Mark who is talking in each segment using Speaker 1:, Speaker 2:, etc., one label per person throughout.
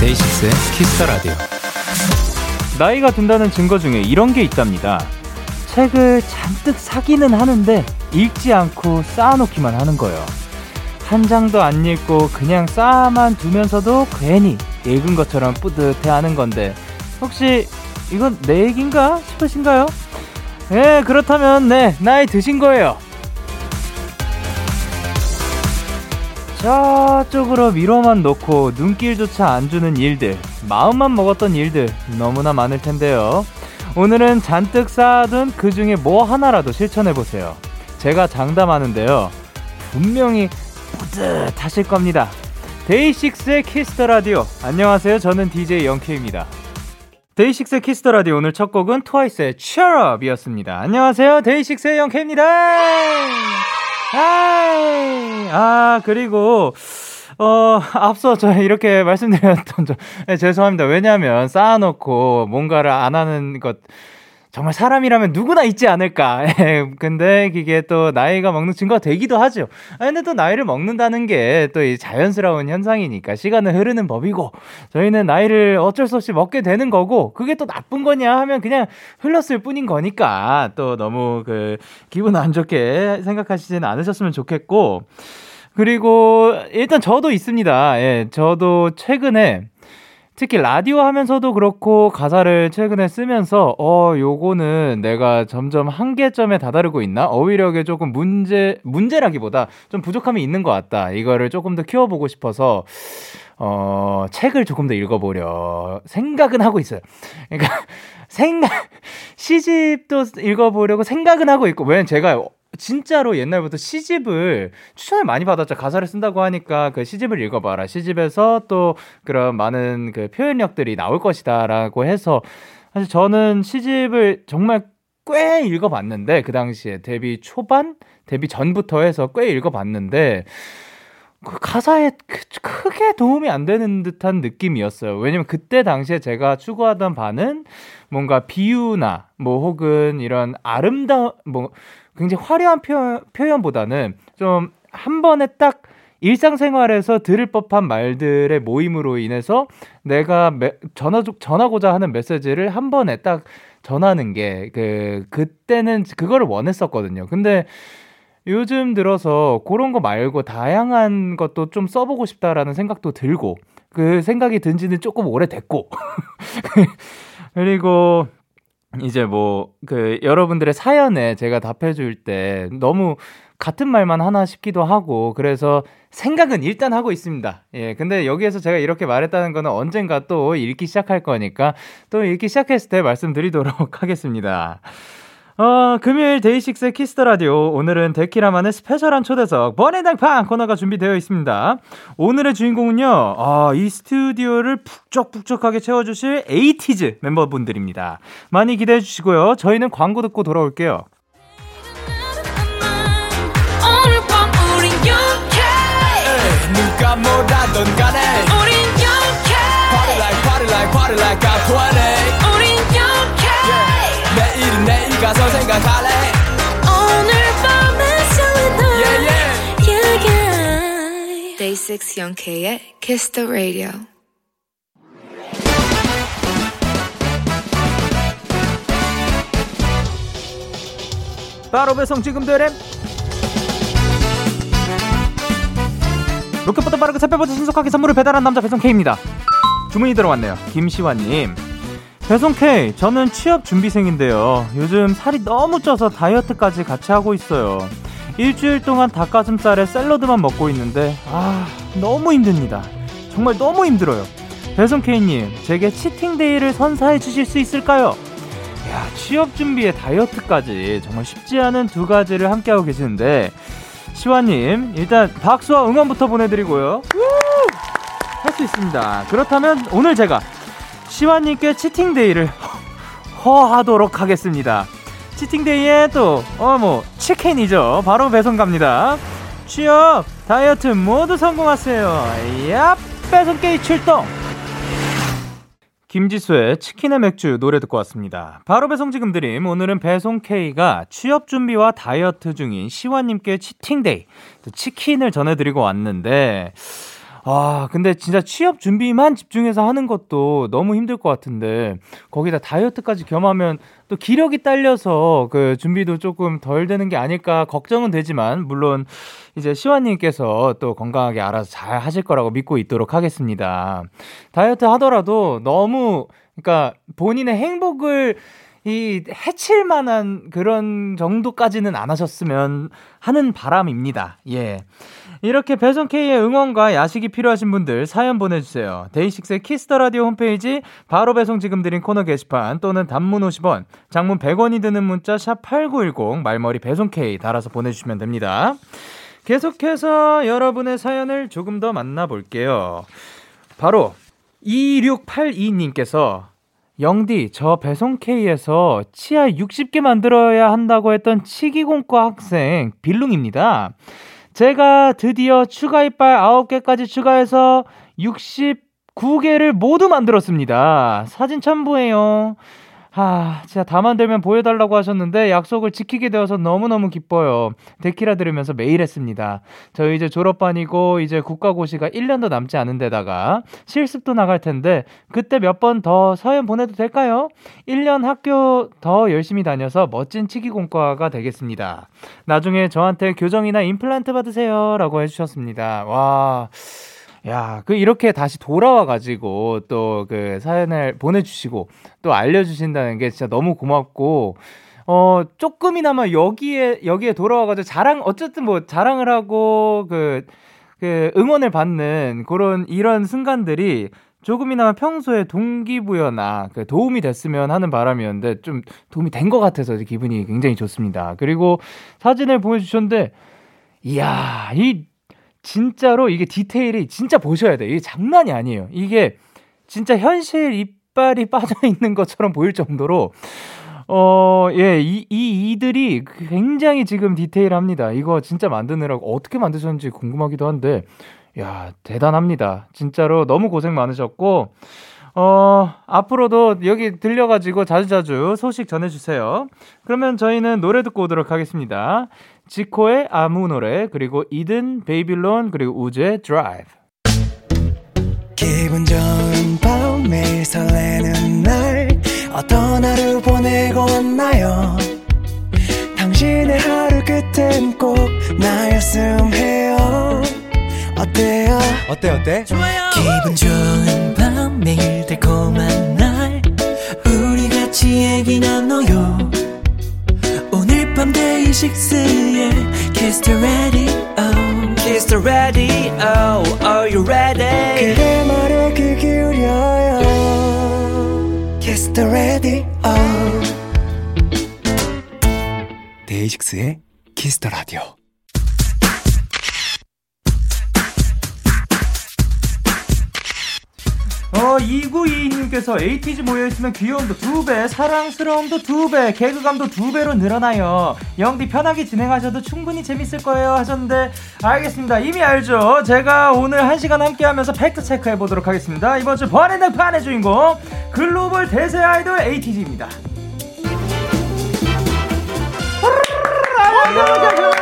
Speaker 1: 데이식스의 키스터 라디오.
Speaker 2: 나이가 든다는 증거 중에 이런 게 있답니다. 책을 잔뜩 사기는 하는데 읽지 않고 쌓아놓기만 하는 거예요. 한 장도 안 읽고 그냥 쌓아만 두면서도 괜히 읽은 것처럼 뿌듯해하는 건데 혹시 이건 내 얘기인가 싶으신가요? 네 그렇다면 네 나이 드신 거예요. 저쪽으로 위로만 놓고 눈길조차 안 주는 일들, 마음만 먹었던 일들 너무나 많을 텐데요. 오늘은 잔뜩 쌓아둔 그 중에 뭐 하나라도 실천해보세요. 제가 장담하는데요. 분명히 뿌듯하실 겁니다. 데이식스의 키스터 라디오. 안녕하세요. 저는 DJ 영케입니다. 데이식스의 키스터 라디오 오늘 첫 곡은 트와이스의 Cheer Up이었습니다. 안녕하세요. 데이식스의 영케입니다. 아이, 아, 그리고, 어, 앞서 저 이렇게 말씀드렸던 점, 네, 죄송합니다. 왜냐면 하 쌓아놓고 뭔가를 안 하는 것, 정말 사람이라면 누구나 있지 않을까. 예, 근데 그게 또 나이가 먹는 증거가 되기도 하죠. 아, 근데 또 나이를 먹는다는 게 또 이 자연스러운 현상이니까 시간은 흐르는 법이고 저희는 나이를 어쩔 수 없이 먹게 되는 거고 그게 또 나쁜 거냐 하면 그냥 흘렀을 뿐인 거니까 또 너무 그 기분 안 좋게 생각하시지는 않으셨으면 좋겠고 그리고 일단 저도 있습니다. 예, 저도 최근에 특히 라디오 하면서도 그렇고 가사를 최근에 쓰면서 어 요거는 내가 점점 한계점에 다다르고 있나 어휘력에 조금 문제 문제라기보다 좀 부족함이 있는 것 같다 이거를 조금 더 키워보고 싶어서 어 책을 조금 더 읽어보려 생각은 하고 있어요 그러니까 생각 시집도 읽어보려고 생각은 하고 있고 왜냐면 제가 진짜로 옛날부터 시집을 추천을 많이 받았죠. 가사를 쓴다고 하니까 그 시집을 읽어봐라. 시집에서 또 그런 많은 그 표현력들이 나올 것이다라고 해서 사실 저는 시집을 정말 꽤 읽어봤는데 그 당시에 데뷔 초반, 데뷔 전부터 해서 꽤 읽어봤는데 그 가사에 크- 크게 도움이 안 되는 듯한 느낌이었어요. 왜냐면 그때 당시에 제가 추구하던 바는 뭔가 비유나 뭐 혹은 이런 아름다운 뭐 굉장히 화려한 표현, 표현보다는 좀 한 번에 딱 일상생활에서 들을 법한 말들의 모임으로 인해서 내가 매, 전하, 전하고자 하는 메시지를 한 번에 딱 전하는 게 그 그때는 그거를 원했었거든요. 근데 요즘 들어서 그런 거 말고 다양한 것도 좀 써보고 싶다라는 생각도 들고 그 생각이 든 지는 조금 오래됐고 그리고 이제 뭐 그 여러분들의 사연에 제가 답해줄 때 너무 같은 말만 하나 싶기도 하고 그래서 생각은 일단 하고 있습니다. 예, 근데 여기에서 제가 이렇게 말했다는 거는 언젠가 또 읽기 시작할 거니까 또 읽기 시작했을 때 말씀드리도록 하겠습니다. 어, 금요일 데이식스 키스터 라디오. 오늘은 데키라만의 스페셜한 초대석, 번외당판 코너가 준비되어 있습니다. 오늘의 주인공은요, 아, 이 스튜디오를 북적북적하게 채워주실 에이티즈 멤버분들입니다. 많이 기대해 주시고요. 저희는 광고 듣고 돌아올게요.
Speaker 3: 오늘 밤 우린 영케
Speaker 4: 누가 뭐라던 간에
Speaker 3: 우린 영케
Speaker 4: Party like party like party like I'm 20
Speaker 3: 우린 영케
Speaker 4: 내일은 내일 가서 생각할래
Speaker 3: 오늘 밤에 설레는
Speaker 4: Yeah yeah
Speaker 3: 얘기
Speaker 5: Day 6 Young K의 Kiss the Radio.
Speaker 2: 바로 배송 지금 되렘 로켓보다 빠르게 새벽보다 신속하게 선물을 배달한 남자 배송 K입니다. 주문이 들어왔네요. 김시환님. 배송 K, 저는 취업 준비생인데요. 요즘 살이 너무 쪄서 다이어트까지 같이 하고 있어요. 일주일 동안 닭가슴살에 샐러드만 먹고 있는데, 아, 너무 힘듭니다. 정말 너무 힘들어요. 배송 K님, 제게 치팅데이를 선사해 주실 수 있을까요? 야, 취업 준비에 다이어트까지 정말 쉽지 않은 두 가지를 함께하고 계시는데 시화님 일단 박수와 응원부터 보내드리고요 할 수 있습니다 그렇다면 오늘 제가 시화님께 치팅데이를 허- 허하도록 하겠습니다 치팅데이에 또, 어, 뭐, 치킨이죠. 바로 배송 갑니다. 취업, 다이어트 모두 성공하세요. 얍! 배송게이 출동! 김지수의 치킨의 맥주 노래 듣고 왔습니다. 바로 배송 지금 드림. 오늘은 배송 K가 취업 준비와 다이어트 중인 시완님께 치팅데이, 또 치킨을 전해드리고 왔는데, 아, 근데 진짜 취업 준비만 집중해서 하는 것도 너무 힘들 것 같은데, 거기다 다이어트까지 겸하면 또 기력이 딸려서 그 준비도 조금 덜 되는 게 아닐까 걱정은 되지만, 물론 이제 시완님께서 또 건강하게 알아서 잘 하실 거라고 믿고 있도록 하겠습니다. 다이어트 하더라도 너무, 그러니까 본인의 행복을 이 해칠 만한 그런 정도까지는 안 하셨으면 하는 바람입니다. 예. 이렇게 배송 K의 응원과 야식이 필요하신 분들 사연 보내주세요. 데이식스의 키스터 라디오 홈페이지 바로 배송 지금 드린 코너 게시판 또는 단문 50원, 장문 100원이 드는 문자 샵 #8910 말머리 배송 K 달아서 보내주시면 됩니다. 계속해서 여러분의 사연을 조금 더 만나볼게요. 바로 2682님께서 영디, 저 배송 K에서 치아 60개 만들어야 한다고 했던 치기공과 학생 빌룽입니다. 제가 드디어 추가 이빨 9개까지 추가해서 69개를 모두 만들었습니다. 사진 첨부해요. 아, 진짜 다 만들면 보여달라고 하셨는데 약속을 지키게 되어서 너무너무 기뻐요. 데키라 들으면서 매일 했습니다. 저희 이제 졸업반이고 이제 국가고시가 1년도 남지 않은데다가 실습도 나갈 텐데 그때 몇 번 더 서연 보내도 될까요? 1년 학교 더 열심히 다녀서 멋진 치기공과가 되겠습니다. 나중에 저한테 교정이나 임플란트 받으세요. 라고 해주셨습니다. 와. 야, 그 이렇게 다시 돌아와 가지고 또 그 사연을 보내주시고 또 알려주신다는 게 진짜 너무 고맙고 어 조금이나마 여기에 여기에 돌아와 가지고 자랑 어쨌든 뭐 자랑을 하고 그, 그 응원을 받는 그런 이런 순간들이 조금이나마 평소에 동기부여나 그 도움이 됐으면 하는 바람이었는데 좀 도움이 된 것 같아서 기분이 굉장히 좋습니다. 그리고 사진을 보여주셨는데 이야 이 진짜로 이게 디테일이 진짜 보셔야 돼요. 이게 장난이 아니에요. 이게 진짜 현실 이빨이 빠져 있는 것처럼 보일 정도로 어, 예, 이, 이 이들이 굉장히 지금 디테일합니다. 이거 진짜 만드느라고 어떻게 만드셨는지 궁금하기도 한데, 야, 대단합니다. 진짜로 너무 고생 많으셨고, 어, 앞으로도 여기 들려가지고 자주자주 소식 전해주세요. 그러면 저희는 노래 듣고 오도록 하겠습니다. 지코의 아무 노래, 그리고 이든, 베이빌론, 그리고 우주의 드라이브.
Speaker 4: 기분 좋은 밤 매일 설레는 날 어떤 하루 보내고 왔나요 당신의 하루 끝엔 꼭 나였음 해요 어때요 어때 어때 기분 좋은 밤 매일 달콤한 날 우리 같이 얘기 나눠요 오늘 밤 데이식스의 Kiss the Radio Kiss the Radio Are you ready 그대 말에 귀 기울여요 Kiss the Radio 데이식스의 Kiss the Radio
Speaker 2: 어, 2922님께서 에이티즈 모여있으면 귀여움도 두 배, 사랑스러움도 두 배, 개그감도 두 배로 늘어나요. 영디 편하게 진행하셔도 충분히 재밌을 거예요 하셨는데, 알겠습니다. 이미 알죠? 제가 오늘 한시간 함께 하면서 팩트 체크해보도록 하겠습니다. 이번 주 번의 늑판의 주인공, 글로벌 대세 아이돌 에이티즈입니다. 반갑습니다.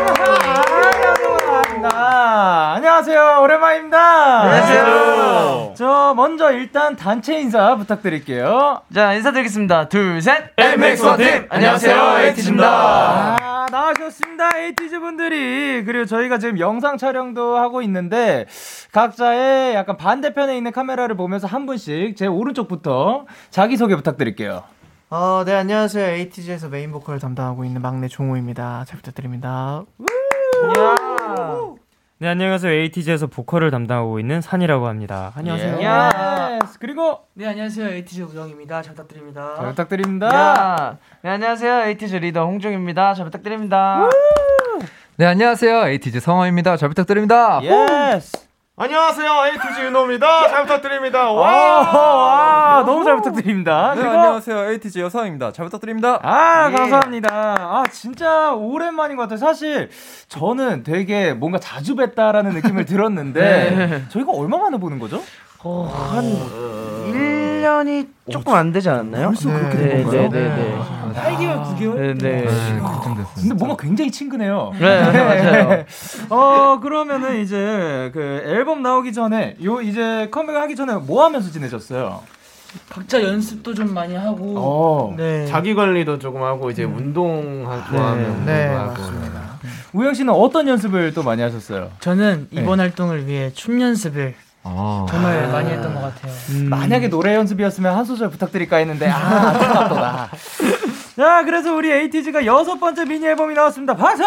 Speaker 2: 아, 안녕하세요. 오랜만입니다. 안녕하세요. 저 먼저 일단 단체 인사 부탁드릴게요.
Speaker 6: 자 인사드리겠습니다 둘셋
Speaker 1: MX원팀! 안녕하세요, 에이티즈입니다.
Speaker 2: 아, 나와주셨습니다. 에이티즈 분들이. 그리고 저희가 지금 영상 촬영도 하고 있는데, 각자의 약간 반대편에 있는 카메라를 보면서 한 분씩 제 오른쪽부터 자기소개 부탁드릴게요.
Speaker 6: 어네 안녕하세요 에이티즈에서 메인 보컬 담당하고 있는 막내 종호입니다 잘 부탁드립니다
Speaker 7: 네 안녕하세요 에이티즈에서 보컬을 담당하고 있는 산이라고 합니다. 안녕하세요.
Speaker 2: 예스. 그리고
Speaker 6: 네 안녕하세요 에이티즈 우정입니다 잘 부탁드립니다
Speaker 2: 잘 부탁드립니다.
Speaker 6: 야. 네 안녕하세요 에이티즈 리더 홍중입니다 잘 부탁드립니다
Speaker 8: 네 안녕하세요 에이티즈 성화입니다 잘 부탁드립니다
Speaker 2: 예스.
Speaker 6: 안녕하세요, 에이티즈 윤호입니다. 잘 부탁드립니다.
Speaker 2: 와, 와, 너무 잘 부탁드립니다.
Speaker 8: 네,
Speaker 2: 그거-
Speaker 8: 안녕하세요. 에이티즈 여성입니다. 잘 부탁드립니다.
Speaker 2: 아,
Speaker 1: 예.
Speaker 2: 감사합니다. 아, 진짜 오랜만인 것 같아요. 사실 저는 되게 뭔가 자주 뵀다라는 느낌을 들었는데 저희가 얼마 만에 보는 거죠?
Speaker 1: 네.
Speaker 2: 아,
Speaker 1: 어, 한 1년이 조금 안 되지 않았나요? 벌써
Speaker 6: 그렇게 된 건가요?
Speaker 1: 네네네.
Speaker 2: 아, 8개월, 9개월?
Speaker 1: 네네.
Speaker 2: 근데 뭔가 굉장히 친근해요.
Speaker 1: 네, 맞아요.
Speaker 2: 어, 그러면은 이제 그 앨범 나오기 전에 요 이제 컴백하기 전에 뭐 하면서 지내셨어요?
Speaker 9: 각자 연습도 좀 많이 하고
Speaker 2: 어.
Speaker 6: 네.
Speaker 10: 자기 관리도 조금 하고
Speaker 2: 음.
Speaker 10: 이제 운동 좋아하면
Speaker 6: 네,
Speaker 10: 운동도 하고.
Speaker 6: 맞습니다.
Speaker 2: 우영 씨는 어떤 연습을 또 많이 하셨어요?
Speaker 9: 저는 이번
Speaker 2: 네.
Speaker 9: 활동을 위해 춤 연습을
Speaker 10: 아.
Speaker 9: 정말 많이 했던 것 같아요.
Speaker 2: 만약에 노래 연습이었으면 한 소절 부탁드릴까 했는데 음. 아, 안타깝다. 자, 그래서 우리 에이티즈가 여섯 번째 미니 앨범이 나왔습니다. 박수! 예.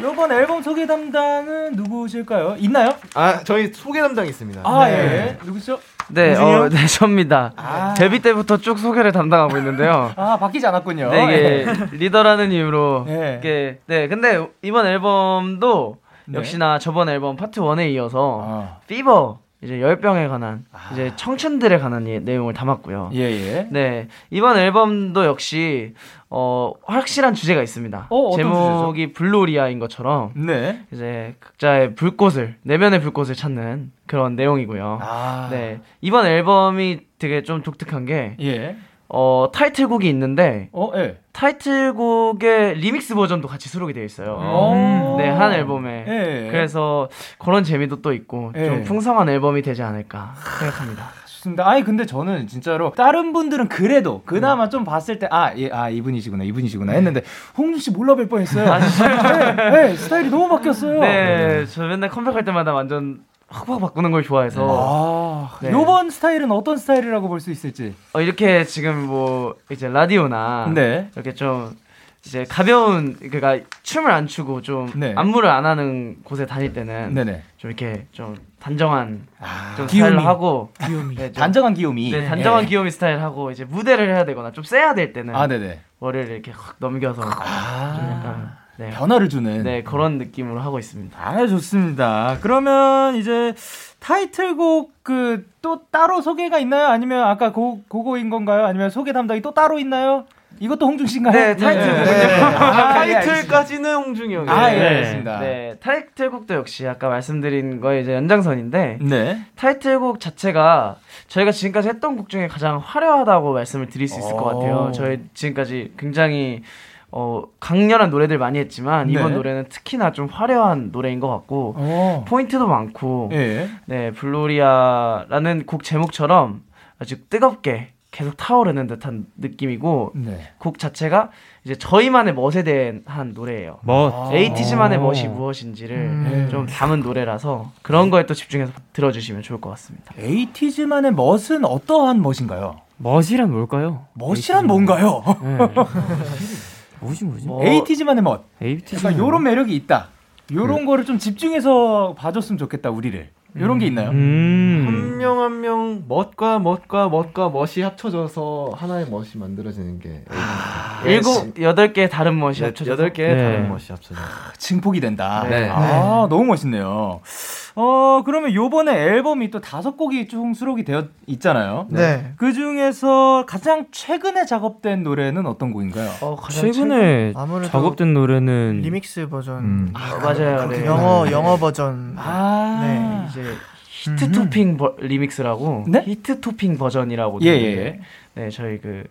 Speaker 2: 이번 앨범 소개 담당은 누구실까요? 있나요?
Speaker 10: 아, 저희 소개 담당이 있습니다.
Speaker 2: 아, 예. 누구시죠?
Speaker 1: 네,
Speaker 2: 우진이 형?
Speaker 1: 어, 네, 저입니다.
Speaker 6: 아.
Speaker 1: 데뷔 때부터 쭉 소개를 담당하고 있는데요.
Speaker 2: 아, 바뀌지 않았군요. 예.
Speaker 1: 네, 이게 리더라는 이유로
Speaker 2: 네.
Speaker 1: 이게 네, 근데 이번 앨범도
Speaker 2: 네.
Speaker 1: 역시나 저번 앨범 파트 1에 이어서
Speaker 2: 아,
Speaker 1: 피버 이제 열병에 관한 이제 청춘들에 관한 예- 내용을 담았고요.
Speaker 2: 예, 예.
Speaker 1: 네 이번 앨범도 역시 어 확실한 주제가 있습니다.
Speaker 2: 어, 어떤
Speaker 1: 제목이 블로리아인 것처럼
Speaker 2: 네.
Speaker 1: 이제 각자의 불꽃을 내면의 불꽃을 찾는 그런 내용이고요.
Speaker 2: 아,
Speaker 1: 네 이번 앨범이 되게 좀 독특한 게
Speaker 2: 예.
Speaker 1: 어, 타이틀곡이 있는데
Speaker 2: 어, 예.
Speaker 1: 타이틀곡의 리믹스 버전도 같이 수록이 되어 있어요.
Speaker 2: 어.
Speaker 1: 네 한 앨범에
Speaker 2: 예.
Speaker 1: 그래서 그런 재미도 또 있고
Speaker 2: 예. 아.
Speaker 1: 좀 풍성한 앨범이 되지 않을까 생각합니다.
Speaker 2: 좋습니다. 아니 근데 저는 진짜로 다른 분들은 그래도 그나마 좀 봤을 때 아 예 아 이분이시구나 이분이시구나 했는데 홍준 씨 몰라뵐 뻔했어요. 네, 네, 스타일이 너무 바뀌었어요.
Speaker 1: 네, 저 맨날 컴백할 때마다 완전 확확 바꾸는 걸 좋아해서
Speaker 2: 아,
Speaker 1: 네.
Speaker 2: 요번 스타일은 어떤 스타일이라고 볼 수 있을지.
Speaker 1: 어, 이렇게 지금 뭐 이제 라디오나
Speaker 2: 네.
Speaker 1: 이렇게 좀 이제 가벼운 그러니까 춤을 안 추고 좀
Speaker 2: 네.
Speaker 1: 안무를 안 하는 곳에 다닐 때는
Speaker 2: 네네. 아,
Speaker 1: 좀 이렇게 좀 단정한 좀
Speaker 7: 귀요미.
Speaker 1: 스타일로 하고 네, 좀-
Speaker 2: 단정한 귀요미.
Speaker 1: 네, 단정한
Speaker 2: 예.
Speaker 1: 귀요미 스타일 하고 이제 무대를 해야 되거나 좀 세야 될 때는
Speaker 2: 아 네네. 아.
Speaker 1: 머리를 이렇게 확 넘겨서 좀 약간 네,
Speaker 2: 변화를 주는.
Speaker 1: 네 그런 느낌으로 하고 있습니다.
Speaker 2: 아 좋습니다. 그러면 이제 타이틀곡 그 또 따로 소개가 있나요? 아니면 아까 고 고고인 건가요? 아니면 소개 담당이 또 따로 있나요? 이것도 홍준 씨인가요?
Speaker 1: 네, 타이틀곡은요.
Speaker 2: 아, 예, 알겠습니다.
Speaker 10: 타이틀까지는 홍중이 형이.
Speaker 2: 아, 예,
Speaker 1: 네.
Speaker 2: 알겠습니다. 네.
Speaker 1: 네 타이틀곡도 역시 아까 말씀드린 거의 이제 연장선인데
Speaker 2: 네.
Speaker 1: 타이틀곡 자체가 저희가 지금까지 했던 곡 중에 가장 화려하다고 말씀을 드릴 수 있을 것
Speaker 2: 오.
Speaker 1: 같아요. 저희 지금까지 굉장히 어, 강렬한 노래들 많이 했지만 이번
Speaker 2: 네.
Speaker 1: 노래는 특히나 좀 화려한 노래인 것 같고
Speaker 2: 어.
Speaker 1: 포인트도 많고
Speaker 2: 예.
Speaker 1: 네, 블로리아라는 곡 제목처럼 아주 뜨겁게 계속 타오르는 듯한 느낌이고
Speaker 2: 네.
Speaker 1: 곡 자체가 이제 저희만의 멋에 대한 노래예요.
Speaker 7: 멋.
Speaker 2: 아.
Speaker 1: 에이티즈만의 멋이 무엇인지를
Speaker 2: 음. 네.
Speaker 1: 좀 담은 노래라서 그런 거에 또 집중해서 들어주시면 좋을 것 같습니다.
Speaker 2: 에이티즈만의 멋은 어떠한 멋인가요?
Speaker 7: 멋이란 뭘까요?
Speaker 2: 멋이란 뭔가요?
Speaker 7: 네. 뭐지 뭐지?
Speaker 2: 에이티즈만의 멋.
Speaker 7: 에이티즈.
Speaker 2: 약간 요런 매력이 있다. 요런
Speaker 7: 네.
Speaker 2: 거를 좀 집중해서 봐줬으면 좋겠다, 우리를. 요런 게 있나요?
Speaker 7: 음.
Speaker 10: 한 명 한 명 멋과 멋과 멋과 멋이 합쳐져서 하나의 멋이 만들어지는 게
Speaker 2: 아,
Speaker 10: 아,
Speaker 2: 예,
Speaker 1: 일곱 여덟 개의 다른 멋이
Speaker 10: 네,
Speaker 1: 합쳐져서
Speaker 10: 여덟 개의
Speaker 7: 네.
Speaker 10: 다른 멋이 합쳐져.
Speaker 2: 아, 증폭이 된다.
Speaker 10: 네.
Speaker 2: 아, 너무 멋있네요. 어, 그러면 요번에 앨범이 또 다섯 곡이 쭉 수록이 되어 있잖아요.
Speaker 6: 네.
Speaker 2: 그 중에서 가장 최근에 작업된 노래는 어떤 곡인가요?
Speaker 1: 어, 가장
Speaker 7: 최근에
Speaker 6: 아무래도
Speaker 7: 작업된 노래는
Speaker 6: 리믹스 버전.
Speaker 1: 최근- 맞아요.
Speaker 6: 그렇게
Speaker 1: 네.
Speaker 6: 영어 영어 버전.
Speaker 2: 아,
Speaker 6: 네.
Speaker 1: 이제 히트 토핑 버- 리믹스라고
Speaker 2: 네?
Speaker 1: 히트 토핑 버전이라고
Speaker 2: 예,
Speaker 1: 되는데
Speaker 2: 예, 예.
Speaker 1: 네 저희 그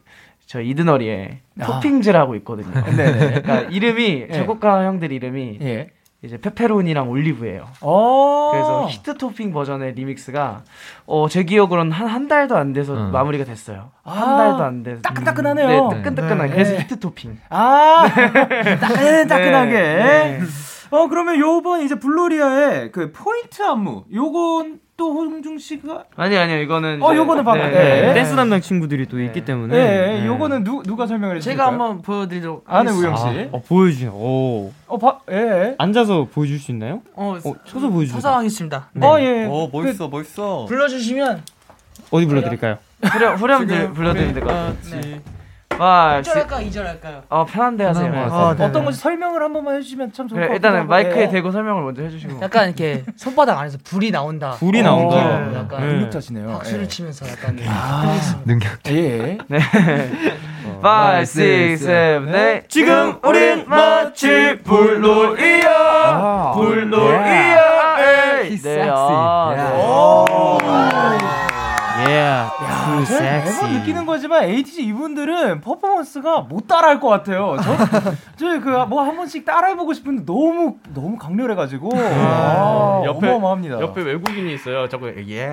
Speaker 1: 저희 이드너리에
Speaker 2: 아.
Speaker 1: 토핑즈라고 있거든요.
Speaker 2: 네.
Speaker 1: 그러니까 이름이 작곡가 형들 이름이
Speaker 2: 예.
Speaker 1: 이제 페페로니랑 올리브예요.
Speaker 2: 어.
Speaker 1: 그래서 히트 토핑 버전의 리믹스가 어, 제 기억으로는 한 한 달도 안 돼서 마무리가 됐어요.
Speaker 2: 음. 아,
Speaker 1: 한 달도 안 돼서
Speaker 2: 따끈따끈하네요.
Speaker 1: 네, 따끈따끈한.
Speaker 6: 네.
Speaker 1: 그래서 히트 토핑.
Speaker 2: 아, 따끈따끈하게.
Speaker 1: 네, 네.
Speaker 2: 어, 그러면 요번 이제 블로리아의 그 포인트 안무, 요건 또 홍중 씨가,
Speaker 1: 아니 아니요 이거는
Speaker 2: 어,
Speaker 1: 이제-
Speaker 2: 요거는 방금,
Speaker 1: 네.
Speaker 2: 예.
Speaker 7: 댄스 담당 친구들이 또 있기 때문에.
Speaker 2: 예,
Speaker 7: 네.
Speaker 2: 요거는 누, 누가 설명을 해주실까요?
Speaker 1: 제가 한번 보여드리도록
Speaker 2: 아는 네, 우영
Speaker 1: 하겠습니다.
Speaker 2: 씨.
Speaker 7: 아, 어, 보여주세요. 오.
Speaker 2: 어, 바, 예.
Speaker 7: 앉아서 보여줄 수 있나요?
Speaker 9: 어,
Speaker 7: 어, 쳐서 보여주세요.
Speaker 9: 사상하겠습니다. 그
Speaker 7: 네.
Speaker 2: 어, 예.
Speaker 8: 오, 멋있어, 멋있어.
Speaker 9: 불러주시면
Speaker 7: 어디 불러드릴까요?
Speaker 1: 후렴 후렴 들- 불러드리면 될 것 같아요. 네.
Speaker 8: 같이
Speaker 1: 5,
Speaker 9: 1절
Speaker 1: 6.
Speaker 9: 할까 2절 할까요?
Speaker 1: 어, 편한데 하세요.
Speaker 6: 아, 네.
Speaker 9: 어떤 건지 설명을 한 번만 해주시면 참 좋을 것
Speaker 1: 그래,
Speaker 9: 같아요.
Speaker 1: 일단은
Speaker 2: 네.
Speaker 1: 마이크에 대고 설명을 먼저 해주시고.
Speaker 9: 약간 이렇게 손바닥 안에서 불이 나온다.
Speaker 7: 불이
Speaker 9: 어,
Speaker 7: 나온다.
Speaker 9: 느낌으로 약간
Speaker 7: 네.
Speaker 10: 능력자시네요.
Speaker 9: 박수를 치면서 약간
Speaker 1: 아.
Speaker 10: 능력. 예.
Speaker 1: 네. 5, 6, 7, 8. 네. 지금 우린 마치 불놀이야.
Speaker 10: 아,
Speaker 1: 불놀이야. 에이.
Speaker 10: He's
Speaker 1: 네,
Speaker 10: sexy.
Speaker 1: 아,
Speaker 10: Yeah.
Speaker 1: 네.
Speaker 7: 어. 예.
Speaker 1: 네.
Speaker 7: 그
Speaker 2: 야, 저는 매번 느끼는 거지만 ATG 이분들은 퍼포먼스가 못 따라할 것 같아요. 저저그뭐 한 번씩 따라해보고 싶은데 너무 너무 강렬해가지고
Speaker 1: 네.
Speaker 2: 아,
Speaker 11: 옆에-
Speaker 2: 어마어마합니다.
Speaker 11: 옆에 외국인이 있어요. 자꾸 예.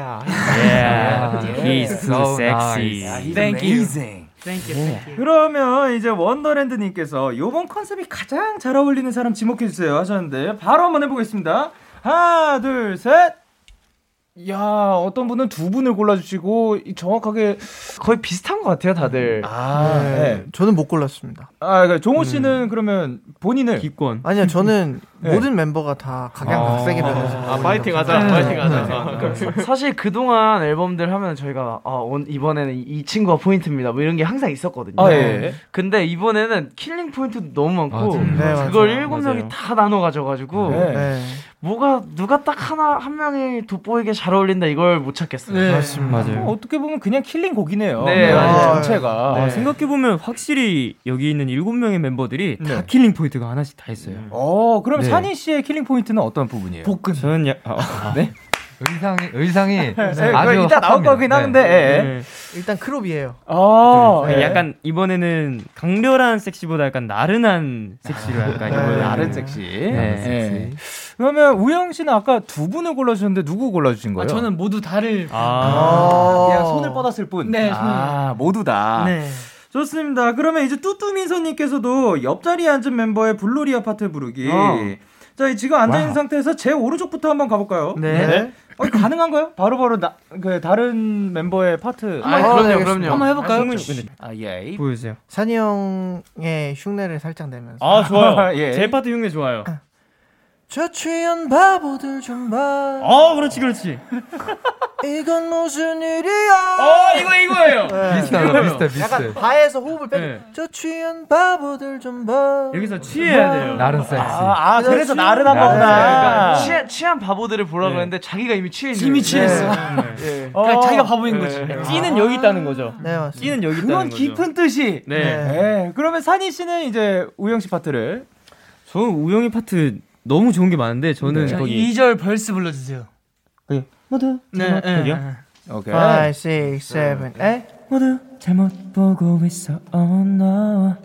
Speaker 7: Yeah, he's so sexy.
Speaker 2: Thank you.
Speaker 9: Thank you, thank you.
Speaker 2: 그러면 이제 원더랜드님께서 요번 컨셉이 가장 잘 어울리는 사람 지목해주세요 하셨는데 바로 한번 해보겠습니다. 하나, 둘, 셋. 야, 어떤 분은 두 분을 골라주시고 이 정확하게
Speaker 1: 거의 비슷한 것 같아요,
Speaker 7: 음.
Speaker 1: 다들.
Speaker 2: 아, 네.
Speaker 6: 저는 못 골랐습니다.
Speaker 2: 아, 그러니까 종호
Speaker 7: 음.
Speaker 2: 씨는 그러면 본인을
Speaker 7: 기권.
Speaker 6: 아니요, 저는
Speaker 2: 네.
Speaker 6: 모든 멤버가 다
Speaker 1: 아.
Speaker 6: 각양각색이라서.
Speaker 11: 아 파이팅 하자. 아, 파이팅
Speaker 2: 음.
Speaker 11: 하자.
Speaker 1: 네. 사실 그동안 앨범들 하면 저희가 아, 온- 이번에는 이- 이 친구가 포인트입니다. 뭐 이런 게 항상 있었거든요.
Speaker 2: 아, 예.
Speaker 1: 근데 이번에는 킬링 포인트도 너무 많고
Speaker 11: 맞아요.
Speaker 6: 네, 맞아요.
Speaker 1: 그걸 일곱 명이
Speaker 7: 맞아요.
Speaker 1: 다 나눠 가져가지고
Speaker 2: 네.
Speaker 6: 네.
Speaker 1: 뭐가 누가 딱 하나 한 명이 돋보이게 잘 어울린다 이걸 못 찾겠어요. 뭐
Speaker 6: 맞습니다.
Speaker 2: 어,
Speaker 7: 맞아요.
Speaker 2: 어떻게 보면 그냥 킬링 곡이네요.
Speaker 1: 네,
Speaker 2: 앨범
Speaker 6: 맞아요.
Speaker 2: 전체가.
Speaker 1: 네.
Speaker 2: 아, 생각-
Speaker 7: 생각해 보면 확실히 여기 있는 일곱 명의 멤버들이
Speaker 2: 네.
Speaker 7: 다 킬링 포인트가 하나씩 다 있어요.
Speaker 2: 어, 그럼
Speaker 7: 네.
Speaker 2: 산희 씨의 killing 포인트는 어떤 부분이에요?
Speaker 6: 복근.
Speaker 7: 저는 야, 아, 아, 네.
Speaker 10: 의상이 의상이
Speaker 2: 네,
Speaker 7: 그러니까
Speaker 2: 그거
Speaker 10: 아주
Speaker 2: 이따 나올
Speaker 10: 핫합니다.
Speaker 2: 거긴
Speaker 10: 네.
Speaker 2: 하는데. 예.
Speaker 7: 네.
Speaker 6: 일단 크롭이에요.
Speaker 2: 아,
Speaker 7: 네,
Speaker 2: 예.
Speaker 7: 약간 이번에는 강렬한 섹시보다 약간 나른한 섹시로 약간
Speaker 6: 네,
Speaker 7: 이번에는 네.
Speaker 2: 다른
Speaker 6: 네.
Speaker 2: 섹시.
Speaker 7: 나른
Speaker 2: 예. 그러면 우영 씨는 아까 두 분을 골라주셨는데 누구 골라주신
Speaker 9: 아,
Speaker 2: 거예요?
Speaker 9: 저는 모두 다를
Speaker 7: 아,
Speaker 2: 그냥 손을 뻗었을 뿐.
Speaker 9: 네,
Speaker 2: 아, 모두 다.
Speaker 9: 네.
Speaker 2: 좋습니다. 그러면 이제 뚜뚜민서님께서도 옆자리에 앉은 멤버의 블루리 아파트 부르기.
Speaker 1: 어.
Speaker 2: 자, 이 지금 앉아있는 상태에서 제 오른쪽부터 한번 가볼까요?
Speaker 1: 네.
Speaker 2: 어, 이거 가능한가요? 바로바로 나, 그 다른 멤버의 파트.
Speaker 1: 아, 그럼요, 그럼요.
Speaker 9: 한번 해볼까요?
Speaker 2: 아, 예.
Speaker 7: 보여주세요.
Speaker 6: 산이 형의 흉내를 살짝 내면서.
Speaker 7: 아 좋아요.
Speaker 2: 예.
Speaker 7: 제 파트 흉내 좋아요.
Speaker 6: 저 취한 바보들 좀 봐.
Speaker 7: 어 그렇지 그렇지.
Speaker 6: 이건 무슨 일이야.
Speaker 7: 어 이거 이거예요.
Speaker 12: 네.
Speaker 10: 비슷하다 비슷해 비슷해.
Speaker 6: 약간 바에서 호흡을 빼고
Speaker 7: 네.
Speaker 6: 저 취한 바보들 좀 봐.
Speaker 7: 여기서
Speaker 12: 뭐.
Speaker 7: 취해야 돼요.
Speaker 10: 나름 섹시.
Speaker 2: 아, 아, 그래서 나른한
Speaker 10: 나른
Speaker 2: 거구나.
Speaker 1: 취한, 취한 바보들을 보라고 했는데 자기가 이미 취해 있는
Speaker 9: 이미
Speaker 1: 거예요.
Speaker 9: 취했어.
Speaker 1: 예.
Speaker 7: 그러니까
Speaker 2: 어, 네.
Speaker 9: 그냥 자기가 바보인 거지.
Speaker 1: 네.
Speaker 7: 찌는 여기 있다는 거죠.
Speaker 6: 네 맞습니다.
Speaker 7: 찌는 여기
Speaker 2: 그런
Speaker 7: 있다는 거죠.
Speaker 2: 깊은 뜻이.
Speaker 7: 네.
Speaker 2: 예, 그러면 산희 씨는 이제 우영 씨 파트를.
Speaker 7: 저는 우영이 파트 너무 좋은 게 많은데 저는
Speaker 9: 자,
Speaker 7: 거기
Speaker 9: 네. 2절 벌스 불러주세요.
Speaker 7: 모두
Speaker 9: 네, 네,
Speaker 7: 거기요?
Speaker 9: 네.
Speaker 2: 오케이.
Speaker 6: 5, 6, 7,
Speaker 7: 네.
Speaker 6: 8.
Speaker 7: 모두 잘못 보고 있어 oh no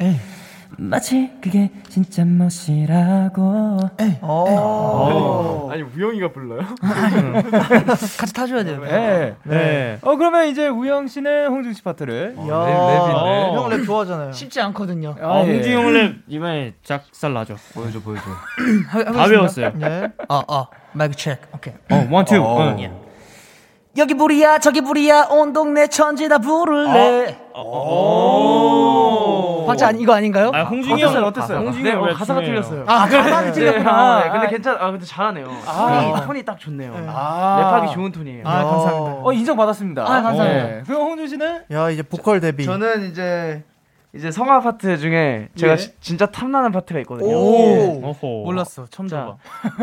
Speaker 7: 마치 그게 진짜 멋이라고 어.
Speaker 11: 아니 우영이가 불러요?
Speaker 9: 어. 같이 타줘야 돼요.
Speaker 2: 예.
Speaker 7: 네.
Speaker 2: 음. 어 그러면 이제 우영 씨는 홍중 씨 파트를.
Speaker 7: 어,
Speaker 10: 랩인데.
Speaker 6: 야, 형랩 좋아하잖아요.
Speaker 9: 쉽지 않거든요.
Speaker 7: 아,
Speaker 2: 예.
Speaker 7: 홍주 형랩 이번에 짝살 나죠.
Speaker 10: 보여줘 보여줘.
Speaker 7: 다 배웠어요.
Speaker 6: 네.
Speaker 9: 어, 어. 마이크 체크. 오케이.
Speaker 7: 어, 원, 투. 원.
Speaker 2: 네.
Speaker 9: 여기 불이야, 저기 불이야, 온 동네 천지다 부를래. 박자 아니, 이거 아닌가요?
Speaker 7: 아, 홍중이 형
Speaker 2: 어땠어요? 어땠어요?
Speaker 7: 홍중이
Speaker 1: 네,
Speaker 7: 형
Speaker 1: 어,
Speaker 7: 랩
Speaker 1: 가사가
Speaker 7: 중요해요.
Speaker 1: 틀렸어요.
Speaker 9: 아, 그래.
Speaker 1: 아, 네, 근데 괜찮. 아 근데 잘하네요. 톤이, 톤이 딱 좋네요.
Speaker 2: 아.
Speaker 1: 랩하기 좋은 톤이에요. 네.
Speaker 9: 아, 감사합니다.
Speaker 2: 어 인정 받았습니다.
Speaker 9: 아, 감사합니다.
Speaker 2: 그럼 홍준 씨는?
Speaker 6: 야, 이제 보컬 데뷔.
Speaker 1: 저는 이제 이제 성화 파트 중에 제가 시- 진짜 탐나는 파트가 있거든요. 예.
Speaker 6: 오.
Speaker 7: 어허.
Speaker 9: 몰랐어. 처음
Speaker 1: 자,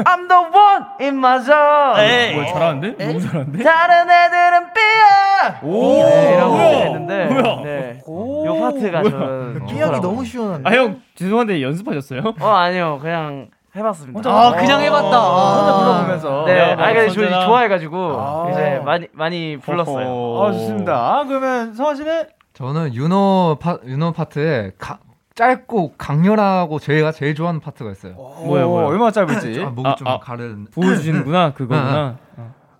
Speaker 1: I'm the one in my
Speaker 10: 아,
Speaker 7: 아,
Speaker 1: zone.
Speaker 7: 뭘 잘하는데? 너무 잘하는데?
Speaker 1: 다른 애들은 삐어.
Speaker 7: 오.
Speaker 1: 네, 이런
Speaker 7: 뭐야?
Speaker 1: 거 했는데,
Speaker 7: 뭐야?
Speaker 1: 네, 요 파트가 저는
Speaker 6: 기억이
Speaker 1: 좋더라고요.
Speaker 6: 너무 시원한데.
Speaker 7: 아, 형 죄송한데 연습하셨어요?
Speaker 1: 어 아니요, 그냥 해봤습니다.
Speaker 9: 아, 그냥 해봤다. 아.
Speaker 2: 혼자
Speaker 12: 어,
Speaker 2: 불러보면서.
Speaker 1: 네,
Speaker 7: 야,
Speaker 1: 아니 근데 저
Speaker 7: 언제나.
Speaker 1: 좋아해가지고
Speaker 2: 아.
Speaker 1: 이제 많이 많이 불렀어요.
Speaker 7: 어허.
Speaker 2: 아 좋습니다. 아, 그러면 성화 씨는?
Speaker 10: 저는 윤호 파 윤호 파트에 가, 짧고 강렬하고 제가 제일 좋아하는 파트가 있어요.
Speaker 7: 뭐야,
Speaker 2: 오,
Speaker 7: 뭐야.
Speaker 2: 얼마나 짧을지.
Speaker 10: 아, 목이
Speaker 7: 아,
Speaker 10: 좀 아,
Speaker 7: 아.
Speaker 10: 가르는.
Speaker 7: 보여주시는구나, 그거구나.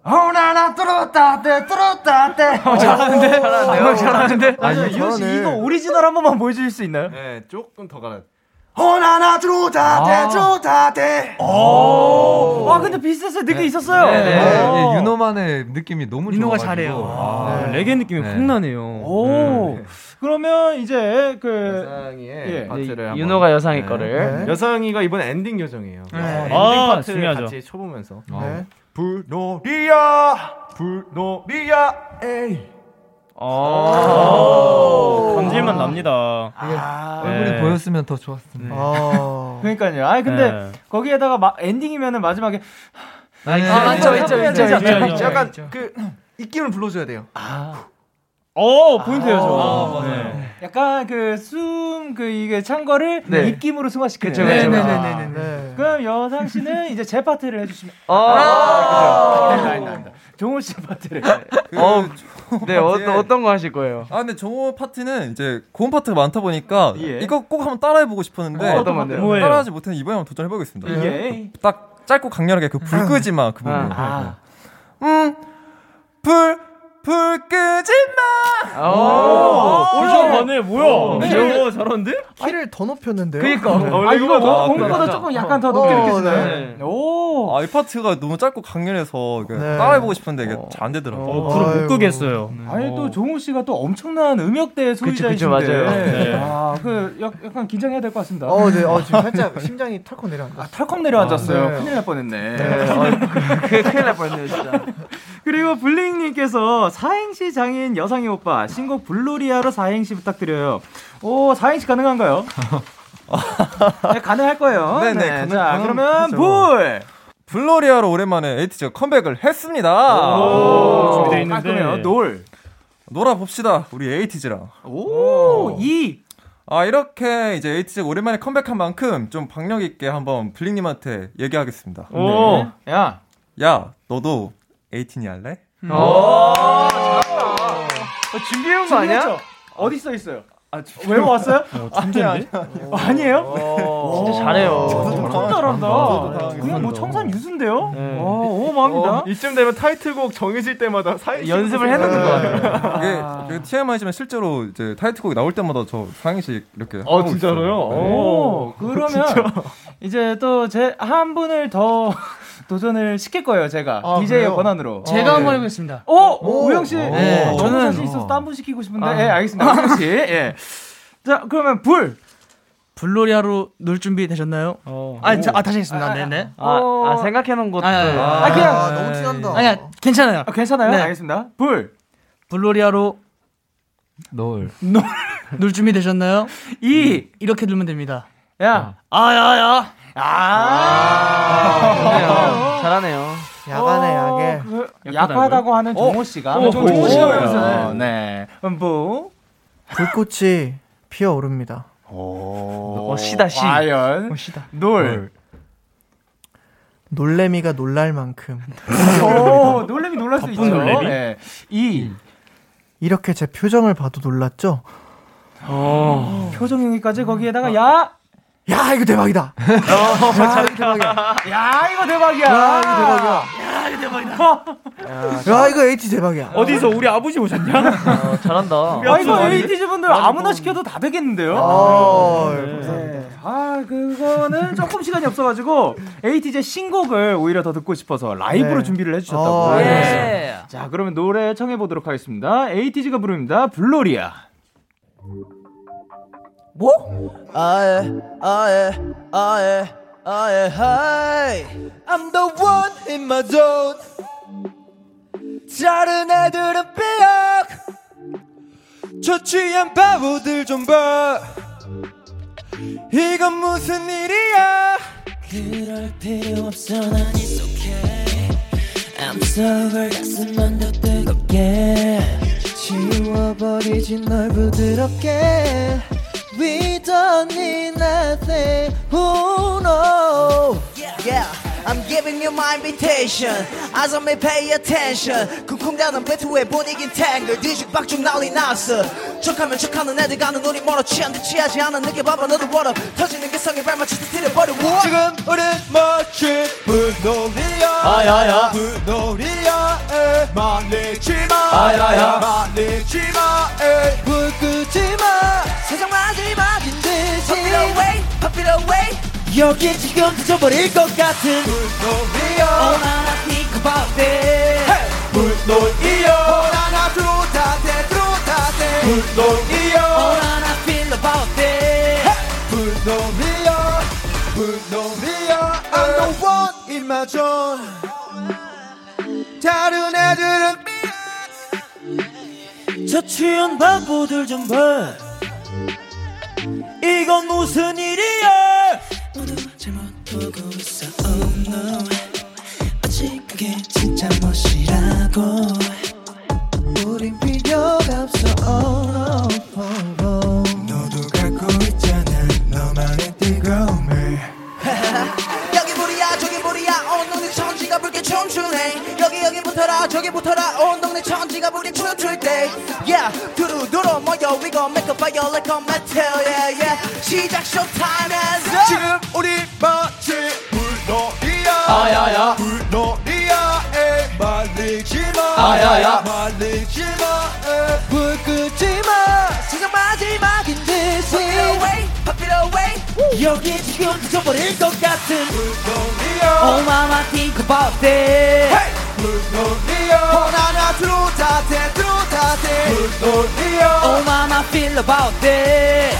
Speaker 1: 오나나 뚫었다 때 뚫었다 때.
Speaker 2: 어, 잘하는데? 잘하는데? 잘하는데?
Speaker 10: 아니,
Speaker 2: 아니 이현 씨
Speaker 10: 저는-
Speaker 2: 이거 오리지널 한 번만 보여주실 수 있나요?
Speaker 11: 네, 조금 더 가라.
Speaker 4: 호나나 들어오다 대 들어오다 대
Speaker 2: 오. 와 아, 근데 비슷했어요. 느낌 있었어요.
Speaker 10: 네, 네.
Speaker 2: 오.
Speaker 10: 예, 윤호만의 느낌이 너무
Speaker 9: 윤호가
Speaker 10: 좋아가지고.
Speaker 9: 잘해요.
Speaker 10: 아.
Speaker 7: 아, 레게 느낌이
Speaker 10: 네.
Speaker 7: 확 나네요.
Speaker 2: 오. 그러면 이제 그
Speaker 11: 여상이의
Speaker 2: 예.
Speaker 11: 네, 파트를 한번.
Speaker 1: 윤호가 여상이
Speaker 11: 네.
Speaker 1: 거를.
Speaker 11: 여상이가 이번 엔딩 여정이에요.
Speaker 6: 네.
Speaker 11: 엔딩
Speaker 7: 아,
Speaker 11: 파트를
Speaker 7: 중요하죠.
Speaker 11: 같이
Speaker 1: 아.
Speaker 11: 쳐보면서 네.
Speaker 10: 어.
Speaker 6: 네.
Speaker 11: 불놀이야 불놀이야 에이
Speaker 7: 아, 감질만 납니다.
Speaker 13: 얼굴이
Speaker 7: 네.
Speaker 13: 보였으면 더 좋았을 텐데.
Speaker 2: 아. 그러니까요. 아니 근데
Speaker 7: 네.
Speaker 2: 거기에다가 마, 엔딩이면은 마지막에
Speaker 13: 아, 이제-
Speaker 2: 아,
Speaker 6: 있죠, 있죠,
Speaker 2: 있죠,
Speaker 6: 있죠,
Speaker 2: 있죠,
Speaker 6: 있죠,
Speaker 2: 있죠.
Speaker 6: 약간 그 입김을 불러줘야 돼요.
Speaker 2: 아.
Speaker 7: 어, 포인트예요, 저거.
Speaker 6: 아,
Speaker 7: 네.
Speaker 2: 약간 그 숨 그 이게 찬 거를
Speaker 1: 네.
Speaker 2: 입김으로 승화시키는.
Speaker 1: 그쵸, 그쵸.
Speaker 2: 네, 네, 네.
Speaker 12: 아.
Speaker 6: 네.
Speaker 2: 그럼 여상 씨는 이제 제 파트를 해주시면.
Speaker 1: 아,
Speaker 2: 종훈 씨 파트를.
Speaker 8: 그,
Speaker 1: 어, 네, 어,
Speaker 8: 파트에-
Speaker 1: 어떤 거 하실 거예요?
Speaker 8: 아 근데 정호 파트는 이제 고음 파트가 많다 보니까
Speaker 2: 예.
Speaker 8: 이거 꼭 한번 따라해보고 싶었는데
Speaker 1: 어, 어떤 건데요?
Speaker 7: 뭐예요?
Speaker 8: 따라하지 못했는데 이번에 한번 도전해보겠습니다.
Speaker 2: 예.
Speaker 8: 딱 짧고 강렬하게 그 불 끄지 마 그 부분.
Speaker 2: 아.
Speaker 8: 음, 불, 불 끄지 마.
Speaker 1: 오,
Speaker 7: 올라가네, 뭐야?
Speaker 1: 귀여워.
Speaker 7: 오, 잘하는데?
Speaker 6: 키를 더 높였는데요. 네.
Speaker 1: 그니까.
Speaker 2: 아 네. 이거
Speaker 8: 아,
Speaker 2: 공보다 조금 약간 더 높게
Speaker 6: 어,
Speaker 2: 느껴지나요? 오.
Speaker 8: 네. 아, 이 파트가 너무 짧고 강렬해서 이게
Speaker 6: 네.
Speaker 8: 따라해보고 싶은데 이게 잘 안 되더라고요.
Speaker 7: 어, 불을
Speaker 6: 아이고.
Speaker 7: 못 끄겠어요.
Speaker 2: 네. 아니 또 종훈 씨가 또 엄청난 음역대 소유자이신데.
Speaker 1: 그쵸, 맞아요.
Speaker 7: 네.
Speaker 2: 아그 약간 긴장해야 될 것 같습니다.
Speaker 6: 어, 네. 어, 지금 살짝 심장이 털컥 내려앉아.
Speaker 2: 아, 털컥 내려앉았어요.
Speaker 6: 아, 네.
Speaker 2: 큰일 날 뻔했네.
Speaker 1: 큰일 날 뻔했네요, 진짜.
Speaker 2: 그리고 블링님께서 사행시 장인 여상이 오빠 신곡 블루리아로 사행시 부탁드려요. 오 사행시 가능한가요? 네, 가능할 거예요.
Speaker 8: 네네, 가능-
Speaker 2: 자
Speaker 8: 가능-
Speaker 2: 그러면
Speaker 8: 하죠.
Speaker 2: 불.
Speaker 8: 블로리아로 오랜만에 에이티즈가 컴백을 했습니다.
Speaker 7: 준비돼 있는데.
Speaker 2: 깔끔해요. 놀.
Speaker 8: 놀아봅시다. 우리 에이티즈랑.
Speaker 2: 오이
Speaker 8: 아 이렇게 이제 에이티즈가 오랜만에 컴백한 만큼 좀 박력 있게 한번 블링님한테 얘기하겠습니다.
Speaker 7: 오,
Speaker 2: 네. 야.
Speaker 8: 야 너도 에이틴이 할래?
Speaker 7: 어.
Speaker 12: 어.
Speaker 2: 어,
Speaker 1: 준비해온 거 아니야?
Speaker 2: 어디 써 있어요? 외워 아, 왔어요?
Speaker 7: 천재인데?
Speaker 2: 아니에요?
Speaker 1: 진짜 잘해요.
Speaker 2: 엄청 잘한다. 그냥 뭐 청산 유수인데요?
Speaker 1: 네.
Speaker 2: 어, 어마합니다.
Speaker 11: 이쯤 되면 타이틀곡 정해질 때마다 사이
Speaker 1: 연습을 해놓는 거 같아요.
Speaker 8: 네. 이게 되게 TMI지만 실제로 이제 타이틀곡이 나올 때마다 저 상희씨 이렇게 네.
Speaker 11: 어 진짜로요? 어.
Speaker 2: 오,
Speaker 11: 오.
Speaker 2: 네. 그러면 이제 또 제 한 분을 더 도전을 시킬 거예요, 제가.
Speaker 6: 아,
Speaker 2: DJ의
Speaker 6: 그래요?
Speaker 2: 권한으로.
Speaker 6: 어,
Speaker 14: 제가
Speaker 6: 네.
Speaker 14: 한번 해보겠습니다.
Speaker 2: 오, 우영 씨.
Speaker 8: 네,
Speaker 2: 너무
Speaker 8: 저는-
Speaker 2: 자신 있어서 또 한 분 시키고 싶은데. 예, 알겠습니다. 우영 씨. 예. 자, 그러면 불.
Speaker 14: 블로리아로 놀 준비 되셨나요? 아, 자, 아 다시 하겠습니다. 네네.
Speaker 1: 어. 아, 아, 생각해놓은 것도.
Speaker 14: 아, 아,
Speaker 15: 예,
Speaker 14: 아.
Speaker 2: 아, 그냥
Speaker 6: 아, 너무 티난다.
Speaker 14: 아니야, 괜찮아요.
Speaker 2: 아, 괜찮아요?
Speaker 14: 네.
Speaker 2: 알겠습니다. 불.
Speaker 14: 블로리아로
Speaker 13: 널.
Speaker 14: 놀 준비 되셨나요?
Speaker 2: 이.
Speaker 15: 음.
Speaker 14: 이렇게 놀면 됩니다.
Speaker 2: 야.
Speaker 14: 아야야.
Speaker 1: 잘하네요. 잘하네요.
Speaker 6: 야간에 야게.
Speaker 2: 그, 약하다고 하는
Speaker 1: 어.
Speaker 2: 종호 씨가. 종호
Speaker 8: 씨가
Speaker 2: 씨가 요 네. 그럼 불.
Speaker 6: 불꽃이 피어오릅니다.
Speaker 1: 어, 시다, 시.
Speaker 2: 과연. 놀.
Speaker 6: 놀래미가 놀랄 만큼
Speaker 2: 오, 어, 놀래미 놀랄 수 있죠. 예. 이.
Speaker 6: 음. 이렇게 제 표정을 봐도 놀랐죠?
Speaker 2: 어. 표정 연기까지 거기에다가 야.
Speaker 6: 어. 야 이거 대박이다. 야 이거 대박이야.
Speaker 2: 야 이거 대박이야.
Speaker 6: 야 이거 대박이야.
Speaker 14: 아,
Speaker 6: 야 아, 이거 에이티 대박이야.
Speaker 7: 어디서 우리 아버지 오셨냐?
Speaker 1: 어, 잘한다.
Speaker 2: 아 이거 에이티즈 분들
Speaker 7: 어.
Speaker 2: 아무나 시켜도 다 되겠는데요?
Speaker 6: 어,
Speaker 2: 네. 아 그거는 조금 시간이 없어가지고 에이티즈의 신곡을 오히려 더 듣고 싶어서 라이브로
Speaker 6: 네.
Speaker 2: 준비를 해주셨다고.
Speaker 6: 어,
Speaker 2: 네. 자 그러면 노래 청해 보도록 하겠습니다. 에이티즈가 부릅니다. 블로리아.
Speaker 12: 아예 아예 아예 아예 하이 I'm the one in my zone 다른 애들은 삐약 저 취한 바보들 좀봐 이건 무슨 일이야 그럴 필요 없어 난 it's okay I'm sober 가슴만 더 뜨겁게 지워버리진 널 부드럽게 We don't need nothing Oh no Yeah I'm giving you my invitation 아서 me pay attention 쿵쿵대는 배트에 분위기 탱글 뒤죽박죽 난리 났어 척하면 척하는 애들 가는 우리 멀어 취한데 취하지 않아 느껴봐봐 너도 워터 터지는 게 성에 발맞춰 터뜨려버려 지금 우린 멋진 불놀이야 아야야 불놀이야에 말리지마 아야야 말리지마에 불끄지마 세상 마지막인데 Pop it away Pop it away 여기 지금 잊어버릴 것 같은 불놀이야 All I think about it 불놀이야 All I 들어다 대 들어다 대 불놀이야 All I feel about it 불놀이야 불놀이야 I'm the one in my zone 다른 애들은 삐약 저 취한 바보들 좀 봐. 이건 무슨 일이야? 모두 잘못 보고 있어. Oh no. 어찌 그게 진짜 멋이라고? 우린 필요가 없어. Oh no. Oh, no. 너도 갖고 있잖아.
Speaker 8: 그
Speaker 12: 너만의 뜨거움을.
Speaker 9: 여기 불이야 저기 불이야 온 동네 천지가 붉게 춤추네 여기 여기 붙어라 저기 붙어라 온 동네 천지가 붉게 춤출 때 Yeah 두루두루 모여 We gon' make a fire like on my tail Yeah yeah 시작 쇼타임에서
Speaker 4: 지금 우리 마치 물놀이야
Speaker 9: 아야야.
Speaker 4: 물놀이야 에 말리지마
Speaker 12: 아야야.
Speaker 4: 말리지마 에
Speaker 12: 불 끄지 마. 세상 마지막인 듯이. Pop it away, pop it away. 여기 지금 미쳐버릴 것 같은 물놀이야. Oh mama think about it. 물놀이야.
Speaker 9: 하나 들어오자 대 들어오자 대
Speaker 12: 물놀이야. Oh mama feel about it.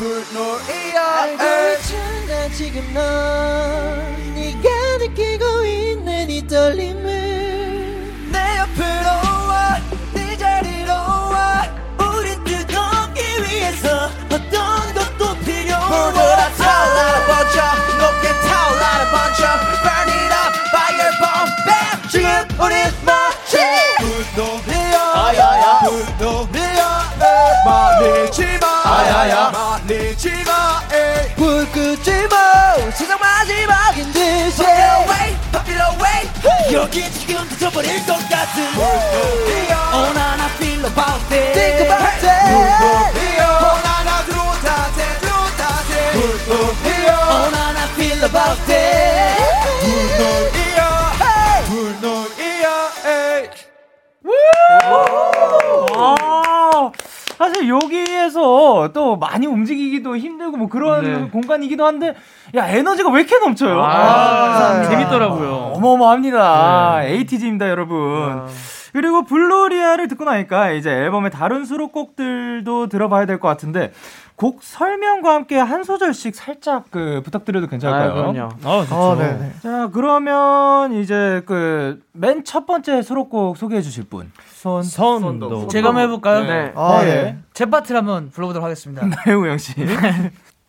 Speaker 9: 물놀이야 알고 있잖아 지금 넌 네가 느끼고 있는 이 떨림을 내 옆으로 와네 자리로 와 우린 뜨겁기 위해서 어떤 것도 필요
Speaker 12: 불보라
Speaker 9: 아, 타올라라 번져 높게 타올라라 번져 Burn it up fire bomb bam 지금 우린 멋지
Speaker 4: 아야야 물놀이야
Speaker 12: 네,
Speaker 4: 에 말리지마
Speaker 12: 아야야.
Speaker 4: 말리지마 에
Speaker 12: 불 끄지 마. 세상 마지막인 듯이.
Speaker 9: Pop it away pop it away
Speaker 12: 여기 지금 미쳐버릴 것 같은 물놀이야. Oh nana feel about it. Think about it.
Speaker 4: 하나 들어오자 대 들어오자 대 물놀이야
Speaker 12: Oh nana feel about it.
Speaker 4: 물놀이야 물놀이야 에이
Speaker 2: 아, 사실 여기에서 또 많이 움직이기도 힘들고 뭐 그런 공간이기도 한데 야 에너지가 왜 이렇게 넘쳐요?
Speaker 15: 아, 감사합니다. 재밌더라고요.
Speaker 2: 어마어마합니다. 에이티즈입니다, 여러분. 그리고 블루리아를 듣고 나니까 이제 앨범의 다른 수록곡들도 들어봐야 될 것 같은데 곡 설명과 함께 한 소절씩 살짝 그 부탁드려도 괜찮을까요?
Speaker 1: 아, 그럼요.
Speaker 2: 아,
Speaker 1: 좋죠.
Speaker 2: 네네. 자, 그러면 이제 그 맨 첫 번째 수록곡 소개해 주실 분. 손, 선도.
Speaker 15: 어, 제가 한번 해볼까요?
Speaker 2: 네.
Speaker 6: 예.
Speaker 2: 아, 네.
Speaker 14: 예.
Speaker 15: 제 파트를 한번 불러보도록 하겠습니다. 네.
Speaker 2: 배우영 씨.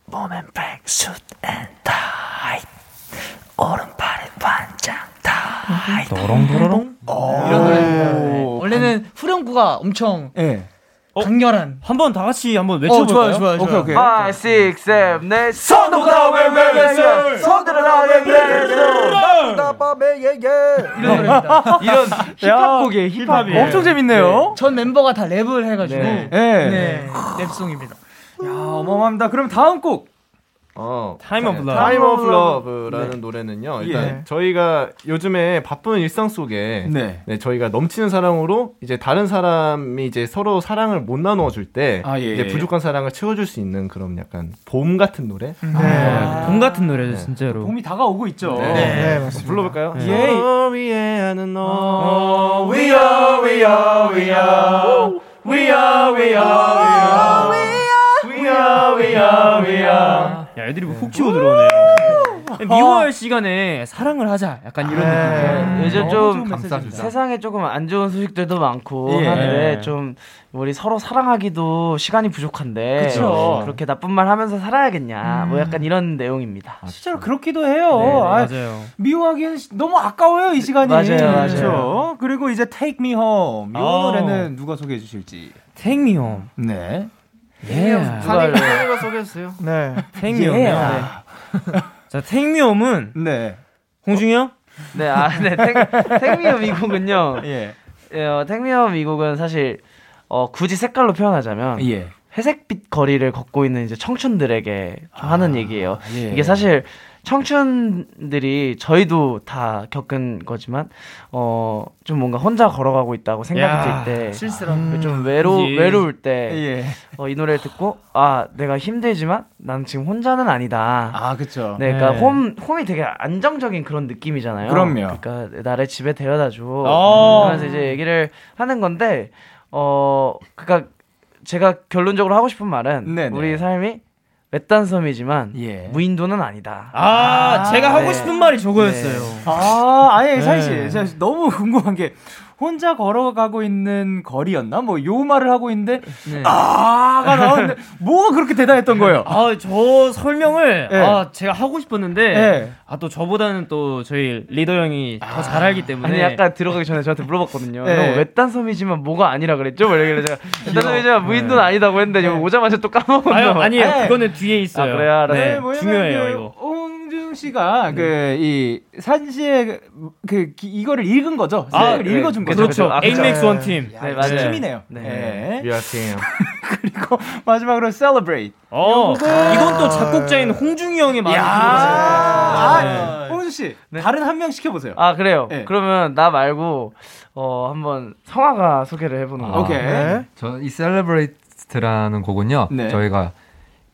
Speaker 12: 몸엔 백수 엔타이 오른팔은 반장 타이
Speaker 2: 도롱도롱
Speaker 15: 어.
Speaker 6: 어.
Speaker 15: 이런 노래입니다. 원래는 후렴구가 엄청
Speaker 2: 네.
Speaker 15: 강렬한.
Speaker 7: 한번 다 같이 한번
Speaker 15: 어, 좋아요,
Speaker 7: 외쳐볼까요?
Speaker 15: 좋아요, 좋아요.
Speaker 1: Five, six, seven, eight.
Speaker 12: 손들어라 왜 그랬어 손들어라 왜 그랬어 나밤에 예예
Speaker 15: 이런 노래입니다.
Speaker 1: 이런
Speaker 2: 네. 힙합곡이에요, 힙합이. 엄청 재밌네요.
Speaker 15: 네. 전 멤버가 다 랩을 해가지고
Speaker 2: 네.
Speaker 15: 네,
Speaker 2: 네.
Speaker 15: 랩송입니다.
Speaker 2: 야, 어마어마합니다. 그럼 다음 곡.
Speaker 11: 어,
Speaker 7: Time of Love.
Speaker 11: Time of
Speaker 7: 네.
Speaker 11: Love라는 노래는요. 일단
Speaker 7: 예.
Speaker 11: 저희가 요즘에 바쁜 일상 속에
Speaker 2: 네.
Speaker 11: 저희가 넘치는 사랑으로 이제 다른 사람이 이제 서로 사랑을 못 나눠 줄 때
Speaker 2: 아, 예.
Speaker 11: 이제 부족한 사랑을 채워 줄수 있는 그런 약간 봄 같은 노래? 아,
Speaker 7: 네, 봄 같은 노래죠,
Speaker 11: 그
Speaker 7: 진짜로.
Speaker 2: 봄이 다가오고 있죠.
Speaker 11: 네.
Speaker 2: 네,
Speaker 11: 맞습니다. 불러볼까요?
Speaker 2: 네.
Speaker 11: 예.
Speaker 12: Oh,
Speaker 2: 어,
Speaker 12: we are, we are, we are. We are, we are, we are. We are, we are, we are.
Speaker 7: 야, 애들이 뭐 훅 치고 들어오네요. 미월 시간에 사랑을 하자. 약간 이런
Speaker 2: 아, 네.
Speaker 7: 음. 느낌.
Speaker 1: 요즘 네. 좀 세상에 조금 안 좋은 소식들도 많고
Speaker 7: 예.
Speaker 1: 하는데
Speaker 2: 네.
Speaker 1: 좀 우리 서로 사랑하기도 시간이 부족한데
Speaker 2: 그쵸. 음.
Speaker 1: 그렇게 나쁜 말 하면서 살아야겠냐 뭐 약간 이런 내용입니다.
Speaker 2: 실제로 그렇기도 해요.
Speaker 1: 네,
Speaker 2: 아,
Speaker 1: 맞아요.
Speaker 2: 미워하기엔 시- 너무 아까워요, 이 시간이.
Speaker 1: 맞아요, 맞아요.
Speaker 2: 그렇죠? 그리고 이제 Take Me Home. 이
Speaker 7: 아.
Speaker 2: 노래는 누가 소개해 주실지.
Speaker 7: Take me home.
Speaker 2: 네.
Speaker 7: Yeah.
Speaker 11: 사랑이가 소개했어요.
Speaker 6: 네.
Speaker 7: Take me home.
Speaker 2: 예.
Speaker 7: 네. 자, Take me home은
Speaker 2: 네.
Speaker 7: 홍중이 형?
Speaker 1: 네, 아, 네, 탱- 탱미엄 이 곡은요.
Speaker 2: 예.
Speaker 1: 어, 탱미엄 이 곡은 사실 어, 굳이 색깔로 표현하자면
Speaker 2: 예.
Speaker 1: 회색빛 거리를 걷고 있는 이제 청춘들에게 좀 하는 얘기예요.
Speaker 2: 예.
Speaker 1: 이게 사실 청춘들이 저희도 다 겪은 거지만 어, 좀 뭔가 혼자 걸어가고 있다고
Speaker 15: 야,
Speaker 1: 생각이 들 때,
Speaker 15: 쓸쓸한.
Speaker 1: 좀 외로
Speaker 15: 예.
Speaker 1: 외로울 때,
Speaker 2: 예.
Speaker 1: 어, 이 노래를 듣고 아 내가 힘들지만 난 지금 혼자는 아니다.
Speaker 2: 아, 그쵸.
Speaker 1: 네, 그러니까
Speaker 2: 네.
Speaker 1: 홈 홈이 되게 안정적인 그런 느낌이잖아요.
Speaker 2: 그럼요.
Speaker 1: 그러니까 나를 집에 데려다 줘.
Speaker 2: 어.
Speaker 1: 그러면서 이제 얘기를 하는 건데 어 그러니까 제가 결론적으로 하고 싶은 말은
Speaker 2: 네네.
Speaker 1: 우리 삶이 외딴 섬이지만 무인도는 아니다.
Speaker 7: 아, 제가 하고
Speaker 1: 네.
Speaker 7: 싶은 말이 저거였어요.
Speaker 2: 네. 아, 아니,
Speaker 7: 네.
Speaker 2: 사실 제가 너무 궁금한 게 혼자 걸어가고 있는 거리였나? 뭐 요 말을 하고 있는데 아가 나오는데 뭐가 그렇게 대단했던 거예요?
Speaker 7: 네. 아, 저 설명을
Speaker 2: 네.
Speaker 7: 아, 제가 하고 싶었는데
Speaker 2: 네. 아,
Speaker 7: 아, 또 저보다는 또 저희 리더 형이 더 잘 알기 때문에
Speaker 1: 아니 아까 들어가기 전에 저한테 물어봤거든요.
Speaker 7: 네.
Speaker 1: 너 외딴 섬이지만 뭐가 아니라 그랬죠? 뭐 이러길래 제가 외딴 섬이지만 무인도는 아니다고 했는데 이거 오자마자 또 까먹었나
Speaker 7: 아유,
Speaker 1: 봐.
Speaker 7: 아니에요.
Speaker 1: 네.
Speaker 7: 그거는 뒤에 있어요.
Speaker 1: 아, 그래요? 알았어요.
Speaker 7: 네,
Speaker 1: 뭐냐면
Speaker 7: 중요해요,
Speaker 1: 그-
Speaker 7: 이거. 음.
Speaker 2: 홍중 씨가 그 이 산시의 그 기- 이거를 읽은 거죠.
Speaker 7: 아,
Speaker 2: 사역을
Speaker 7: 네.
Speaker 2: 읽어준 거죠.
Speaker 7: 그렇죠. 아, 그렇죠. 에잇맥스 원 팀.
Speaker 2: 야,
Speaker 7: 네, 맞아요.
Speaker 2: 팀이네요.
Speaker 7: 네.
Speaker 2: 네.
Speaker 11: We are team.
Speaker 2: 마지막으로 celebrate.
Speaker 7: 어, 이건 또 작곡자인 홍중이 형이 많이
Speaker 2: 야.
Speaker 7: 불러주셨어요.
Speaker 2: 아, 홍준 씨
Speaker 7: 네.
Speaker 2: 다른 한 명 시켜 보세요. 네.
Speaker 1: 아 그래요. 그러면 나 말고 어 한번 성화가 소개를 해보는 거.
Speaker 10: 아, 네. 저이 셀레브레이트라는 곡은요.
Speaker 1: 네.
Speaker 10: 저희가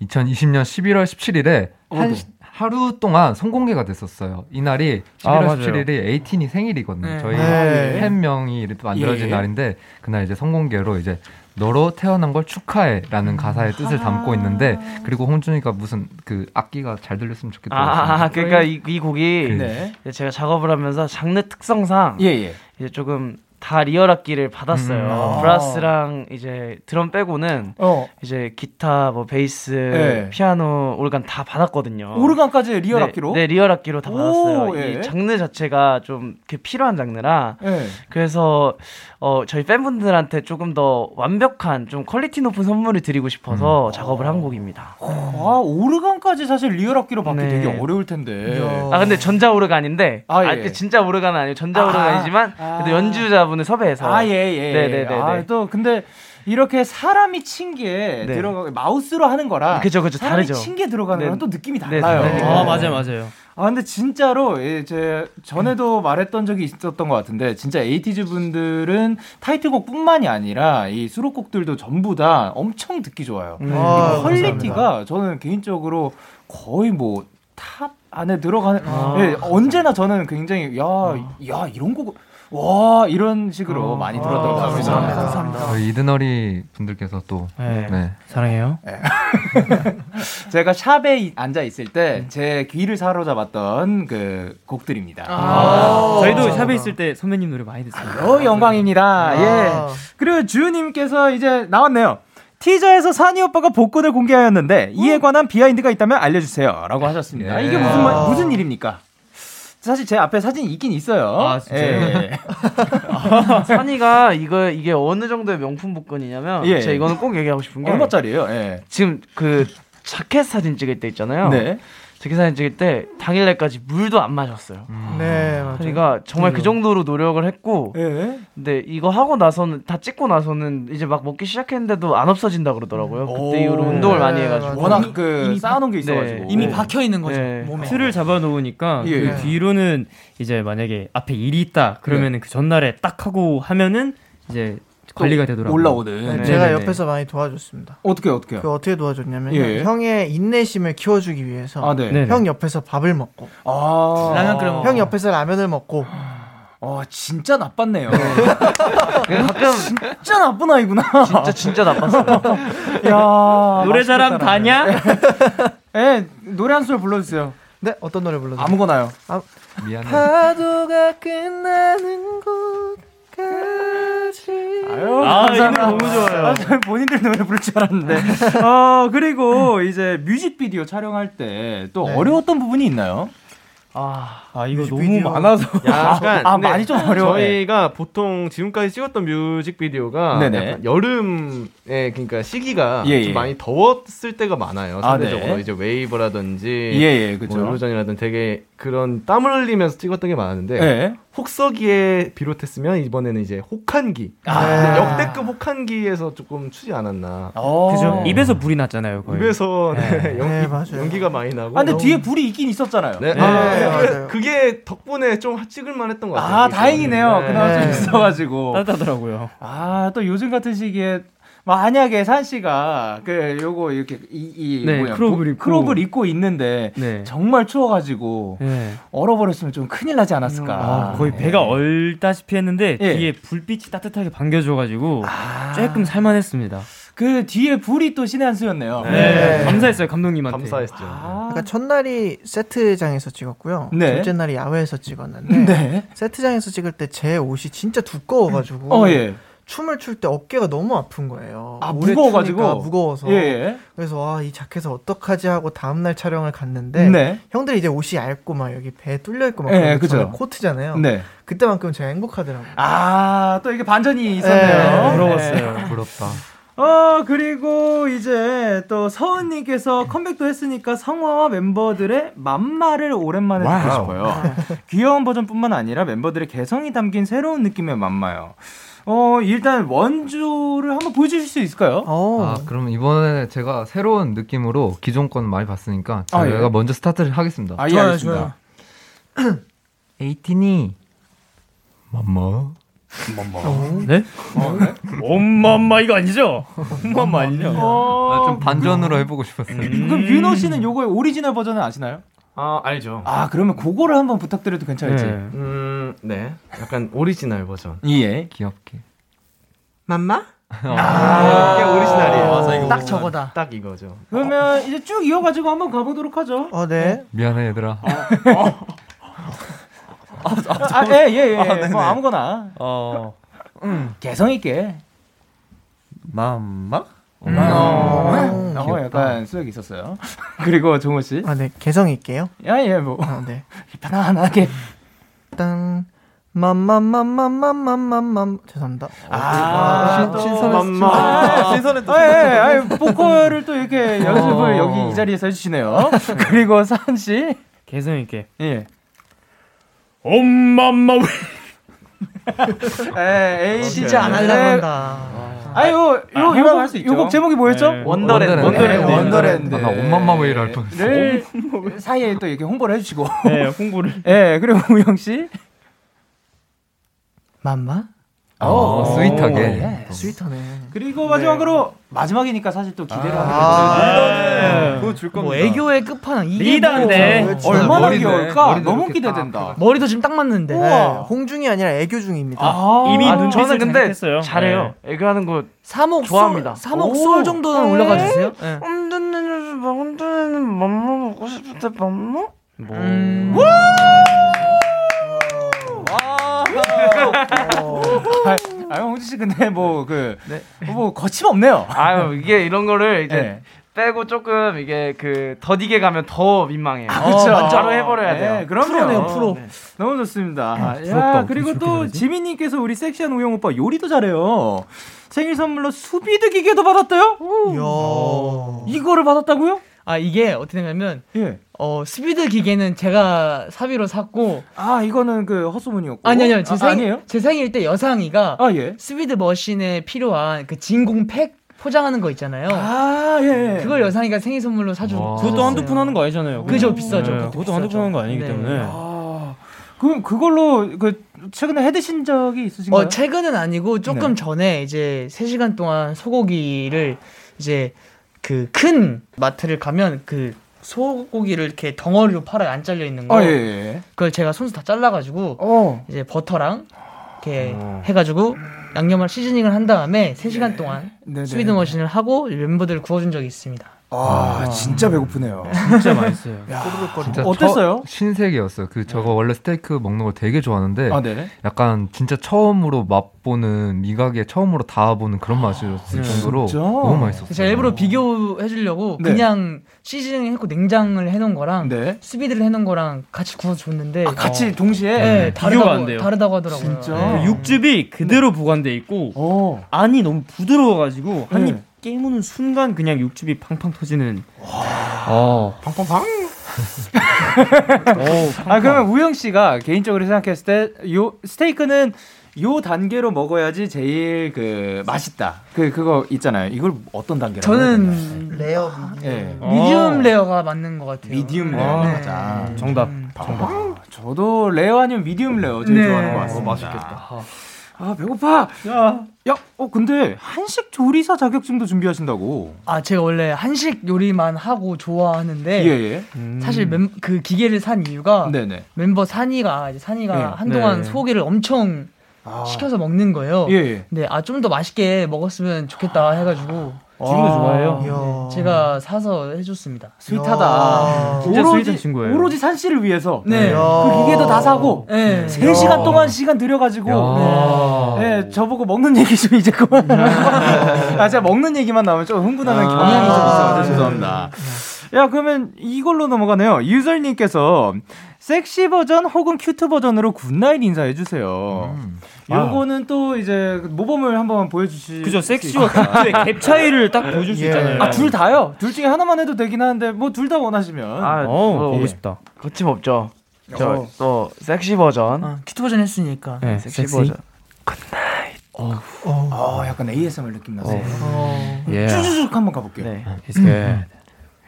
Speaker 10: 2020년 11월 17일에 한
Speaker 1: 어이구. 네.
Speaker 10: 시- 하루 동안 선공개가 됐었어요. 이날이 11월
Speaker 1: 아, 맞아요.
Speaker 10: 17일이 에이틴이 생일이거든요.
Speaker 1: 네.
Speaker 10: 저희
Speaker 1: 네.
Speaker 10: 팬명이 이렇게 만들어진
Speaker 1: 예.
Speaker 10: 날인데 그날 이제 선공개로 이제 너로 태어난 걸 축하해라는
Speaker 1: 음.
Speaker 10: 가사의
Speaker 1: 아.
Speaker 10: 뜻을 담고 있는데 그리고 홍준이가 무슨 그 악기가 잘 들렸으면 좋겠다고
Speaker 1: 아,
Speaker 10: 했습니다.
Speaker 1: 아, 그러니까 이, 이 곡이
Speaker 10: 네.
Speaker 1: 이제 제가 작업을 하면서 장르
Speaker 2: 예,
Speaker 1: 특성상 이제 조금 다 리얼 악기를 받았어요.
Speaker 7: 음. 아.
Speaker 1: 브라스랑 이제 드럼 빼고는
Speaker 2: 어.
Speaker 1: 이제 기타, 뭐 베이스,
Speaker 2: 네.
Speaker 1: 피아노, 오르간 다 받았거든요.
Speaker 2: 오르간까지 리얼
Speaker 1: 네,
Speaker 2: 악기로?
Speaker 1: 네, 리얼 악기로 다
Speaker 2: 오,
Speaker 1: 받았어요.
Speaker 2: 예.
Speaker 1: 이 장르 자체가 좀 이렇게 필요한 장르라
Speaker 2: 예.
Speaker 1: 그래서 어, 저희 팬분들한테 조금 더 완벽한 좀 퀄리티 높은 선물을 드리고
Speaker 2: 음.
Speaker 1: 싶어서 작업을 한 곡입니다.
Speaker 2: 아, 오르간까지 사실 리얼 악기로 받기
Speaker 1: 네.
Speaker 2: 되게 어려울 텐데.
Speaker 1: 아 근데 전자 오르간인데 아,
Speaker 2: 아, 예.
Speaker 1: 그 진짜 오르간은 아니고 전자 오르간이지만 그래도 연주자분을 섭외해서
Speaker 2: 아, 예, 예.
Speaker 1: 네네네
Speaker 2: 아, 또 근데 이렇게 사람이 친 게
Speaker 1: 네.
Speaker 2: 들어가 마우스로 하는 거랑
Speaker 1: 그죠, 그죠.
Speaker 2: 사람이
Speaker 1: 다르죠.
Speaker 2: 친 게 들어가는
Speaker 1: 네.
Speaker 2: 거랑 또 느낌이
Speaker 1: 네,
Speaker 2: 달라요.
Speaker 1: 다르니까.
Speaker 7: 아, 맞아요, 맞아요.
Speaker 2: 아 근데 진짜로 예, 제 전에도 말했던 적이 있었던 것 같은데 진짜 에이티즈 분들은 타이틀곡뿐만이 아니라 이 수록곡들도 전부 다 엄청 듣기 좋아요.
Speaker 11: 음.
Speaker 2: 이
Speaker 11: 아,
Speaker 2: 퀄리티가
Speaker 11: 감사합니다.
Speaker 2: 저는 개인적으로 거의 뭐 탑 안에 들어가는
Speaker 11: 아,
Speaker 2: 예, 언제나 저는 굉장히 야,
Speaker 7: 아.
Speaker 2: 야 이런 곡 와 이런 식으로 많이 들었던
Speaker 7: 아,
Speaker 2: 것 같습니다.
Speaker 10: 저희 이드너리 분들께서 또
Speaker 2: 네.
Speaker 7: 사랑해요.
Speaker 2: 제가 샵에 앉아 있을
Speaker 7: 음.
Speaker 2: 때 제 귀를 사로잡았던 그 곡들입니다.
Speaker 7: 아, 저희도 샵에 있을 때 선배님 노래 많이 듣습니다.
Speaker 2: 어, 영광입니다.
Speaker 7: 아.
Speaker 2: 예. 그리고 주우님께서 이제 나왔네요. 티저에서 산이 오빠가 복권을 공개하였는데
Speaker 1: 음.
Speaker 2: 이에 관한 비하인드가 있다면 알려주세요라고
Speaker 1: 아,
Speaker 2: 하셨습니다.
Speaker 1: 네.
Speaker 11: 예.
Speaker 2: 이게 무슨 말-
Speaker 11: 아.
Speaker 2: 무슨 일입니까? 사실 제 앞에 사진이 있긴 있어요. 예.
Speaker 1: 아, 진짜요? 아, 선이가 이거 이게 어느 정도의 명품 복권이냐면
Speaker 2: 예.
Speaker 1: 제가 이거는 꼭 얘기하고 싶은 게
Speaker 2: 얼마짜리예요?
Speaker 1: 지금 그 자켓 사진 찍을 때 있잖아요.
Speaker 2: 네.
Speaker 1: 자켓 사진 찍을 때 당일날까지 물도 안 마셨어요.
Speaker 6: 네, 맞아요.
Speaker 1: 그러니까 정말
Speaker 2: 음.
Speaker 1: 그 정도로 노력을 했고
Speaker 2: 예.
Speaker 1: 근데 이거 하고 나서는 다 찍고 나서는 이제 막 먹기 시작했는데도 안 없어진다 그러더라고요. 그때 이후로
Speaker 6: 네,
Speaker 1: 운동을 많이 해가지고
Speaker 2: 워낙 그 쌓아놓은 게 있어가지고
Speaker 7: 이미 박혀 있는 거죠.
Speaker 2: 몸에.
Speaker 7: 네. 틀을 잡아놓으니까
Speaker 2: 예.
Speaker 7: 그 뒤로는 이제 만약에 앞에 일이 있다 그러면 은그 전날에 딱 하고 하면은 이제 관리가 되더라고요.
Speaker 6: 네, 제가 옆에서 많이 도와줬습니다.
Speaker 2: 어떻게 어떻게요?
Speaker 6: 그 어떻게 도와줬냐면
Speaker 7: 예.
Speaker 6: 형의 인내심을 키워주기 위해서
Speaker 2: 아, 네. 네네.
Speaker 6: 형 옆에서 밥을 먹고
Speaker 2: 아. 라면 끓여
Speaker 1: 뭐.
Speaker 2: 먹고.
Speaker 6: 형 옆에서 라면을 먹고
Speaker 2: 어 진짜 나빴네요.
Speaker 1: 가끔
Speaker 2: 진짜 나쁜 아이구나. 아,
Speaker 1: 진짜 진짜 나빴어요.
Speaker 2: 야
Speaker 7: 노래 잘함
Speaker 2: 다냐? 예 노래 한 소절 불러주세요.
Speaker 6: 네 어떤 노래 불러주세요?
Speaker 2: 아무거나요.
Speaker 10: 미안해.
Speaker 12: 파도가 끝나는 곳까지
Speaker 2: 아유,
Speaker 7: 아,
Speaker 2: 감사합니다.
Speaker 7: 이 노래 너무 좋아요.
Speaker 2: 아, 저는 본인들 노래 부를 줄 알았는데. 어, 그리고 이제 뮤직비디오 촬영할 때 또
Speaker 7: 네.
Speaker 2: 어려웠던 부분이 있나요?
Speaker 1: 아,
Speaker 2: 이거
Speaker 11: 뮤직비디오.
Speaker 2: 너무 많아서.
Speaker 11: 약간
Speaker 2: 아,
Speaker 11: 근데
Speaker 2: 많이 좀 어려워.
Speaker 11: 저희가 보통 지금까지 찍었던 뮤직비디오가
Speaker 2: 네네.
Speaker 11: 약간 여름에 그러니까 시기가
Speaker 2: 예, 예.
Speaker 11: 좀 많이 더웠을 때가 많아요.
Speaker 2: 아,
Speaker 11: 상대적으로
Speaker 2: 네.
Speaker 11: 이제 웨이브라든지
Speaker 2: 예, 예, 그쵸.
Speaker 11: 뭐 요로전이라든지 되게 그런 땀을 흘리면서 찍었던 게 많았는데
Speaker 2: 예.
Speaker 11: 혹서기에 비롯했으면 이번에는 이제 혹한기
Speaker 2: 아.
Speaker 11: 근데 역대급 혹한기에서 조금 추지 않았나.
Speaker 2: 어.
Speaker 11: 네.
Speaker 7: 그죠? 입에서
Speaker 2: 네.
Speaker 7: 물이 났잖아요. 거의.
Speaker 11: 입에서 네,
Speaker 7: 네.
Speaker 11: 연기,
Speaker 7: 네,
Speaker 11: 연기가 많이 나고.
Speaker 2: 아, 근데 뒤에 불이 있긴 있었잖아요.
Speaker 11: 네. 아, 그게, 그게 덕분에 좀 찍을만 했던 것 같아요.
Speaker 2: 아,
Speaker 11: 이게.
Speaker 2: 다행이네요.
Speaker 11: 네.
Speaker 2: 그나마 좀
Speaker 11: 네.
Speaker 2: 있어가지고.
Speaker 7: 따뜻하더라고요.
Speaker 2: 아, 또 요즘 같은 시기에 만약에 산 씨가 그 요거 이렇게 이이
Speaker 7: 네,
Speaker 2: 뭐야
Speaker 7: 크롭을
Speaker 2: 뭐-
Speaker 7: 입고.
Speaker 2: 크롭을 입고 있는데
Speaker 7: 네.
Speaker 2: 정말 추워가지고 얼어버렸으면 좀 큰일 나지 않았을까. 네.
Speaker 7: 아, 예. 거의 배가 아. 얼다시피 했는데 뒤에 불빛이 따뜻하게 반겨줘가지고 조금 살만했습니다.
Speaker 2: 그 뒤에 불이 또 신의 한 수였네요.
Speaker 7: 네. 감사했어요 감독님한테.
Speaker 2: 감사했죠.
Speaker 6: 그러니까 첫날이 세트장에서 찍었고요.
Speaker 2: 네.
Speaker 6: 둘째 날이 야외에서 찍었는데
Speaker 2: 네.
Speaker 6: 세트장에서 찍을 때 제 옷이 진짜 두꺼워가지고
Speaker 2: 어, 예.
Speaker 6: 춤을 출 때 어깨가 너무 아픈 거예요.
Speaker 2: 아,
Speaker 6: 오래
Speaker 2: 무거워가지고?
Speaker 6: 추니까 무거워서
Speaker 2: 예, 예.
Speaker 6: 그래서 아, 와이 자켓을 어떡하지 하고 다음날 촬영을 갔는데
Speaker 2: 네.
Speaker 6: 형들이 이제 옷이 얇고 막 여기 배에 뚫려 있고 막
Speaker 2: 예,
Speaker 6: 그런데
Speaker 2: 그죠.
Speaker 6: 저는 코트잖아요.
Speaker 2: 네.
Speaker 6: 그때만큼 제가 행복하더라고요.
Speaker 2: 아, 또 이게 반전이
Speaker 6: 네.
Speaker 2: 있었네요.
Speaker 6: 부러웠어요.
Speaker 10: 부럽다.
Speaker 2: 어, 그리고 이제 또 서은님께서 컴백도 했으니까 성화와 멤버들의 맘말을 오랜만에 듣고
Speaker 12: 와우.
Speaker 2: 싶어요. 귀여운 버전뿐만 아니라 멤버들의 개성이 담긴 새로운 느낌의 맘마요. 어, 일단 원조를 한번 보여주실 수 있을까요?
Speaker 10: 아, 그럼 이번에 제가 새로운 느낌으로 기존 건 많이 봤으니까
Speaker 2: 아,
Speaker 10: 제가
Speaker 2: 예.
Speaker 10: 먼저 스타트를 하겠습니다.
Speaker 2: 아, 예, 좋아요, 알겠습니다.
Speaker 10: 에이틴이 뭐, 맘마
Speaker 2: 뭐.
Speaker 7: 어? 네? 엄마엄마 이거 아니죠? 엄마엄마 아니냐?
Speaker 10: 아, 좀 반전으로 해보고 싶었어요.
Speaker 2: 어. 음. 그럼 윤호 씨는 요거의 오리지널 버전은 아시나요?
Speaker 11: 아 알죠.
Speaker 2: 아, 그러면 그거를 한번 부탁드려도 괜찮을지.
Speaker 11: 네. 음, 네. 약간 오리지널 버전.
Speaker 2: 예.
Speaker 10: 귀엽게.
Speaker 6: 맘마?
Speaker 11: 아, 이게 오리지널이에요.
Speaker 2: 맞아, 이거
Speaker 11: 딱
Speaker 2: 보면.
Speaker 11: 저거다. 딱 이거죠.
Speaker 2: 그러면 이제 쭉 이어가지고 한번 가보도록 하죠.
Speaker 6: 어, 네.
Speaker 10: 미안해 얘들아.
Speaker 2: 아, 예, 예, 예.
Speaker 7: 아, 네네.
Speaker 2: 뭐 아무거나.
Speaker 7: 어.
Speaker 2: 음, 개성 있게.
Speaker 16: 맘마?
Speaker 2: 어, 어, 약간 수액이 있었어요. 그리고 종호 씨.
Speaker 6: 아, 네. 개성 있게요.
Speaker 2: 야, 예, 뭐.
Speaker 6: 아, 네.
Speaker 2: 편안하게.
Speaker 6: 딴 맘맘맘맘맘맘맘맘 죄송합니다.
Speaker 2: 아,
Speaker 6: 어,
Speaker 2: 또
Speaker 6: 신- 신선했어,
Speaker 2: 맘마.
Speaker 6: 신선했어.
Speaker 2: 아,
Speaker 6: 신선했다,
Speaker 2: 아, 예,
Speaker 6: 신선했다.
Speaker 2: 아, 예, 보컬을 또
Speaker 7: 어.
Speaker 2: 이렇게 연습을 여기 이 자리에서 해주시네요. 그리고 사한 씨.
Speaker 7: 개성 있게.
Speaker 2: 예.
Speaker 7: 엄마엄마 왜?
Speaker 2: 예, 에, 에이,
Speaker 6: 진짜 안 하려고 한다.
Speaker 2: 아유, 요,
Speaker 7: 아,
Speaker 2: 요,
Speaker 7: 한번
Speaker 2: 곡-
Speaker 7: 할수 있죠.
Speaker 2: 요 곡 제목이 뭐였죠?
Speaker 7: 네. 원더랜드. 원더랜드.
Speaker 2: 원더랜드.
Speaker 10: 아, 나 엄마마 웨이를 할 뻔했어.
Speaker 2: 를 사이에 또 이렇게 홍보를 해주시고.
Speaker 7: 네, 홍보를.
Speaker 2: 예, 그리고 우영 씨.
Speaker 6: 맘마?
Speaker 7: 아,
Speaker 10: 어, 스윗하게.
Speaker 2: 예.
Speaker 6: 스위터네.
Speaker 2: 그리고 마지막으로 마지막이니까 사실 또 기대를 하게
Speaker 7: 아,
Speaker 2: 되는데
Speaker 7: 그거 줄
Speaker 2: 뭐
Speaker 7: 겁니다.
Speaker 2: 애교의
Speaker 7: 끝판왕.
Speaker 2: 이게
Speaker 7: 리더인데.
Speaker 2: 뭐 얼마나
Speaker 7: 머리인데.
Speaker 2: 귀여울까?
Speaker 7: 머리도
Speaker 2: 너무
Speaker 7: 이렇게
Speaker 2: 기대된다.
Speaker 6: 머리도 지금 딱 맞는데.
Speaker 14: 네,
Speaker 2: 우와.
Speaker 6: 홍중이 아니라 애교중입니다.
Speaker 1: 아, 저는 근데 잘해요. 네. 애교하는 거
Speaker 6: 사목
Speaker 1: 좋아합니다. 네.
Speaker 6: 솔, 사목 솔 정도는 올라가 주세요.
Speaker 12: 네.
Speaker 6: 예.
Speaker 1: 혼돈은 혼돈은 맘마 먹고 싶을 때 맘마?
Speaker 2: 아, 아, 홍지 씨 근데 뭐 그 뭐 거침없네요.
Speaker 1: 아유 이게 이런 거를 이제
Speaker 2: 네.
Speaker 1: 빼고 조금 이게 그 더디게 가면 더 민망해요.
Speaker 2: 아, 그쵸.
Speaker 1: 어, 바로 해버려야
Speaker 2: 네,
Speaker 1: 돼요.
Speaker 2: 그럼요.
Speaker 1: 프로네요, 프로.
Speaker 2: 너무 좋습니다.
Speaker 1: 부럽다.
Speaker 2: 야, 그리고 또 지민님께서 우리 섹시한 우영 오빠 요리도 잘해요. 생일 선물로 수비드 기계도 받았대요. 이거를 받았다고요?
Speaker 14: 아 이게 어떻게 되냐면
Speaker 2: 예.
Speaker 14: 어 스피드 기계는 제가 사비로 샀고
Speaker 2: 아 이거는 그 헛소문이었고
Speaker 14: 아니 아니요 제
Speaker 2: 아,
Speaker 14: 생
Speaker 2: 아니에요? 아, 예.
Speaker 14: 제 생일 때 여상이가 스피드 머신에 필요한 그 진공 팩 포장하는 거 있잖아요.
Speaker 2: 아 예.
Speaker 14: 그걸 여상이가 생일 선물로 사준.
Speaker 7: 음. 그것도 한두 푼 하는 거 아니잖아요.
Speaker 14: 그죠, 비싸죠.
Speaker 7: 네,
Speaker 14: 그것도
Speaker 7: 그것도 한두 푼 하는 거 아니기
Speaker 14: 네.
Speaker 7: 때문에.
Speaker 2: 그럼 그걸로 그 최근에 해드신 적이 있으신가요?
Speaker 14: 어 최근은 아니고 조금
Speaker 2: 네.
Speaker 14: 전에 이제 3 시간 동안 소고기를 이제 그 큰 마트를 가면 그 소고기를 이렇게 덩어리로 팔아요 안 잘려 있는 거.
Speaker 2: 아, 예, 예.
Speaker 14: 그걸 제가 손수 다 잘라가지고
Speaker 2: 어.
Speaker 14: 이제 버터랑 이렇게 해가지고 양념을 시즈닝을 한 다음에 3 시간 동안
Speaker 2: 아. 네, 네,
Speaker 14: 스위드
Speaker 2: 네.
Speaker 14: 머신을 하고 멤버들을 구워준 적이 있습니다.
Speaker 2: 아, 진짜 배고프네요.
Speaker 14: 진짜 맛있어요.
Speaker 2: 야,
Speaker 10: 진짜
Speaker 2: 어땠어요? 네.
Speaker 10: 처- 신세계였어요. 그 저거 원래 스테이크 먹는 걸 되게 좋아하는데
Speaker 2: 아, 네.
Speaker 10: 약간 진짜 처음으로 맛보는 미각에 처음으로 닿아보는 그런 맛이었을
Speaker 14: 네.
Speaker 10: 정도로
Speaker 14: 진짜?
Speaker 10: 너무 맛있었어요.
Speaker 14: 제가 일부러 비교해주려고
Speaker 10: 네.
Speaker 14: 그냥 시즈닝 했고 냉장을 해놓은 거랑
Speaker 2: 네. 아,
Speaker 14: 스비드를 해놓은 거랑 같이 구워서 줬는데
Speaker 2: 같이 동시에
Speaker 14: 네,
Speaker 7: 비교가 안
Speaker 14: 다르다고,
Speaker 7: 돼요.
Speaker 14: 다르다고 하더라고요. 네.
Speaker 7: 그 육즙이 그대로 보관돼 있고
Speaker 14: 어.
Speaker 7: 안이 너무 부드러워가지고 한 입
Speaker 14: 네.
Speaker 7: 깨무는 순간 그냥 육즙이 팡팡 터지는. 어.
Speaker 2: 팡팡팡. 아 그러면 우영 씨가 개인적으로 생각했을 때 요 스테이크는 요 단계로 먹어야지 제일 그 맛있다. 그 그거 있잖아요. 이걸 어떤 단계로?
Speaker 14: 저는 레어
Speaker 2: 예.
Speaker 14: 미디움 레어가 맞는 것 같아요.
Speaker 2: 미디움 레어
Speaker 14: 네.
Speaker 2: 가자. 정답. 정답. 음. 아, 저도 레어 아니면 미디움 레어 제일
Speaker 14: 네.
Speaker 2: 좋아하는 것 같습니다.
Speaker 14: 어,
Speaker 2: 맛있겠다. 아 배고파. 야, 야, 어 근데 한식 조리사 자격증도 준비하신다고.
Speaker 14: 아 제가 원래 한식 요리만 하고 좋아하는데
Speaker 2: 예, 예. 음.
Speaker 14: 네. 사실 멤, 그 기계를 산 이유가
Speaker 2: 네네.
Speaker 14: 멤버 산이가 이제 산이가
Speaker 2: 네.
Speaker 14: 한동안
Speaker 2: 네. 아.
Speaker 14: 소고기를 엄청 시켜서 먹는 거예요.
Speaker 2: 예, 예.
Speaker 14: 근데 아 좀 더 맛있게 먹었으면 좋겠다 해가지고
Speaker 7: 지금도 좋아해요.
Speaker 14: 네, 제가 사서 해줬습니다.
Speaker 2: 스윗하다.
Speaker 7: 진짜
Speaker 2: 오로지
Speaker 7: 스윗한 친구예요.
Speaker 2: 오로지 산 씨를 위해서.
Speaker 14: 네.
Speaker 2: 그 기계도 다 사고.
Speaker 14: 네.
Speaker 2: 세 시간 동안 시간 들여가지고. 네. 네, 저보고 먹는 얘기 좀 이제 그만. 아, 제가 먹는 얘기만 나오면 좀 흥분하는
Speaker 7: 아,
Speaker 2: 경향이 좀 있어요.
Speaker 7: 네.
Speaker 2: 죄송합니다. 야, 그러면 이걸로 넘어가네요. 유설님께서 섹시 버전 혹은 큐트 버전으로 굿나잇 인사해 주세요. 요거는 또 이제 모범을 한번 보여주시.
Speaker 7: 아. 그죠, 섹시와 큐트의 갭 차이를 딱 보여줄 수
Speaker 14: 예.
Speaker 7: 있잖아요.
Speaker 2: 예. 아둘 다요. 둘 중에 하나만 해도 되긴 하는데 뭐 둘 다 원하시면.
Speaker 1: 아, 또
Speaker 7: 어,
Speaker 2: 예.
Speaker 1: 싶다. 거침없죠.
Speaker 2: 어.
Speaker 1: 저 또 섹시 버전.
Speaker 14: 어, 큐트 버전 했으니까.
Speaker 1: 아, 네, 섹시, 버전.
Speaker 2: 어, 약간 ASMR 느낌
Speaker 7: 어.
Speaker 2: 나세요.
Speaker 10: 예.
Speaker 2: 쭉쭉쭉 한번 가볼게요.
Speaker 7: 네.
Speaker 10: 음.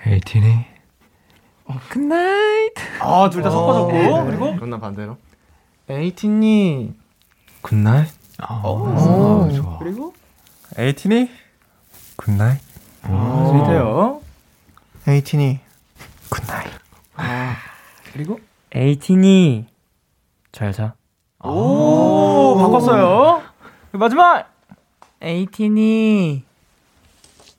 Speaker 10: 헤이 티니.
Speaker 2: 굿나잇. 아, 둘 다 섞어졌고.
Speaker 11: 네.
Speaker 2: 그리고
Speaker 11: 그럼 나 반대로.
Speaker 6: 에이티님.
Speaker 10: 굿나잇.
Speaker 11: 어.
Speaker 14: 어.
Speaker 11: 오, 좋아.
Speaker 2: 그리고
Speaker 8: 에이틴이 굿나잇.
Speaker 2: 스윗해요.
Speaker 6: 에이티니.
Speaker 2: 그리고
Speaker 7: 에이틴이 잘 자.
Speaker 2: 오, 바꿨어요. 마지막.
Speaker 14: 에이틴이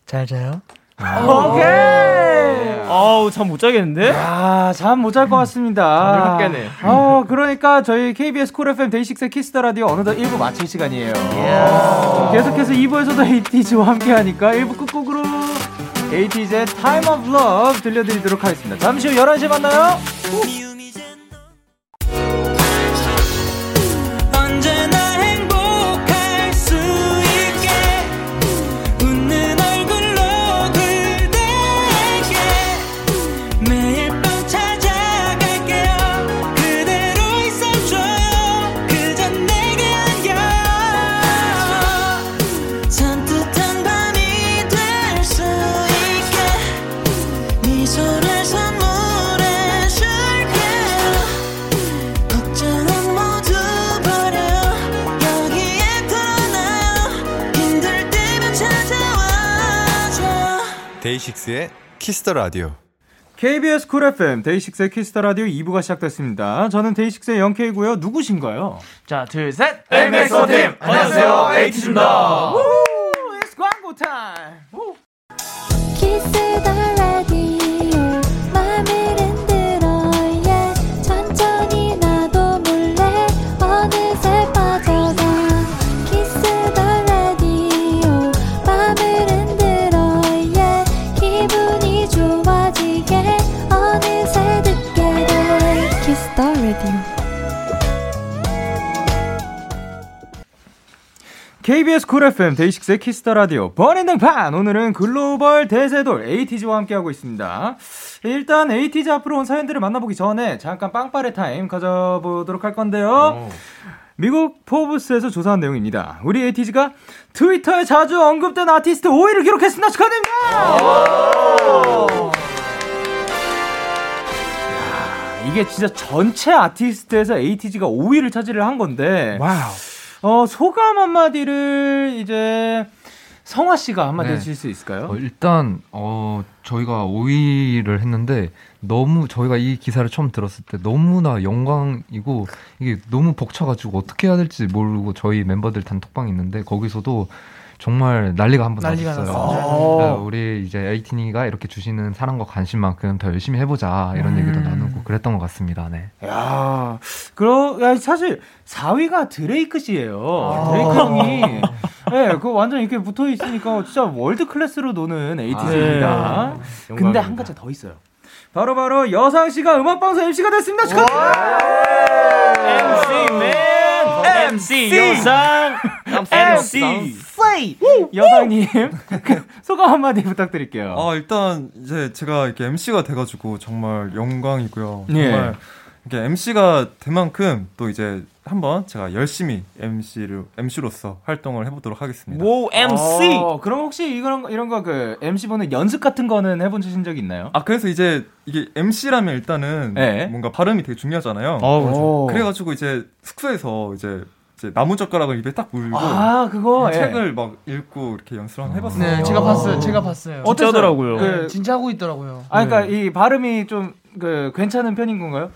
Speaker 14: 잘 자요.
Speaker 2: 아, 오케이.
Speaker 7: 어, 예. 아우 잠 못 자겠는데?
Speaker 2: 아, 잠 못 잘 것 같습니다.
Speaker 11: 잠을 못 깨네.
Speaker 2: 어, 그러니까 저희 KBS 쿨 FM 데이식스의 키스터 라디오 어느덧 1부 마칠 시간이에요.
Speaker 7: 예.
Speaker 2: 계속해서 2부에서도 에이티즈와 함께 하니까 1부 끝곡으로 에이티즈의 Time of Love 들려드리도록 하겠습니다. 잠시 후 11시에 만나요.
Speaker 12: 언제나 행복할 수 있게 웃는 얼굴로 그대에게 매일 밤 찾아갈게요 그대로 있어줘요 그저 내게 안겨요 산뜻한 밤이 될 수 있게 네 미소를 선물해 줄게요 걱정은 모두 버려 여기에 풀어놔요 힘들 때면 찾아와줘
Speaker 17: 데이식스의 키스터 라디오.
Speaker 2: KBS 쿨 FM 데이식스의 키스터 라디오 2부가 시작됐습니다. 저는 데이식스의 영케이고요. 누구신가요?
Speaker 1: 자, 둘, 셋.
Speaker 12: MXO 팀! 안녕하세요, 에이티즈입니다.
Speaker 2: 광고 타임.
Speaker 12: 키스 더 라디오 맘을 흔들어 예 천천히 나도 몰래 어느새 빠져가 키스 더 라디오 맘을 흔들어 예 기분이 좋아지게 어느새 듣게 돼 키스 더 라디오
Speaker 2: KBS 쿨 FM 데이식스의 키스터 라디오 버닝등판 오늘은 글로벌 대세돌 에이티즈와 함께하고 있습니다. 일단 에이티즈 앞으로 온 사연들을 만나보기 전에 잠깐 빵빠레 타임 가져보도록 할 건데요. 미국 포브스에서 조사한 내용입니다. 우리 에이티즈가 트위터에 자주 언급된 아티스트 5위를 기록했습니다. 축하드립니다. 야, 아, 이게 진짜 전체 아티스트에서 에이티즈가 5위를 차지를 한 건데. 어, 소감 한마디를 이제 성화 씨가 한마디
Speaker 10: 네.
Speaker 2: 해주실 수 있을까요?
Speaker 10: 어, 일단 어 저희가 5위를 했는데 너무 저희가 이 기사를 처음 들었을 때 너무나 영광이고 이게 너무 벅차가지고 어떻게 해야 될지 모르고 저희 멤버들 단톡방 이 있는데 거기서도 정말 난리가 한 번
Speaker 14: 난리가
Speaker 10: 났었어요.
Speaker 14: 났었죠.
Speaker 10: 그러니까 우리 이제 에이틴이가 이렇게 주시는 사랑과 관심만큼 더 열심히 해보자 이런 얘기도 나누고 그랬던 것 같습니다. 네.
Speaker 2: 야, 그러, 야, 사실 4위가 드레이크 씨예요. 드레이크 형이. 예, 네, 그 완전 이렇게 붙어 있으니까 진짜 월드 클래스로 노는 에이티즈입니다.
Speaker 11: 아, 네.
Speaker 2: 근데 한 가지 더 있어요. 바로 바로 여상 씨가 음악 방송 MC가 됐습니다. 축하드립니다.
Speaker 7: MC 여상 MC
Speaker 2: 플레이. 여상님 소감 한마디 부탁드릴게요.
Speaker 8: 아 일단 이제 제가 이렇게 MC가 돼가지고 정말 영광이고요.
Speaker 2: 예.
Speaker 8: 정말 이렇게 MC가 된 만큼 또 이제 한번 제가 열심히 MC를 MC로서 활동을 해보도록 하겠습니다.
Speaker 1: 아.
Speaker 2: 어, 그럼 혹시 이런 이런 거 그 MC 보는 연습 같은 거는 해본 신 적 있나요?
Speaker 8: 아 그래서 이제 이게 MC라면 일단은
Speaker 2: 예.
Speaker 8: 뭔가 발음이 되게 중요하잖아요.
Speaker 2: 어, 그렇죠.
Speaker 8: 그래가지고 이제 숙소에서 이제 이제 나무 젓가락을 입에 딱 물고
Speaker 2: 아, 그거, 예. 아.
Speaker 8: 책을 막 읽고 이렇게 연습을 한번 해봤어요.
Speaker 14: 네, 제가 봤어요. 제가 봤어요.
Speaker 2: 어땠어요? 어쩌더라고요. 그-
Speaker 14: 네, 진짜 하고 있더라고요.
Speaker 2: 아, 그러니까 이 발음이 좀 그 괜찮은 편인 건가요?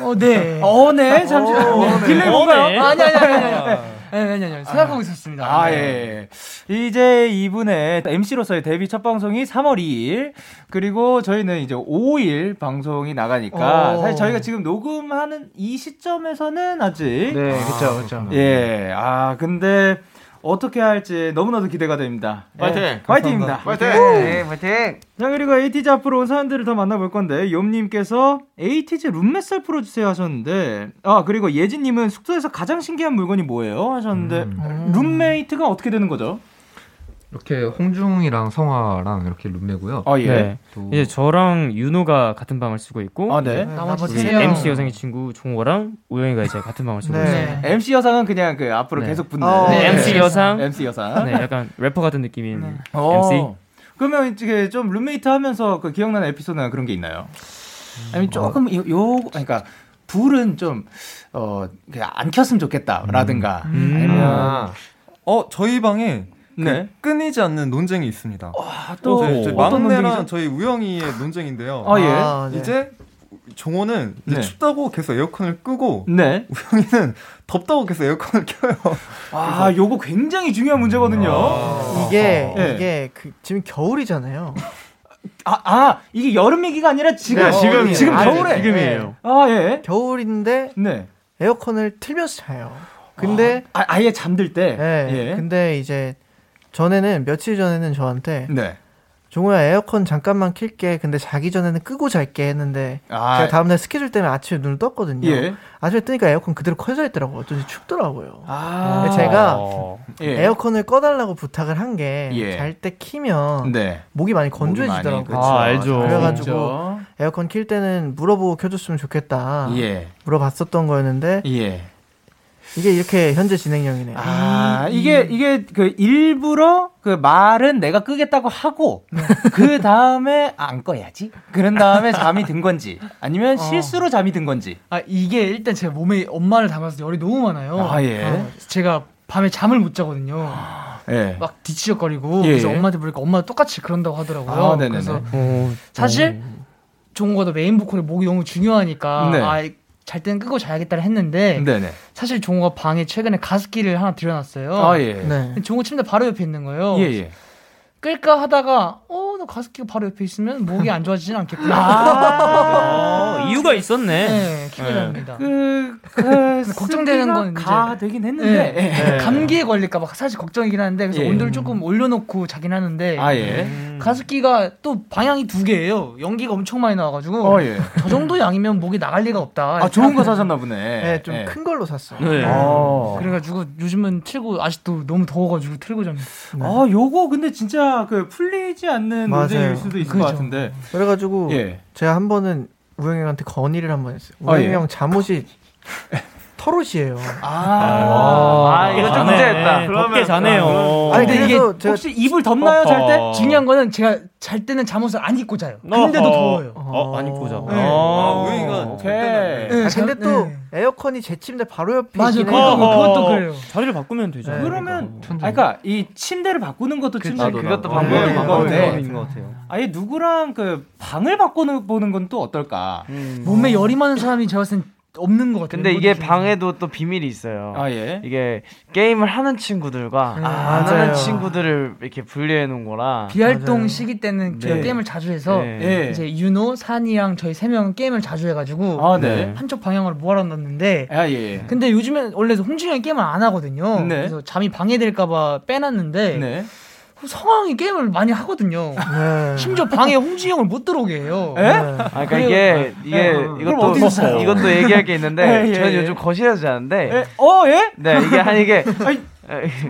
Speaker 14: 어, 네.
Speaker 2: 어네 잠시만요.
Speaker 14: 어, 네.
Speaker 2: 딜레이 뭔가요?
Speaker 14: 어, 네. 아니, 아니, 아니, 아니, 아니. 아니 아니 아니 생각하고 있었습니다.
Speaker 2: 아,
Speaker 14: 네.
Speaker 2: 예. 예. 이제 이분의 MC로서의 데뷔 첫 방송이 3월 2일, 그리고 저희는 이제 5일 방송이
Speaker 15: 오.
Speaker 2: 나가니까,
Speaker 14: 어.
Speaker 2: 그러니까 사실 저희가 지금 녹음하는 이 시점에서는 아직.
Speaker 15: 네, 그쵸, 그쵸.
Speaker 2: 예. 아, 근데 어떻게 할지 너무나도 기대가 됩니다. 예.
Speaker 15: 파이팅!
Speaker 2: 파이팅입니다.
Speaker 15: 파이팅!
Speaker 2: 네, 파이팅! 자, 그리고 에이티즈 앞으로 온 사연들을 더 만나볼 건데, 욤님께서 에이티즈 룸메살 풀어주세요 하셨는데, 아, 그리고 예진님은 숙소에서 가장 신기한 물건이 뭐예요? 하셨는데, 룸메이트가 어떻게 되는 거죠?
Speaker 10: 이렇게 홍중이랑 성화랑 네, 이렇게 룸메고요.
Speaker 7: 아, 예. 이제 저랑 윤호가 같은 방을 쓰고 있고
Speaker 2: 아, 네.
Speaker 7: 이제
Speaker 2: 나머지
Speaker 7: 우리
Speaker 2: 세 명.
Speaker 7: MC 여성의 친구 종호랑 우영이가 이제 같은 방을
Speaker 14: 네.
Speaker 7: 쓰고 있어요.
Speaker 2: MC 여상은 그냥 그 앞으로
Speaker 7: 네.
Speaker 2: 계속 붙는
Speaker 14: 어,
Speaker 7: 네, MC 여상,
Speaker 2: MC 여상.
Speaker 7: 네, 약간 래퍼 같은 느낌인
Speaker 14: 네.
Speaker 2: 어.
Speaker 7: MC.
Speaker 2: 그러면 이제 좀 룸메이트 하면서 그 기억나는 에피소드나 그런 게 있나요?
Speaker 8: 음,
Speaker 2: 아니
Speaker 8: 뭐
Speaker 2: 조금 요, 요 그러니까 불은 좀어안 켰으면 좋겠다라든가 아니면
Speaker 8: 음. 아. 어 저희 방에 그
Speaker 2: 네.
Speaker 8: 끊이지 않는 논쟁이 있습니다. 아,
Speaker 2: 또
Speaker 8: 저희- 저희
Speaker 2: 어떤 논쟁이죠?
Speaker 8: 막내랑 저희 우영이의 논쟁인데요.
Speaker 2: 아, 예. 아, 네.
Speaker 8: 이제 종호는 이제
Speaker 2: 네.
Speaker 8: 춥다고 계속 에어컨을 끄고
Speaker 2: 네.
Speaker 8: 우영이는 덥다고 계속 에어컨을 켜요.
Speaker 2: 아 요거 굉장히 중요한 문제거든요.
Speaker 6: 아. 이게
Speaker 2: 예.
Speaker 6: 이게 그 지금 겨울이잖아요.
Speaker 2: 아, 아 이게 여름 얘기가 아니라 지금 어,
Speaker 6: 네, 지금이에요.
Speaker 2: 지금
Speaker 6: 아, 네,
Speaker 2: 겨울에
Speaker 6: 지금이에요.
Speaker 2: 아 예.
Speaker 6: 겨울인데
Speaker 2: 네.
Speaker 6: 에어컨을 틀면서 자요. 근데
Speaker 2: 아, 아예 잠들 때.
Speaker 6: 예. 근데 이제 전에는 며칠 전에는 저한테
Speaker 2: 네.
Speaker 6: 종호야 에어컨 잠깐만 킬게. 근데 자기 전에는 끄고 잘게 했는데
Speaker 2: 아.
Speaker 6: 제가 다음날 스케줄 때문에 아침에 눈을 떴거든요.
Speaker 2: 예.
Speaker 6: 아침에 뜨니까 에어컨 그대로 커져 있더라고요. 어쩐지 춥더라고요.
Speaker 2: 아.
Speaker 6: 근데 제가
Speaker 2: 예.
Speaker 6: 에어컨을 꺼달라고 부탁을 한 게
Speaker 2: 예.
Speaker 6: 잘 때 키면
Speaker 2: 네.
Speaker 6: 어. 목이 많이
Speaker 2: 목이
Speaker 11: 그렇죠.
Speaker 6: 건조해지더라고요.
Speaker 2: 많이, 아, 알죠.
Speaker 6: 그래가지고
Speaker 2: 그렇죠.
Speaker 6: 에어컨 킬 때는 물어보고 켜줬으면 좋겠다.
Speaker 2: 예.
Speaker 6: 물어봤었던 거였는데
Speaker 2: 예.
Speaker 6: 이게 이렇게 현재 진행형이네요.
Speaker 2: 아, 이게, 이게, 그, 일부러, 그, 말은 내가 끄겠다고 하고, 그 다음에 안 꺼야지. 그런 다음에 잠이 든 건지, 아니면 어. 실수로 잠이 든 건지.
Speaker 14: 어. 아 이게 일단 제 몸에 엄마를 담아서 열이 너무 많아요. 어,
Speaker 2: 아, 예.
Speaker 14: 제가 밤에 잠을 못 자거든요.
Speaker 2: 예.
Speaker 14: 막 뒤치적거리고
Speaker 2: 예,
Speaker 14: 그래서
Speaker 2: 예.
Speaker 14: 엄마한테 물으니까 엄마 똑같이 그런다고 하더라고요.
Speaker 2: 아, 네네네.
Speaker 14: 그래서 사실 종호가 더 메인 보컬의 목이 너무 중요하니까
Speaker 2: 음. 네.
Speaker 14: 아, 잘 때는 끄고 자야겠다
Speaker 11: 음.
Speaker 14: 했는데
Speaker 2: 네네.
Speaker 14: 사실 종호가 방에 최근에 가습기를 하나 들여놨어요.
Speaker 2: 아, 예. 네.
Speaker 14: 근데 종호 침대 바로 옆에 있는 거예요.
Speaker 2: 예, 예.
Speaker 14: 끌까 하다가 어나 가습기가 바로 옆에 있으면 목이 안 좋아지진 않겠구나.
Speaker 7: 어, 이유가 있었네.
Speaker 14: 네,
Speaker 7: 예.
Speaker 14: 기대됩니다.
Speaker 2: 그,
Speaker 14: 근데 걱정되는 건 이제
Speaker 2: 가 되긴 했는데.
Speaker 14: 네.
Speaker 2: 예.
Speaker 14: 감기에 걸릴까 봐 사실 걱정이긴 하는데 그래서
Speaker 2: 예.
Speaker 14: 온도를 조금 올려놓고 자긴 하는데 음.
Speaker 2: 아, 예.
Speaker 14: 가습기가 또 방향이 두 개예요. 연기가 엄청 많이 나와가지고
Speaker 2: 어, 예.
Speaker 14: 저 정도 양이면 목이 나갈 리가 없다.
Speaker 2: 아, 좋은 거 사셨나 보네. 네,
Speaker 14: 좀 큰
Speaker 6: 걸로 샀어요. 아.
Speaker 2: 네. 어.
Speaker 14: 그래가지고 요즘은 틀고 아직도 너무 더워가지고 틀고 잡니다.
Speaker 2: 아, 요거 근데 진짜, 그, 풀리지 않는
Speaker 6: 맞아요.
Speaker 2: 문제일 수도 있을 것
Speaker 6: 그죠.
Speaker 2: 같은데.
Speaker 6: 그래가지고
Speaker 2: 예.
Speaker 6: 제가 한 번은 우영이 형한테 건의를 한 번 했어요.
Speaker 2: 아,
Speaker 6: 우영이
Speaker 2: 예.
Speaker 6: 형 잠옷이 털옷이에요.
Speaker 2: 아, 아, 이거 좀 자네. 문제였다. 덥게 그러면- 자네요.
Speaker 14: 아니 근데 이게
Speaker 2: 그래서 제가- 혹시 이불 덮나요, 잘 때?
Speaker 14: 중요한 거는 제가 잘 때는 잠옷을 안 입고 자요. 근데도
Speaker 7: 어허.
Speaker 14: 더워요.
Speaker 7: 어, 안 입고 자.
Speaker 14: 네.
Speaker 7: 아,
Speaker 6: 네. 아, 근데 또 에어컨이 제 침대 바로 옆에
Speaker 14: 맞아,
Speaker 6: 있긴
Speaker 14: 그것도-
Speaker 6: 해요. 네.
Speaker 14: 그것도 그래요.
Speaker 7: 자리를 바꾸면 되죠.
Speaker 2: 그러면 아, 그러니까 이 침대를 바꾸는 것도
Speaker 7: 그치,
Speaker 2: 침대
Speaker 7: 나도, 나도. 네, 방법인 것 같아요.
Speaker 2: 아예 누구랑 그 방을 바꿔보는 건 또 어떨까?
Speaker 1: 음.
Speaker 14: 몸에 열이 많은 사람이 제가 봤을 땐 없는 것 같아요.
Speaker 1: 근데 이게
Speaker 14: 모든
Speaker 1: 방에도 또 비밀이 있어요.
Speaker 2: 아, 예.
Speaker 1: 이게 게임을 하는 친구들과 안
Speaker 14: 음, 맞아요.
Speaker 1: 하는 친구들을 이렇게 분리해 놓은 거라.
Speaker 14: 비활동 시기 때는 저희가
Speaker 1: 아, 네.
Speaker 14: 게임을 자주 해서 예.
Speaker 1: 네.
Speaker 14: 이제 윤호, 산이랑 저희 세 명은 게임을 자주 해가지고
Speaker 1: 아, 네.
Speaker 14: 한쪽 방향으로 몰아놨는데
Speaker 2: 아, 예.
Speaker 14: 근데 요즘엔 원래 홍준이 형이 게임을 안 하거든요.
Speaker 2: 네.
Speaker 14: 그래서 잠이 방해될까봐 빼놨는데
Speaker 1: 네.
Speaker 14: 성황이 게임을 많이 하거든요. 심지어 방에 홍준이 형을 못 들어오게 해요.
Speaker 1: 아, 그러니까 이게 이게 이것도 이것도 얘기할 게 있는데
Speaker 14: 예, 예,
Speaker 1: 저는
Speaker 14: 예.
Speaker 1: 요즘 거실에서 자는데
Speaker 2: 어, 예?
Speaker 1: 네 이게 한 이게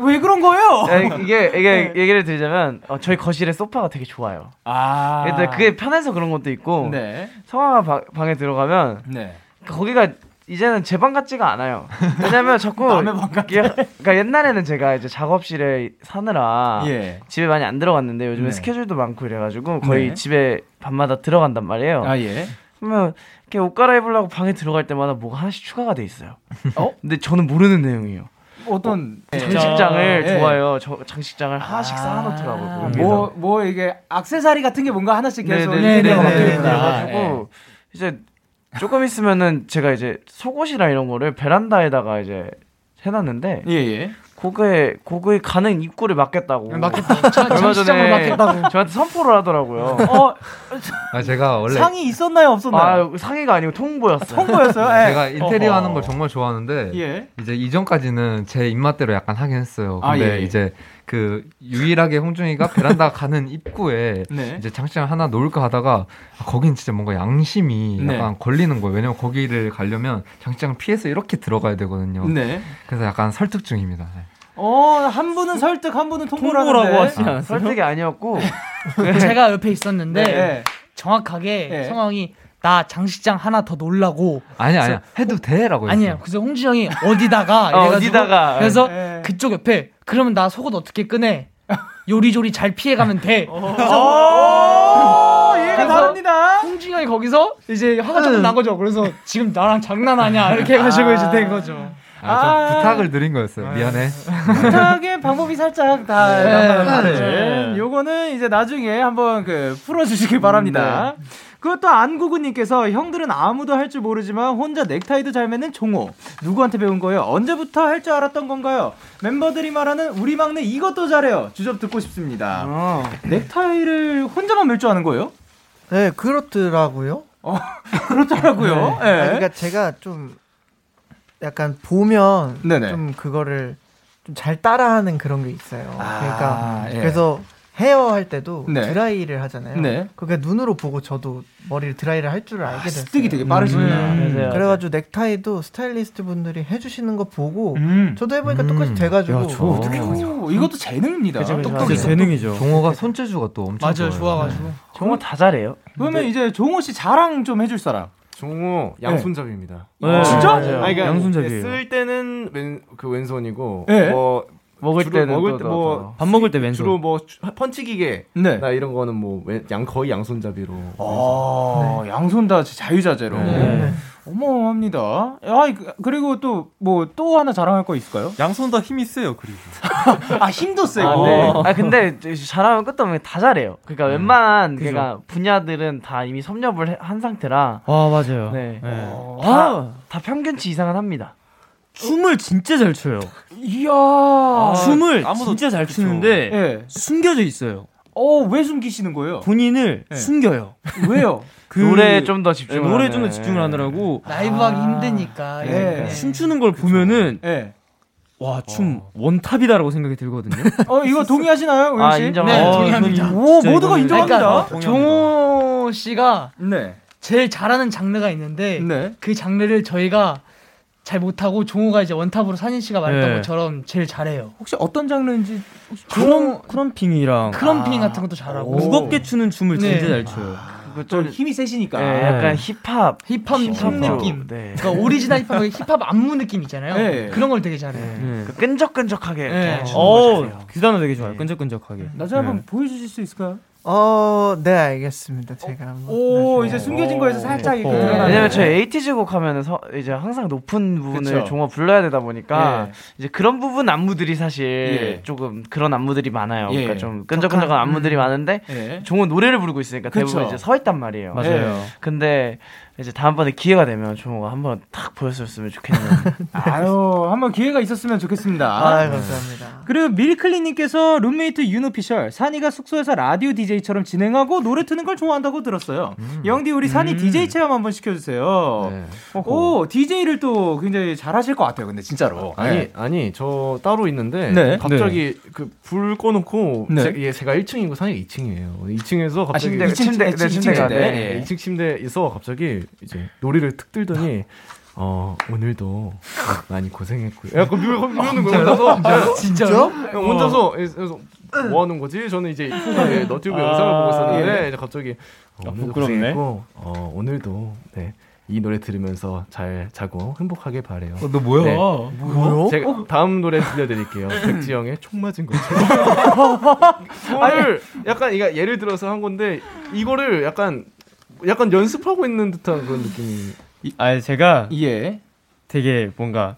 Speaker 2: 왜 그런 거예요?
Speaker 1: 네, 이게 이게 얘기를 드리자면 어, 저희 거실에 소파가 되게 좋아요.
Speaker 2: 아.
Speaker 1: 근데 그게 편해서 그런 것도 있고
Speaker 2: 네.
Speaker 1: 성화가 방- 방에 들어가면
Speaker 2: 네.
Speaker 1: 거기가 이제는 제 방 같지가 않아요. 왜냐면 자꾸 이게- 그러니까 옛날에는 제가 이제 작업실에 사느라
Speaker 2: 예.
Speaker 1: 집에 많이 안 들어갔는데 요즘에
Speaker 2: 네.
Speaker 1: 스케줄도 많고 이래가지고 거의
Speaker 2: 네.
Speaker 1: 집에 밤마다 들어간단 말이에요.
Speaker 2: 아, 예.
Speaker 1: 그러면 이렇게 옷 갈아입으려고 방에 들어갈 때마다 뭐가 하나씩 추가가 돼 있어요.
Speaker 2: 어?
Speaker 1: 근데 저는 모르는 내용이에요.
Speaker 2: 어떤
Speaker 1: 장식장을
Speaker 2: 예.
Speaker 1: 네, 좋아해요. 저 장식장을 하나씩 쌓아놓더라고요. 거기에서.
Speaker 2: 뭐, 뭐 이게 액세서리 같은 게 뭔가 하나씩 계속
Speaker 1: 네네네.
Speaker 2: 인테리어가
Speaker 1: 네네네.
Speaker 2: 바뀌고
Speaker 1: 그래가지고 이제 조금 있으면은 제가 이제 속옷이나 이런 거를 베란다에다가 이제 해놨는데
Speaker 2: 예예.
Speaker 1: 그게 그게 가는 입구를 막겠다고.
Speaker 14: 막겠다.
Speaker 7: 네, 자-
Speaker 1: 얼마 전에
Speaker 7: 장시장을 막겠다고.
Speaker 1: 저한테 선포를 하더라고요.
Speaker 7: 어,
Speaker 10: 아 제가 원래
Speaker 7: 상이 있었나요 없었나요? 예.
Speaker 1: 아, 상의가 아니고 통보였어요.
Speaker 10: 네.
Speaker 2: 예.
Speaker 10: 제가 인테리어 하는 걸 정말 좋아하는데
Speaker 1: 예.
Speaker 10: 이제 이전까지는 제 입맛대로 약간 하긴 했어요.
Speaker 2: 아,
Speaker 10: 근데
Speaker 2: 예, 예.
Speaker 10: 이제 그 유일하게 홍준이가 베란다 가는 입구에
Speaker 2: 네.
Speaker 10: 이제 장시장 하나 놓을까 하다가 아, 거긴 진짜 뭔가 양심이
Speaker 2: 네.
Speaker 10: 약간 걸리는 거예요. 왜냐면 거기를 가려면 장시장 피해서 이렇게 들어가야 되거든요.
Speaker 2: 네.
Speaker 10: 그래서 약간 설득 중입니다. 네.
Speaker 2: 어, 한 분은 설득, 한 분은 통보를
Speaker 10: 통보라고
Speaker 2: 하는데.
Speaker 10: 하시지 않았어요?
Speaker 1: 설득이 아니었고
Speaker 14: 제가 옆에 있었는데
Speaker 10: 네.
Speaker 14: 정확하게
Speaker 10: 네.
Speaker 14: 상황이 나 장식장 하나 더 놀라고
Speaker 10: 아니 아니 해도 돼라고 했어요.
Speaker 14: 아니에요. 그래서 홍준 형이 어디다가
Speaker 10: 어,
Speaker 14: 이래가지고
Speaker 10: 어디다가.
Speaker 14: 그래서 그쪽 옆에 그러면 나 속옷 어떻게 끄네? 요리조리 잘 피해가면 돼. 그래서
Speaker 18: 이해가
Speaker 14: 다릅니다. 홍준 형이 거기서 이제 화가
Speaker 10: 음.
Speaker 14: 조금 난 거죠. 그래서 지금 나랑 장난하냐 이렇게 해가지고
Speaker 2: 아.
Speaker 14: 이제 된 거죠.
Speaker 10: 아, 좀 부탁을 드린 거였어요. 미안해.
Speaker 2: 아. 부탁의 방법이 살짝 다
Speaker 10: 네.
Speaker 2: 나타나는 네. 요거는 이제 나중에 한번 그 풀어주시길 바랍니다.
Speaker 6: 네.
Speaker 2: 그것도 안구구님께서 형들은 아무도 할 줄 모르지만 혼자 넥타이도 잘 매는 종호 누구한테 배운 거예요? 언제부터 할 줄 알았던 건가요? 멤버들이 말하는 우리 막내 이것도 잘해요. 주접 듣고 싶습니다. 넥타이를 혼자만 맬 줄 아는 거예요?
Speaker 6: 아.
Speaker 2: 어,
Speaker 6: 네, 그렇더라고요.
Speaker 2: 그렇더라고요. 예.
Speaker 6: 아니, 그러니까 제가 좀 약간 보면
Speaker 2: 네네.
Speaker 6: 좀 그거를 좀 잘 따라하는 그런 게 있어요. 그러니까
Speaker 2: 예.
Speaker 6: 그래서 헤어 할 때도
Speaker 2: 네.
Speaker 6: 드라이를 하잖아요.
Speaker 2: 네. 아,
Speaker 6: 그게 눈으로 보고 저도 머리를 드라이를 할 줄 알게 됐어요.
Speaker 2: 습득이 되게 빠르시구나. 음. 맞아요, 맞아요.
Speaker 6: 그래가지고 넥타이도 스타일리스트 분들이 해주시는 거 보고
Speaker 2: 음.
Speaker 6: 저도 해보니까 똑같이 돼가지고
Speaker 2: 야, 저 어떻게 오, 이것도 재능입니다.
Speaker 6: 그죠, 그죠.
Speaker 2: 똑똑해서.
Speaker 6: 진짜 재능이죠.
Speaker 10: 종호가 손재주가 또 엄청
Speaker 2: 맞아요, 좋아가지고.
Speaker 1: 종호 다 잘해요.
Speaker 2: 그러면 이제 종호 씨 자랑 좀 해줄 사람.
Speaker 11: 종호 양손잡이입니다.
Speaker 2: 네. 네,
Speaker 11: 네. 진짜?
Speaker 2: 맞아요.
Speaker 11: 아니, 그러니까
Speaker 19: 네,
Speaker 2: 양손잡이에요.
Speaker 11: 쓸 때는 왼, 그 왼손이고
Speaker 2: 네.
Speaker 11: 뭐
Speaker 7: 먹을
Speaker 11: 주로
Speaker 7: 때는
Speaker 11: 먹을
Speaker 7: 또
Speaker 11: 때 뭐
Speaker 7: 밥 먹을 때 왼손.
Speaker 11: 주로 뭐 주- 펀치 기계
Speaker 2: 네.
Speaker 11: 나 이런 거는 뭐양 거의 양손잡이로.
Speaker 2: 아, 양손 다 자유자재로. 어마어마합니다. 아, 그- 그리고 또 뭐 또 하나 자랑할 거 있을까요?
Speaker 19: 양손 다 힘이 세요. 그리고
Speaker 2: 아 힘도 세고.
Speaker 1: 아, 네. 아 근데 잘하면 끝도 없는 게 다 잘해요.
Speaker 2: 음,
Speaker 1: 그러니까 웬만한
Speaker 7: 그죠.
Speaker 1: 그러니까 분야들은 다 이미 섭렵을 해- 한 상태라
Speaker 7: 아 맞아요.
Speaker 1: 네.
Speaker 7: 네.
Speaker 1: 다,
Speaker 2: 아!
Speaker 1: 다 평균치 이상은 합니다.
Speaker 7: 춤을 진짜 잘 춰요.
Speaker 2: 이야.
Speaker 14: 아,
Speaker 7: 춤을 아, 진짜 잘 추는데
Speaker 2: 네.
Speaker 7: 숨겨져 있어요.
Speaker 2: 어, 왜 숨기시는 거예요?
Speaker 7: 본인을
Speaker 2: 네.
Speaker 7: 숨겨요. 그
Speaker 2: 왜요?
Speaker 1: 노래에 좀더 집중을
Speaker 7: 네, 노래에
Speaker 1: 하네.
Speaker 7: 좀 더 집중을 하느라고
Speaker 2: 아.
Speaker 14: 라이브하기 힘드니까.
Speaker 7: 네.
Speaker 14: 이제.
Speaker 7: 네. 춤추는 걸 보면은
Speaker 2: 네.
Speaker 7: 와 춤 원탑이다라고 생각이 들거든요.
Speaker 2: 어, 이거 동의하시나요, 우영 씨? 뭐
Speaker 7: 아, 이건
Speaker 2: 오,
Speaker 7: 진짜
Speaker 2: 모두가
Speaker 7: 이거는-
Speaker 2: 인정합니다. 어,
Speaker 14: 그러니까 종호 씨가
Speaker 2: 네.
Speaker 14: 제일 잘하는 장르가 있는데 그 장르를 저희가 잘 못하고 종호가 이제 원탑으로 산인 씨가 말했던
Speaker 7: 네.
Speaker 14: 것처럼 제일 잘해요.
Speaker 2: 혹시 어떤 장르인지 아.
Speaker 7: 크럼 크럼핑이랑
Speaker 14: 크럼핑 같은 것도 잘하고
Speaker 7: 무겁게 추는 춤을
Speaker 14: 네.
Speaker 7: 진짜 잘 춰요.
Speaker 2: 좀 힘이 세시니까.
Speaker 7: 네, 약간
Speaker 1: 힙합
Speaker 14: 힙합
Speaker 7: 힙합.
Speaker 14: 힙합 느낌.
Speaker 1: 네.
Speaker 14: 그러니까 오리지널 힙합 힙합 안무 느낌 있잖아요.
Speaker 7: 네.
Speaker 14: 그런 걸 되게 잘해요.
Speaker 7: 네.
Speaker 1: 끈적끈적하게
Speaker 14: 네.
Speaker 7: 어, 그 단어 되게 좋아요. 끈적끈적하게.
Speaker 2: 네. 나중에 한번 보여주실 수 있을까요?
Speaker 6: 어, 네, 알겠습니다. 제가 한번. 네.
Speaker 2: 어? 오, 이제 숨겨진 거에서 살짝 이렇게 드러나는. 네.
Speaker 1: 왜냐면 저희 ATG 곡 하면은 서, 이제 항상 높은 부분을
Speaker 2: 그쵸.
Speaker 1: 종합 불러야 되다 보니까
Speaker 2: 예.
Speaker 1: 이제 그런 부분 안무들이 사실
Speaker 2: 예.
Speaker 1: 조금 그런 안무들이 많아요.
Speaker 2: 예.
Speaker 1: 그러니까 좀 끈적끈적한
Speaker 2: 음.
Speaker 1: 안무들이 많은데
Speaker 2: 예.
Speaker 1: 종은 노래를 부르고 있으니까 대부분
Speaker 2: 그쵸.
Speaker 1: 이제 서 있단 말이에요. 예.
Speaker 2: 맞아요.
Speaker 1: 근데 이제 다음번에 기회가 되면 종호가 한번 탁 보여줬으면 좋겠네요.
Speaker 2: 아유, 한번 기회가 있었으면 좋겠습니다.
Speaker 1: 아유, 감사합니다.
Speaker 2: 그리고 밀클리님께서 룸메이트 윤오피셜, 산이가 숙소에서 라디오 DJ처럼 진행하고 노래 트는 걸 좋아한다고 들었어요.
Speaker 7: 음.
Speaker 2: 영디, 우리 산이 DJ 체험 한번 시켜주세요.
Speaker 7: 네.
Speaker 2: 오, DJ를 또 굉장히 잘하실 것 같아요, 근데 진짜로.
Speaker 11: 아니
Speaker 2: 네.
Speaker 11: 아니 저 따로 있는데
Speaker 2: 네.
Speaker 11: 갑자기 그 불 꺼놓고
Speaker 2: 네.
Speaker 11: 제, 예, 제가 1층이고 상이 2층이에요. 2층에서 갑자기
Speaker 1: 침대,
Speaker 11: 이층-
Speaker 1: 침대,
Speaker 11: 이층
Speaker 1: 네, 침대가,
Speaker 11: 침대인데,
Speaker 1: 네.
Speaker 11: 예, 2층 침대에서 갑자기 이제 놀이를 툭 들더니 어 오늘도 많이 고생했고요. 약간 이러-
Speaker 1: 아,
Speaker 11: 이러는 거예요. 혼자서
Speaker 14: 진짜로?
Speaker 11: 그냥 혼자서
Speaker 1: 어.
Speaker 11: 예, 그래서 뭐 하는 거지? 저는 이제
Speaker 1: 네.
Speaker 11: 예, 너튜브
Speaker 2: 아,
Speaker 11: 영상을 보고 있었는데
Speaker 2: 예.
Speaker 11: 이제 갑자기
Speaker 2: 아,
Speaker 11: 어, 오늘도
Speaker 2: 부끄럽네.
Speaker 11: 고생했고 어, 오늘도 네. 이 노래 들으면서 잘 자고 행복하게 바래요. 네.
Speaker 2: 어, 너 뭐야? 뭐야?
Speaker 11: 제가
Speaker 2: 어?
Speaker 11: 다음 노래 들려드릴게요. 백지영의 총 맞은 거죠.
Speaker 2: 아니,
Speaker 11: 이거를 약간 이거 예를 들어서 한 건데 이거를 약간 약간 연습하고 있는 듯한 그런 느낌이.
Speaker 7: 이- 아 제가
Speaker 2: 예.
Speaker 7: 되게 뭔가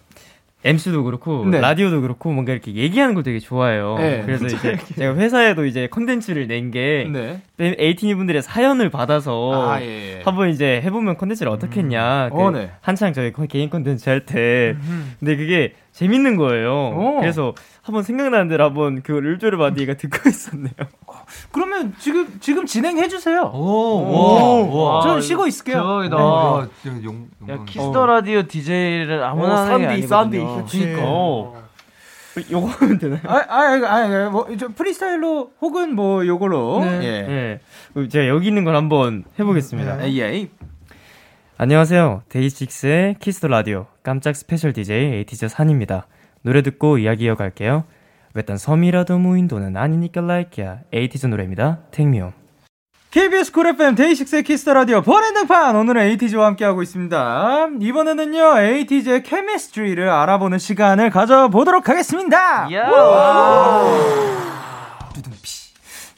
Speaker 7: MC도 그렇고
Speaker 11: 네.
Speaker 7: 라디오도 그렇고 뭔가 이렇게 얘기하는 걸 되게 좋아해요.
Speaker 2: 네.
Speaker 7: 어, 그래서 이제
Speaker 2: 얘기.
Speaker 7: 제가 회사에도 이제 컨텐츠를 낸 게
Speaker 2: 네.
Speaker 7: 에이티니 분들의 사연을 받아서
Speaker 2: 아, 예, 예.
Speaker 7: 한번 이제 해보면 컨텐츠를 어떻게 했냐. 그
Speaker 2: 어, 네. 음.
Speaker 7: 한창 저희 거- 개인 컨텐츠 할 때. 근데 그게 재밌는 거예요. 그래서 한번 생각나는 대로 한번 그 룰조를 바디가 듣고 있었네요.
Speaker 2: 그러면 지금 지금 진행해 주세요.
Speaker 7: 오,
Speaker 1: 아,
Speaker 7: 아, 와.
Speaker 2: 저 쉬고 있을게요.
Speaker 10: 대박이다.
Speaker 2: 네.
Speaker 10: 와, 진짜 영-
Speaker 1: 어. 야,
Speaker 11: 어.
Speaker 1: 키스터 라디오 DJ를 아무나 하는 게 아니거든요. 그러니까.
Speaker 11: 어.
Speaker 7: 요거 하면 되나요?
Speaker 2: 아, 아, 아, 아, 아, 뭐, 저 프리스타일로 혹은 뭐 요걸로. 예.
Speaker 7: 네. 예. 제가 여기 있는 걸 한번 해보겠습니다.
Speaker 2: 네. 예.
Speaker 7: 안녕하세요. 데이식스의 키스 더 라디오 깜짝 스페셜 DJ 에이티즈 산입니다. 노래 듣고 이야기 이어갈게요. 외딴 섬이라도 무인도는 아니니까 라이키야. 에이티즈 노래입니다. 택미움.
Speaker 2: KBS 쿨 FM 데이식스의 키스터 라디오 번외등판 오늘은 에이티즈와 함께하고 있습니다. 이번에는요 에이티즈의 케미스트리를 알아보는 시간을 가져보도록 하겠습니다. 오!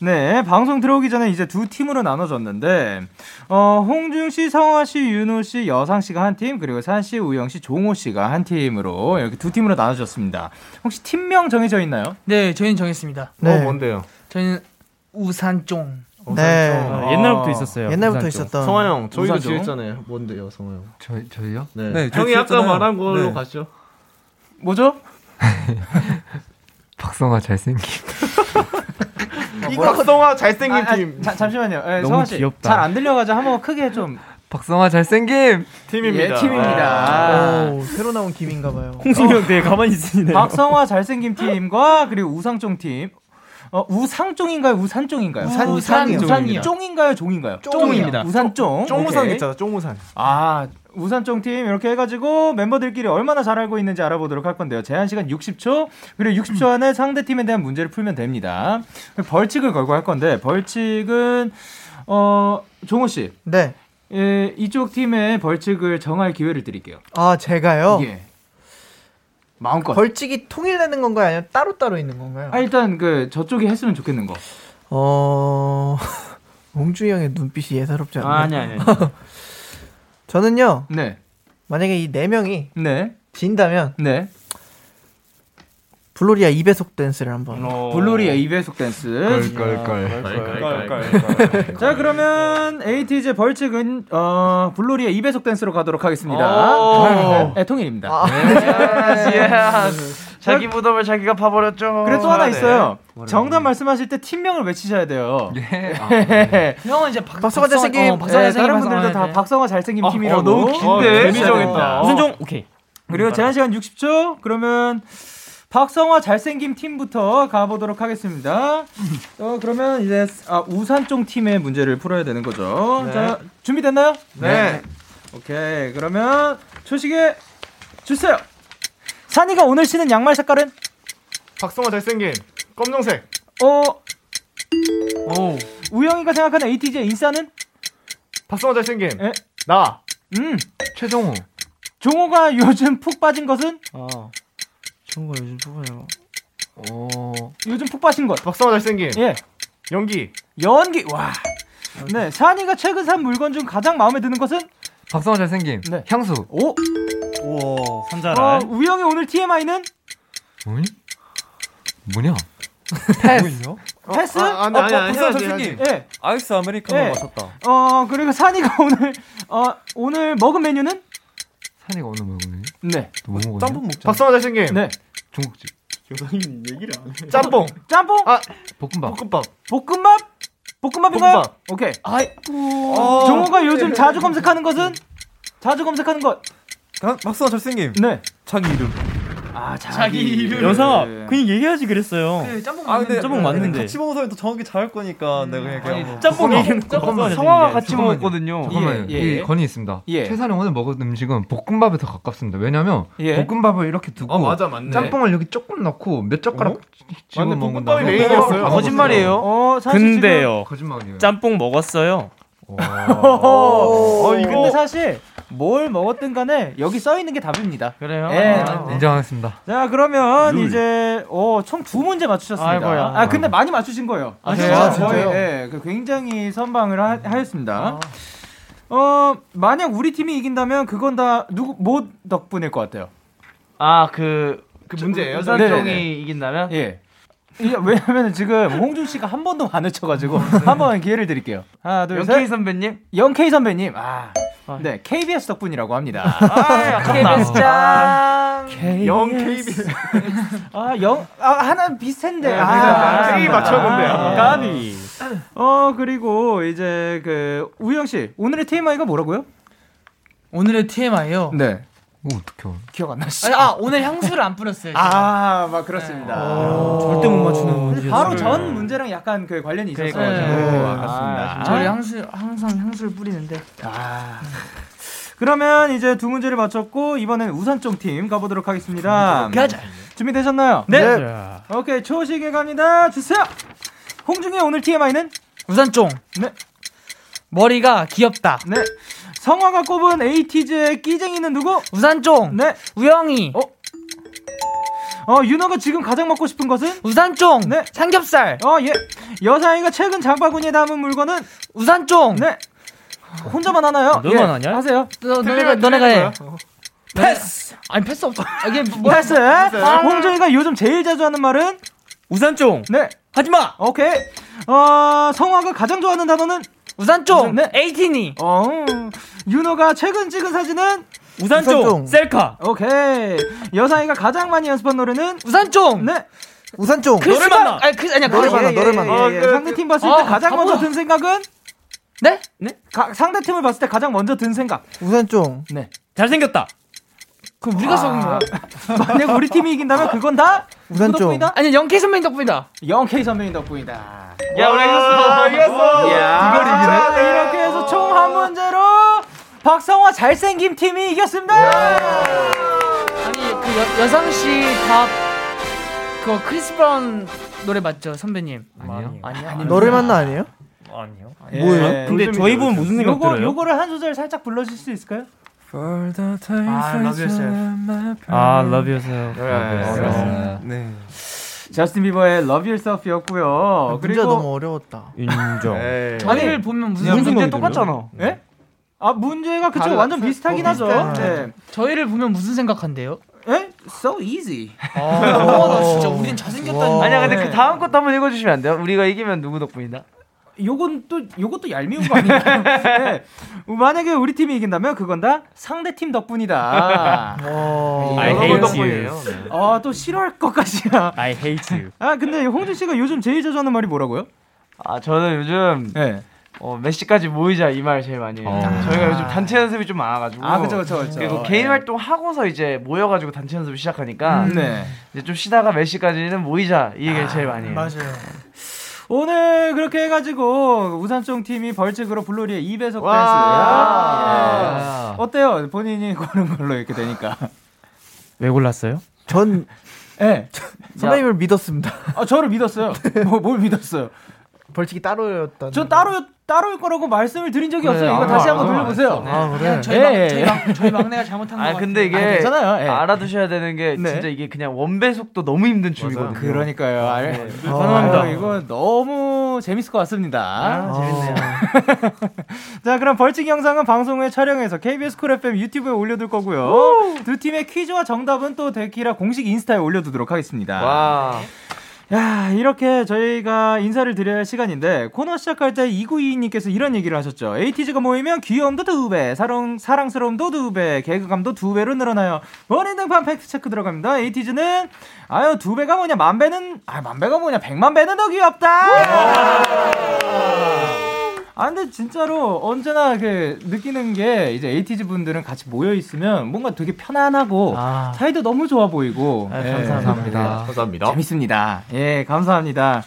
Speaker 2: 네, 방송 들어오기 전에 이제 두 팀으로 나눠졌는데, 어, 홍중 씨, 성화 씨, 윤호 씨, 여상 씨가 한 팀, 그리고 산 씨, 우영 씨, 종호 씨가 한 팀으로 이렇게 두 팀으로 나눠졌습니다. 혹시 팀명 정해져 있나요?
Speaker 14: 네, 저희는 정했습니다.
Speaker 2: 네. 어, 뭔데요?
Speaker 14: 저희는 우산쫑.
Speaker 2: 네. 아, 옛날부터 있었어요.
Speaker 6: 옛날부터 있었던
Speaker 11: 성환 형, 저희도
Speaker 6: 우산종.
Speaker 11: 지었잖아요. 뭔데요, 성환 형?
Speaker 10: 저희 저희요?
Speaker 11: 네.
Speaker 10: 네,
Speaker 11: 형이
Speaker 10: 저희
Speaker 11: 아까
Speaker 10: 지었잖아요.
Speaker 11: 말한 걸로
Speaker 10: 네.
Speaker 11: 가시죠.
Speaker 2: 뭐죠?
Speaker 10: 박성아 잘생김.
Speaker 11: 뭐라고- 박성화 잘생긴
Speaker 2: 팀. 아, 자, 잠시만요. 예,
Speaker 10: 너무
Speaker 2: 성화 씨.
Speaker 10: 귀엽다.
Speaker 2: 잘 안 들려가지고 한번 크게 좀
Speaker 10: 박성아 잘생김 아.
Speaker 2: 예, 팀입니다.
Speaker 6: 오, 새로 나온 김인가 봐요. 어.
Speaker 7: 홍진영 되게 가만히 있으시네요.
Speaker 2: 박성화 잘생김 팀과 그리고 우상종 팀. 어, 우상종인가요? 우산종인가요?
Speaker 6: 우산- 우산이요. 우산이요.
Speaker 2: 종인가요? 종인가요?
Speaker 6: 종이요. 종입니다.
Speaker 2: 우산종.
Speaker 11: 쫑우산
Speaker 2: 오케이.
Speaker 11: 있잖아, 쫑우산.
Speaker 2: 아, 우산종 팀 이렇게 해가지고 멤버들끼리 얼마나 잘 알고 있는지 알아보도록 할 건데요. 제한 시간 60초 그리고 60초 안에 상대 팀에 대한 문제를 풀면 됩니다. 벌칙을 걸고 할 건데 벌칙은 어 종호 씨.
Speaker 6: 네.
Speaker 2: 예, 이쪽 팀의 벌칙을 정할 기회를 드릴게요.
Speaker 6: 아 제가요.
Speaker 2: 예. 마음껏.
Speaker 6: 벌칙이 통일되는 건가요? 아니면 따로 따로 있는 건가요?
Speaker 2: 아, 일단 그 저쪽이 했으면 좋겠는 거.
Speaker 6: 어 몽주이 형의 눈빛이 예사롭지 않네요.
Speaker 2: 아니, 아니, 아니.
Speaker 6: 저는요.
Speaker 2: 네.
Speaker 6: 만약에 이 네 명이
Speaker 2: 네.
Speaker 6: 진다면
Speaker 2: 네.
Speaker 6: 블로리아 2배속 댄스를 한번.
Speaker 7: 어.
Speaker 2: 어. 블루리의 2배속 댄스.
Speaker 6: 걸,
Speaker 2: 걸, 걸. 자, 그러면 에이티즈 벌칙은 어, 블루리의 2배속 댄스로 가도록 하겠습니다.
Speaker 1: 오.
Speaker 2: 네, 통일입니다.
Speaker 1: 아,
Speaker 2: 네.
Speaker 1: 예스. 예. 자기
Speaker 11: 네.
Speaker 1: 무덤을 자기가 파버렸죠.
Speaker 2: 그래 또 하나
Speaker 1: 네.
Speaker 2: 있어요. 정답 말씀하실 때 팀명을 외치셔야 돼요. 예.
Speaker 14: 형은 이제 박,
Speaker 2: 박성화 잘생김.
Speaker 14: 박성화
Speaker 2: 예,
Speaker 14: 잘생김.
Speaker 2: 다른 분들도 다 박성화 잘생김 팀이라고.
Speaker 14: 어, 너무 긴데?
Speaker 2: 재밌어요.
Speaker 7: 정했다. 무슨 종? 오케이.
Speaker 2: 그리고 제한 시간 60초. 그러면 박성화 잘생김 팀부터 가보도록 하겠습니다. 어 그러면 이제 아, 우산종 팀의 문제를 풀어야 되는 거죠.
Speaker 11: 네.
Speaker 2: 자 준비됐나요?
Speaker 11: 네.
Speaker 2: 오케이 그러면 초식에 주세요. 산이가 오늘 신은 양말 색깔은
Speaker 11: 박성아 잘생김. 검정색.
Speaker 2: 어. 오. 우영이가 생각하는 ATG의 인싸는
Speaker 11: 박성아 잘생김.
Speaker 2: 예?
Speaker 11: 나.
Speaker 2: 음.
Speaker 11: 최종호.
Speaker 2: 종호가 요즘 푹 빠진 것은
Speaker 1: 아, 종호가 요즘 누구예요?
Speaker 11: 어.
Speaker 2: 요즘 푹 빠진 것.
Speaker 11: 박성아 잘생김.
Speaker 2: 예.
Speaker 11: 연기.
Speaker 2: 연기. 와. 네, 산이가 최근 산 물건 중 가장 마음에 드는 것은
Speaker 10: 박성아 잘생김. 향수.
Speaker 2: 오.
Speaker 10: 우와.
Speaker 2: 어,
Speaker 11: 네.
Speaker 2: 우영이 오늘 TMI는
Speaker 10: 뭐니? 뭐냐?
Speaker 2: 패스. 패스?
Speaker 11: 아,
Speaker 8: 어,
Speaker 11: 아니, 아니, 아니, 해야지, 해야지.
Speaker 2: 예.
Speaker 8: 아이스 아메리카노
Speaker 2: 예.
Speaker 8: 마셨다.
Speaker 2: 어, 그리고 산이가 오늘 어, 오늘 먹은 메뉴는
Speaker 10: 산이가 오늘 뭐 먹니?
Speaker 2: 네.
Speaker 10: 또뭐 먹었냐?
Speaker 11: 짬뽕 먹자. 박성아 잘생김.
Speaker 2: 네.
Speaker 10: 중국집.
Speaker 7: 교사님 얘기를 안 해.
Speaker 11: 짬뽕.
Speaker 2: 짬뽕? 아,
Speaker 10: 볶음밥.
Speaker 11: 볶음밥.
Speaker 2: 볶음밥? 볶음밥인가요?
Speaker 11: 볶음밥.
Speaker 2: 오케이.
Speaker 8: 어.
Speaker 2: 종호가 요즘 자주 검색하는 것은 자주 검색하는 것.
Speaker 8: 박성아 잘생김.
Speaker 2: 네.
Speaker 8: 자기 이름.
Speaker 2: 아, 자기,
Speaker 7: 이름. 여사,
Speaker 11: 예, 네.
Speaker 7: 그냥 얘기하지 그랬어요.
Speaker 2: 짬뽕
Speaker 8: 아, 근데
Speaker 7: 네, 짬뽕 맞는데.
Speaker 8: 같이 먹은 사람이 더 정확히 잘할 거니까 내가 그냥 그냥 뭐-
Speaker 7: 짬뽕 얘기는
Speaker 1: 잠깐만, 성화가 같이 먹었거든요.
Speaker 10: 잠깐만요.
Speaker 1: 예, 예.
Speaker 10: 이 건이 있습니다.
Speaker 1: 예.
Speaker 10: 최산이 오늘 먹은 음식은 볶음밥에 더 가깝습니다. 왜냐면
Speaker 1: 예.
Speaker 10: 볶음밥을 이렇게 두고
Speaker 11: 아, 맞아, 맞네.
Speaker 10: 짬뽕을 여기 조금 넣고 몇 젓가락 집어
Speaker 11: 맞네,
Speaker 10: 먹는
Speaker 11: 볶음밥이
Speaker 10: 다음에
Speaker 11: 메인이었어요.
Speaker 10: 볶음밥
Speaker 11: 거짓말이에요.
Speaker 10: 먹었어요.
Speaker 2: 어, 사실
Speaker 7: 근데요.
Speaker 10: 거짓말이에요.
Speaker 7: 짬뽕 먹었어요.
Speaker 2: 어,
Speaker 7: 이거-
Speaker 2: 근데 사실 뭘 먹었든 간에 여기 써 있는 게 답입니다. 그래요? 예.
Speaker 10: 아, 네. 인정하겠습니다.
Speaker 2: 자, 그러면 이제 어, 총 두 문제 맞추셨습니다.
Speaker 1: 아이고야.
Speaker 2: 아, 근데 많이 맞추신 거예요.
Speaker 1: 아, 진짜요?
Speaker 2: 네, 거의,
Speaker 1: 진짜요?
Speaker 2: 예, 그 굉장히 선방을 하, 하였습니다. 어, 만약 우리 팀이 이긴다면 그건 다 누구 뭐 덕분일 것 같아요.
Speaker 1: 아, 그, 그
Speaker 2: 문제예요? 네네네.
Speaker 1: 우산종이 이긴다면?
Speaker 2: 예. 이게 왜냐면 지금 홍준 씨가 한 번도 안 외쳐가지고 한 번 기회를 드릴게요. 하나 둘 셋.
Speaker 1: 영케이 선배님?
Speaker 2: 영케이 선배님. 아, 네 KBS 덕분이라고 합니다.
Speaker 1: KBS 짱.
Speaker 2: KBS.
Speaker 11: 영 KBS.
Speaker 2: 아, 영, 아, 하나 비슷한데.
Speaker 11: 네,
Speaker 2: 아,
Speaker 11: 제가 K
Speaker 2: 아,
Speaker 11: 맞췄는데.
Speaker 2: 아,
Speaker 11: 아.
Speaker 2: 까비. 어, 그리고 이제 그, 우영씨, 오늘의 TMI가 뭐라고요?
Speaker 14: 오늘의 TMI요?
Speaker 2: 네.
Speaker 10: 어떡해.
Speaker 2: 기억 안 나시죠?
Speaker 14: 아니, 네. 아 오늘 향수를 안 뿌렸어요.
Speaker 2: 아, 막 그렇습니다.
Speaker 14: 절대 못 맞추는 문제였어요.
Speaker 2: 바로 전 문제랑 약간 그 관련이 있어서.
Speaker 14: 그러니까요. 네.
Speaker 2: 아,
Speaker 14: 저희 향수 항상 향수를 뿌리는데.
Speaker 2: 아. 그러면 이제 두 문제를 맞췄고 이번엔 우산종 팀 가보도록 하겠습니다.
Speaker 14: 가자.
Speaker 2: 준비되셨나요?
Speaker 14: 네.
Speaker 2: 오케이 초식에 갑니다. 주세요. 홍중의 오늘 TMI는
Speaker 14: 우산종.
Speaker 2: 네.
Speaker 14: 머리가 귀엽다.
Speaker 2: 네. 성화가 꼽은 에이티즈의 끼쟁이는 누구?
Speaker 14: 우산종.
Speaker 2: 네.
Speaker 14: 우영이.
Speaker 2: 어. 어 윤호가 지금 가장 먹고 싶은 것은
Speaker 14: 우산종.
Speaker 2: 네.
Speaker 14: 삼겹살.
Speaker 2: 어 예. 여사이가 최근 장바구니에 담은 물건은
Speaker 14: 우산종.
Speaker 2: 네. 혼자만 하나요?
Speaker 7: 너만
Speaker 2: 예.
Speaker 7: 하냐?
Speaker 2: 하세요.
Speaker 14: 너, 너네가
Speaker 2: 틀리면
Speaker 14: 너네가 해.
Speaker 2: 틀리는
Speaker 14: 패스. 아니 패스 없어. 아, 이게 뭐
Speaker 2: 패스. 홍정이가 요즘 제일 자주 하는 말은
Speaker 7: 우산종.
Speaker 2: 네.
Speaker 14: 하지마.
Speaker 2: 오케이. 어, 성화가 가장 좋아하는 단어는
Speaker 14: 우산종.
Speaker 2: 네.
Speaker 14: 에이틴이.
Speaker 2: 어. 윤호가 최근 찍은 사진은
Speaker 7: 우산종.
Speaker 2: 우산종.
Speaker 7: 셀카.
Speaker 2: 오케이. 여상이가 가장 많이 연습한 노래는
Speaker 14: 우산종.
Speaker 2: 네.
Speaker 14: 우산종.
Speaker 2: 너를 만나.
Speaker 14: 아니 그 아니야.
Speaker 2: 너를
Speaker 14: 그-
Speaker 2: 만나,
Speaker 14: 예,
Speaker 2: 너를
Speaker 14: 예,
Speaker 2: 만나.
Speaker 14: 예, 예.
Speaker 2: 예, 상대 팀 봤을
Speaker 14: 아,
Speaker 2: 때 가장
Speaker 14: 바보야.
Speaker 2: 먼저 든 생각은
Speaker 14: 네?
Speaker 2: 네? 가, 상대 팀을 봤을 때 가장 먼저 든 생각.
Speaker 6: 우산종.
Speaker 2: 네.
Speaker 7: 잘생겼다.
Speaker 14: 그럼 우리가 속은 거야.
Speaker 2: 만약 우리 팀이 이긴다면 그건 다
Speaker 6: 우산종.
Speaker 2: 누구 덕분이다?
Speaker 14: 아니 영케 선배님 덕분이다.
Speaker 2: 영 K 선배님 덕분이다.
Speaker 14: 야, 우리 이겼어. 이겼어.
Speaker 2: 야,
Speaker 14: 이걸 이기네.
Speaker 2: 자, 이렇게 해서 총 한 문제로 박성화 잘생김 팀이 이겼습니다.
Speaker 14: 아니 그 여, 여상 씨답 그거 크리스 브라운 노래 맞죠 선배님? 아니요. 아니요.
Speaker 6: 너를 만나 아니에요?
Speaker 7: 아니요.
Speaker 6: 뭐예요?
Speaker 7: 근데 저희 부분 무슨 생각
Speaker 2: 요거,
Speaker 7: 들어요?
Speaker 2: 요거를 한 소절 살짝 불러주실 수 있을까요?
Speaker 8: 아, love
Speaker 2: yourself.
Speaker 7: 아, love yourself.
Speaker 2: 네,
Speaker 7: 아,
Speaker 2: Love yourself.
Speaker 8: 네.
Speaker 2: 저스틴 비버의 Love Yourself였고요.
Speaker 6: 아, 문제가
Speaker 2: 어, 그리고 네.
Speaker 6: 너무 어려웠다.
Speaker 7: 인정.
Speaker 14: 저희를 보면 무슨 네.
Speaker 2: 문제
Speaker 14: 생각이
Speaker 2: 똑같잖아.
Speaker 14: 들어요?
Speaker 2: 예? 아 문제가 그쵸
Speaker 14: 다르다.
Speaker 2: 완전 비슷하긴
Speaker 14: 어,
Speaker 2: 하죠.
Speaker 14: 비슷해.
Speaker 2: 네.
Speaker 14: 저희를 보면 무슨 생각한대요?
Speaker 2: 예? So easy.
Speaker 14: 아, 나 진짜 우린 잘생겼다니.
Speaker 1: 어. 아니야 근데 그 다음 것도 한번 읽어주시면 안 돼요? 우리가 이기면 누구 덕분이다?
Speaker 2: 요건 또 요것도 얄미운 거 아니에요? 네. 만약에 우리 팀이 이긴다면 그건 다 상대 팀 덕분이다.
Speaker 7: 아,
Speaker 2: 아,
Speaker 7: I
Speaker 2: 여러분
Speaker 7: hate
Speaker 2: 덕분이에요.
Speaker 7: you.
Speaker 2: 아또 싫어할 것까지야.
Speaker 7: I hate you.
Speaker 2: 아 근데 홍준 씨가 요즘 제일 자주 하는 말이 뭐라고요?
Speaker 1: 네.
Speaker 2: 네.
Speaker 1: 아 저는 요즘 어, 몇 시까지 모이자 이 말 제일 많이 해요.
Speaker 2: 어.
Speaker 1: 저희가 요즘 단체 연습이 좀 많아가지고
Speaker 2: 아, 그쵸, 그쵸, 그쵸.
Speaker 1: 그리고 개인
Speaker 2: 예.
Speaker 1: 활동 하고서 이제 모여가지고 단체 연습 을 시작하니까
Speaker 2: 음, 네. 아,
Speaker 1: 이제 좀 쉬다가 몇 시까지는 뭐 모이자 이 얘기를 제일 많이 해요.
Speaker 2: 오늘 그렇게 해가지고 우산종 팀이 벌칙으로 블로리의 2배속
Speaker 1: 와.
Speaker 2: 댄스. 예. 어때요? 본인이 고른 걸로 이렇게 되니까.
Speaker 7: 왜 골랐어요?
Speaker 6: 전
Speaker 2: 예.
Speaker 6: 선배님을 믿었습니다. 네.
Speaker 2: 아, 저를 믿었어요. 뭐, 뭘 믿었어요?
Speaker 6: 벌칙이 따로였다.
Speaker 2: 저 따로 따로일 거라고 말씀을 드린 적이 없어요. 이거
Speaker 6: 아,
Speaker 2: 다시 한번
Speaker 6: 아,
Speaker 2: 돌려보세요.
Speaker 6: 아, 그래.
Speaker 14: 그냥 저희,
Speaker 2: 예,
Speaker 14: 막,
Speaker 2: 예.
Speaker 14: 저희, 막, 저희 막내가 잘못한 거
Speaker 1: 아
Speaker 14: 같아요.
Speaker 1: 근데 이게
Speaker 2: 아, 괜찮아요. 예.
Speaker 1: 알아두셔야 되는 게
Speaker 2: 네.
Speaker 1: 진짜 이게 그냥 원배 속도 너무 힘든 춤이거든요. 네.
Speaker 2: 그러니까요. 아,
Speaker 1: 가능합니다. 아,
Speaker 2: 아유, 이거 너무 재밌을 것 같습니다.
Speaker 1: 재밌네요.
Speaker 2: 자, 그럼 벌칙 영상은 방송 후에 촬영해서 KBS 쿨 FM 유튜브에 올려둘 거고요. 두 팀의 퀴즈와 정답은 또 데키라 공식 인스타에 올려두도록 하겠습니다.
Speaker 1: 와.
Speaker 2: 야, 이렇게 저희가 인사를 드려야 할 시간인데, 코너 시작할 때 2922님께서 이런 얘기를 하셨죠. 에이티즈가 모이면 귀여움도 두 배, 사랑, 사랑스러움도 두 배, 개그감도 두 배로 늘어나요. 원인 등판 팩트 체크 들어갑니다. 에이티즈는, 아유, 두 배가 뭐냐, 만 배는, 아, 만 배가 뭐냐, 백만 배는 더 귀엽다! 아, 근데 진짜로 언제나 그 느끼는 게 이제 에이티즈 분들은 같이 모여 있으면 뭔가 되게 편안하고 사이도 너무 좋아 보이고. 예,
Speaker 11: 감사합니다. 감사합니다.
Speaker 2: 재밌습니다. 예, 감사합니다.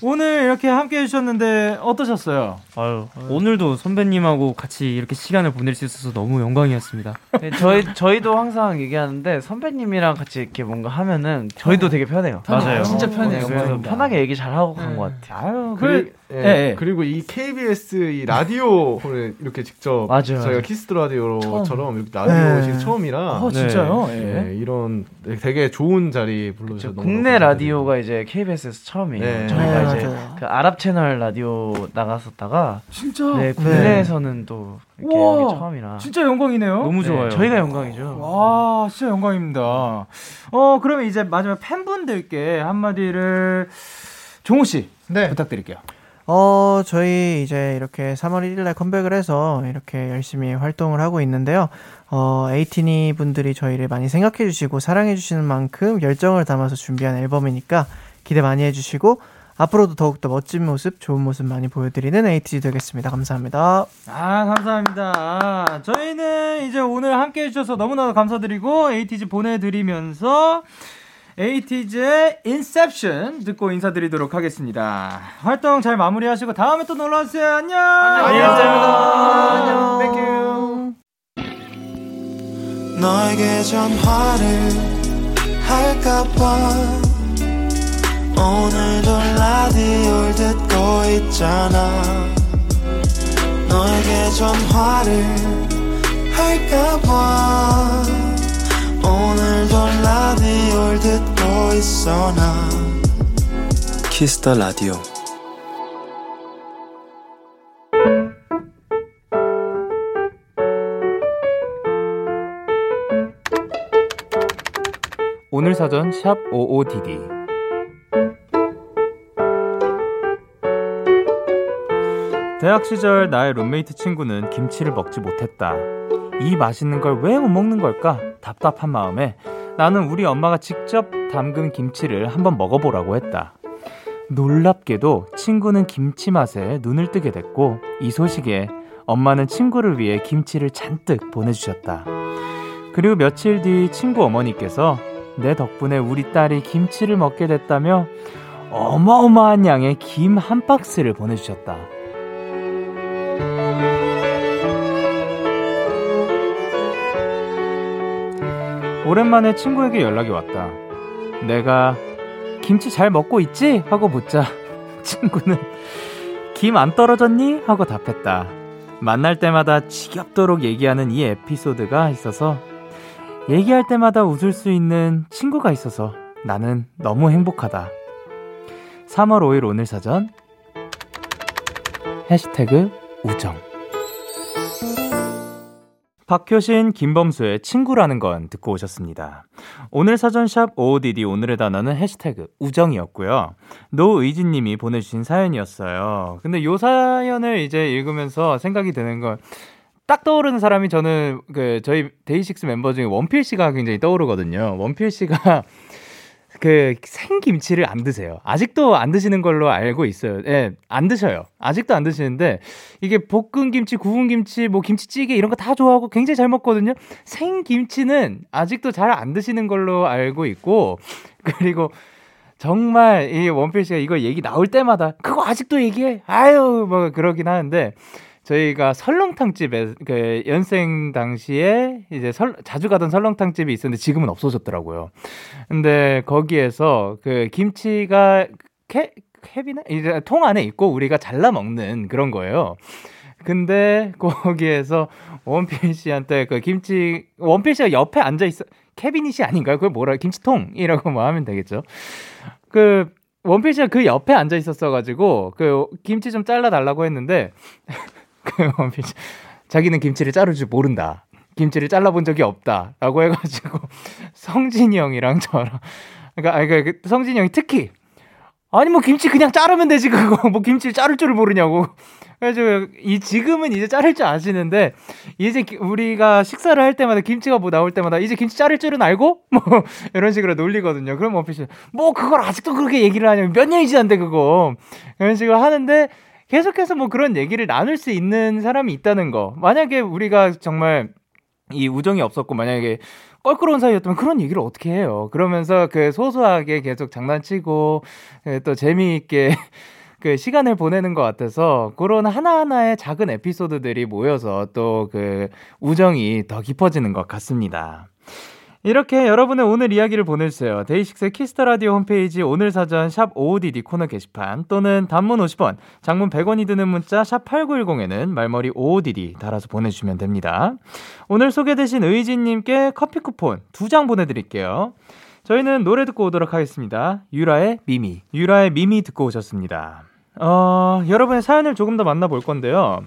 Speaker 2: 오늘 이렇게 함께 해주셨는데 어떠셨어요?
Speaker 7: 아유, 오늘도 선배님하고 같이 이렇게 시간을 보낼 수 있어서 너무 영광이었습니다.
Speaker 1: 네, 저희 저희도 항상 얘기하는데 선배님이랑 같이 이렇게 뭔가 하면은 저희도 되게 편해요. 어,
Speaker 7: 맞아요.
Speaker 14: 진짜 편해요.
Speaker 1: 그래서 편하게 얘기 잘 하고 간 것 같아요. 네.
Speaker 2: 아유,
Speaker 11: 그리,
Speaker 2: 그-
Speaker 11: 예,
Speaker 2: 예, 예.
Speaker 11: 그리고 이 KBS 이 라디오를 이렇게 직접
Speaker 1: 맞아요.
Speaker 11: 저희가 키스드 라디오처럼 이렇게 라디오
Speaker 1: 네.
Speaker 11: 지금 처음이라
Speaker 2: 어, 진짜요?
Speaker 11: 예, 이런 되게 좋은 자리 불러주셔서 너무
Speaker 1: 국내 라디오가 이제 KBS에서 처음이에요.
Speaker 11: 네.
Speaker 1: 저희가
Speaker 11: 네,
Speaker 1: 이제
Speaker 11: 맞아요.
Speaker 1: 그 아랍 채널 라디오 나갔었다가
Speaker 2: 진짜?
Speaker 1: 네, 국내에서는 또 이렇게
Speaker 2: 우와.
Speaker 1: 이게 처음이라
Speaker 2: 진짜 영광이네요.
Speaker 1: 네, 저희가 영광이죠.
Speaker 2: 와, 진짜 영광입니다. 어, 그러면 이제 마지막 팬분들께 한마디를 종우 씨 부탁드릴게요.
Speaker 6: 어, 저희 이제 이렇게 3월 1일 날 컴백을 해서 이렇게 열심히 활동을 하고 있는데요. 어, 에이티니 분들이 저희를 많이 생각해 주시고 사랑해 주시는 만큼 열정을 담아서 준비한 앨범이니까 기대 많이 해 주시고 앞으로도 더욱더 멋진 모습, 좋은 모습 많이 보여드리는 에이티지 되겠습니다. 감사합니다.
Speaker 20: 아, 감사합니다. 아, 저희는 이제 오늘 함께 해주셔서 너무나도 감사드리고, 에이티즈 보내드리면서, 에이티즈의 인셉션 듣고 인사드리도록 하겠습니다. 활동 잘 마무리하시고, 다음에 또 놀러와주세요. 안녕! 안녕!
Speaker 12: 감사합니다.
Speaker 20: 안녕!
Speaker 12: 너에게 전화를 할까봐 오늘도 라디오를 듣고 있잖아 너에게 전화를 할까봐 오늘도 라디오를 듣고 있어 나
Speaker 21: 키스터 라디오
Speaker 2: 오늘 사전 샵 55DD 대학 시절 나의 룸메이트 친구는 김치를 먹지 못했다. 이 맛있는 걸 왜 못 먹는 걸까? 답답한 마음에 나는 우리 엄마가 직접 담근 김치를 한번 먹어보라고 했다. 놀랍게도 친구는 김치 맛에 눈을 뜨게 됐고 이 소식에 엄마는 친구를 위해 김치를 잔뜩 보내주셨다. 그리고 며칠 뒤 친구 어머니께서 내 덕분에 우리 딸이 김치를 먹게 됐다며 어마어마한 양의 김 한 박스를 보내주셨다. 오랜만에 친구에게 연락이 왔다. 내가 김치 잘 먹고 있지? 하고 묻자 친구는 김 안 떨어졌니? 하고 답했다. 만날 때마다 지겹도록 얘기하는 이 에피소드가 있어서 얘기할 때마다 웃을 수 있는 친구가 있어서 나는 너무 행복하다. 3월 5일 오늘 사전 해시태그 우정 박효신, 김범수의 친구라는 건 듣고 오셨습니다. 오늘 사전샵 OODD 오늘의 단어는 해시태그 우정이었고요. 노의진님이 보내주신 사연이었어요. 근데 요 사연을 이제 읽으면서 생각이 드는 건 딱 떠오르는 사람이 저는 그 저희 데이식스 멤버 중에 원필 씨가 굉장히 떠오르거든요. 원필 씨가 그 생김치를 안 드세요. 아직도 안 드시는 걸로 알고 있어요. 예, 안 드셔요. 아직도 안 드시는데 이게 볶은 김치, 구운 김치, 뭐 김치찌개 이런 거 다 좋아하고 굉장히 잘 먹거든요. 생김치는 아직도 잘 안 드시는 걸로 알고 있고 그리고 정말 이 원필 씨가 이거 얘기 나올 때마다 그거 아직도 얘기해. 아유 뭐 그러긴 하는데 저희가 설렁탕 집에 그 연생 당시에 이제 설, 자주 가던 설렁탕 집이 있었는데 지금은 없어졌더라고요. 근데 거기에서 그 김치가 캐 캐비나 이제 통 안에 있고 우리가 잘라 먹는 그런 거예요. 근데 거기에서 원필 씨한테 그 김치 원필 씨가 옆에 앉아 있어 캐비닛이 아닌가요? 그걸 뭐라 김치통이라고 뭐 하면 되겠죠. 그 원필 씨가 그 옆에 앉아 있었어가지고 그 김치 좀 잘라 달라고 했는데 그 원필 씨 자기는 김치를 자를 줄 모른다. 김치를 잘라본 적이 없다라고 해가지고 성진이 형이랑 저랑 그러니까, 아니, 그러니까 그 성진이 형이 특히 아니 뭐 김치 그냥 자르면 되지 그거 뭐 김치 자를 줄을 모르냐고 그래서 예, 이 지금은 이제 자를 줄 아시는데 이제 기- 우리가 식사를 할 때마다 김치가 뭐 나올 때마다 이제 김치 자를 줄은 알고 뭐 이런 식으로 놀리거든요. 그럼 원필씨 뭐 그걸 아직도 그렇게 얘기를 하냐 몇 년이 지났는데 그거 이런 식으로 하는데 계속해서 뭐 그런 얘기를 나눌 수 있는 사람이 있다는 거 만약에 우리가 정말 이 우정이 없었고 만약에 껄끄러운 사이였다면 그런 얘기를 어떻게 해요? 그러면서 그 소소하게 계속 장난치고 예, 또 재미있게 그 시간을 보내는 것 같아서 그런 하나하나의 작은 에피소드들이 모여서 또 그 우정이 더 깊어지는 것 같습니다. 이렇게 여러분의 오늘 이야기를 보내주세요. 데이식스의 키스터라디오 홈페이지 오늘 사전 샵 55DD 코너 게시판 또는 단문 50원, 장문 100원이 드는 문자 샵 8910에는 말머리 55DD 달아서 보내주시면 됩니다. 오늘 소개되신 의진님께 커피 쿠폰 2장 보내드릴게요. 저희는 노래 듣고 오도록 하겠습니다. 유라의 미미. 유라의 미미 듣고 오셨습니다. 어, 여러분의 사연을 조금 더 만나볼 건데요.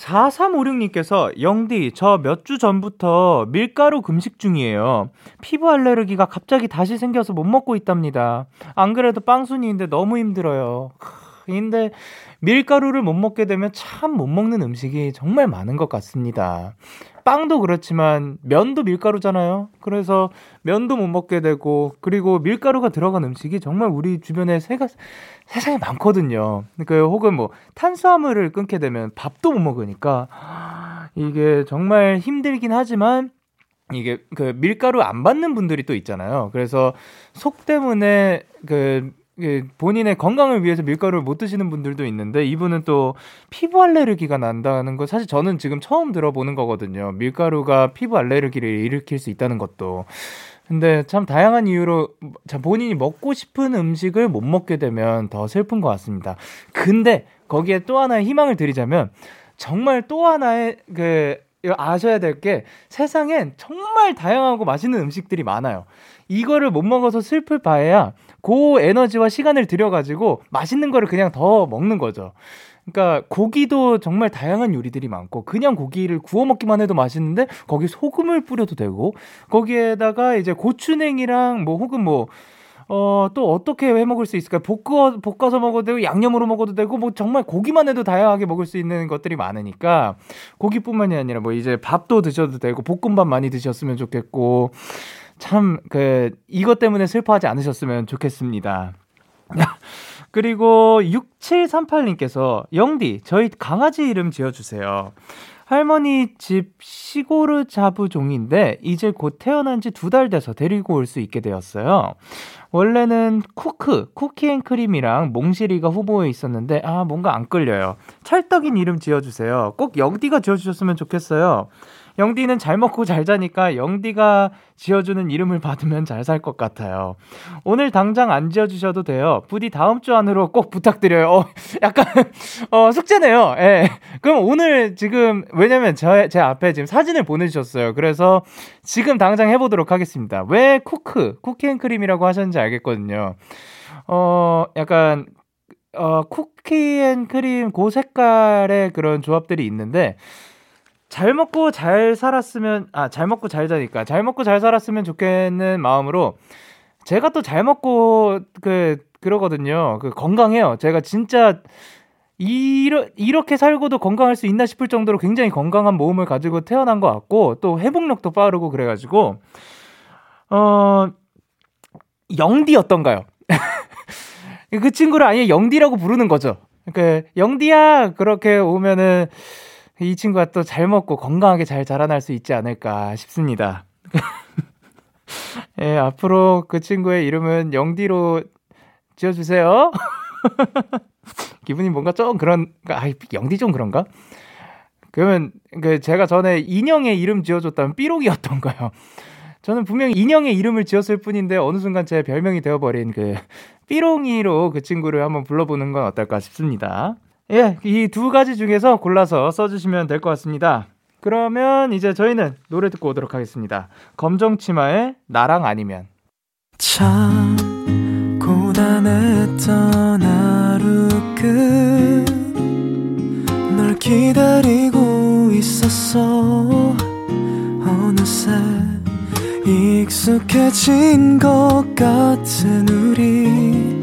Speaker 2: 4356님께서 영디 저 몇 주 전부터 밀가루 금식 중이에요. 피부 알레르기가 갑자기 다시 생겨서 못 먹고 있답니다. 안 그래도 빵순이인데 너무 힘들어요. 크, 근데 밀가루를 못 먹게 되면 참 못 먹는 음식이 정말 많은 것 같습니다. 빵도 그렇지만 면도 밀가루잖아요. 그래서 면도 못 먹게 되고 그리고 밀가루가 들어간 음식이 정말 우리 주변에 세가, 세상에 많거든요. 그러니까 혹은 뭐 탄수화물을 끊게 되면 밥도 못 먹으니까 이게 정말 힘들긴 하지만 이게 그 밀가루 안 받는 분들이 또 있잖아요. 그래서 속 때문에 그 이게 본인의 건강을 위해서 밀가루를 못 드시는 분들도 있는데 이분은 또 피부 알레르기가 난다는 거 사실 저는 지금 처음 들어보는 거거든요. 밀가루가 피부 알레르기를 일으킬 수 있다는 것도. 근데 참 다양한 이유로 자 본인이 먹고 싶은 음식을 못 먹게 되면 더 슬픈 것 같습니다. 근데 거기에 또 하나의 희망을 드리자면 정말 또 하나의 그 이거 아셔야 될 게 세상엔 정말 다양하고 맛있는 음식들이 많아요. 이거를 못 먹어서 슬플 바에야 그 에너지와 시간을 들여가지고 맛있는 거를 그냥 더 먹는 거죠. 그러니까 고기도 정말 다양한 요리들이 많고 그냥 고기를 구워 먹기만 해도 맛있는데 거기 소금을 뿌려도 되고 거기에다가 이제 고추냉이랑 뭐 혹은 뭐 어, 또 어떻게 해 먹을 수 있을까요? 볶아, 볶아서 먹어도 되고, 양념으로 먹어도 되고, 뭐 정말 고기만 해도 다양하게 먹을 수 있는 것들이 많으니까, 고기뿐만이 아니라 뭐 이제 밥도 드셔도 되고, 볶음밥 많이 드셨으면 좋겠고, 참, 그, 이것 때문에 슬퍼하지 않으셨으면 좋겠습니다. 그리고 6738님께서, 영디, 저희 강아지 이름 지어주세요. 할머니 집 시골의 자부종인데 이제 곧 태어난 지 두 달 돼서 데리고 올 수 있게 되었어요. 원래는 쿠크, 쿠키앤크림이랑 몽실이가 후보에 있었는데 아 뭔가 안 끌려요. 찰떡인 이름 지어주세요. 꼭 영디가 지어주셨으면 좋겠어요. 영디는 잘 먹고 잘 자니까 영디가 지어주는 이름을 받으면 잘 살 것 같아요. 오늘 당장 안 지어주셔도 돼요. 부디 다음 주 안으로 꼭 부탁드려요. 어, 약간 어, 숙제네요. 예. 그럼 오늘 지금 왜냐면 저, 제 앞에 지금 사진을 보내주셨어요. 그래서 지금 당장 해보도록 하겠습니다. 왜 쿠크, 쿠키앤크림이라고 하셨는지 알겠거든요. 어, 약간 어, 쿠키앤크림 그 색깔의 그런 조합들이 있는데 잘 먹고 잘 살았으면 아 잘 먹고 잘 자니까 잘 먹고 잘 살았으면 좋겠는 마음으로 제가 또 잘 먹고 그 그러거든요. 그 건강해요. 제가 진짜 이러, 이렇게 살고도 건강할 수 있나 싶을 정도로 굉장히 건강한 몸을 가지고 태어난 것 같고 또 회복력도 빠르고 그래가지고 어 영디 어떤가요? 그 친구를 아예 영디라고 부르는 거죠. 그 영디야 그렇게 오면은 이 친구가 또 잘 먹고 건강하게 잘 자라날 수 있지 않을까 싶습니다. 예, 앞으로 그 친구의 이름은 영디로 지어주세요. 기분이 뭔가 좀 그런, 아, 영디 좀 그런가? 그러면 그 제가 전에 인형의 이름 지어줬다면 삐록이었던가요? 저는 분명 인형의 이름을 지었을 뿐인데 어느 순간 제 별명이 되어버린 그 삐롱이로 그 친구를 한번 불러보는 건 어떨까 싶습니다. 예, 이 두 가지 중에서 골라서 써주시면 될 것 같습니다. 그러면 이제 저희는 노래 듣고 오도록 하겠습니다. 검정치마의 나랑 아니면.
Speaker 22: 참 고단했던 하루 끝널 기다리고 있었어 어느새 익숙해진 것 같은 우리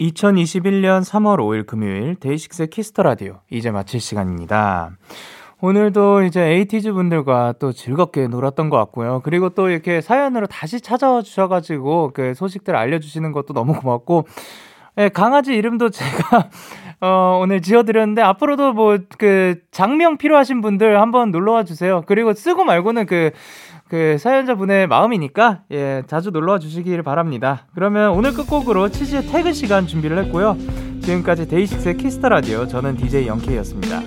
Speaker 2: 2021년 3월 5일 금요일 데이식스의 키스터 라디오 이제 마칠 시간입니다. 오늘도 이제 에이티즈 분들과 또 즐겁게 놀았던 것 같고요. 그리고 또 이렇게 사연으로 다시 찾아와 주셔가지고 그 소식들 알려주시는 것도 너무 고맙고 예, 강아지 이름도 제가 어, 오늘 지어드렸는데 앞으로도 뭐 그 장명 필요하신 분들 한번 놀러와 주세요. 그리고 쓰고 말고는 그 그 사연자분의 마음이니까 예 자주 놀러와 주시길 바랍니다. 그러면 오늘 끝곡으로 치즈의 퇴근 시간 준비를 했고요. 지금까지 데이식스의 키스터 라디오 저는 DJ 영케이였습니다.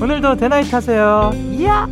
Speaker 2: 오늘도 대나잇 하세요. 이야!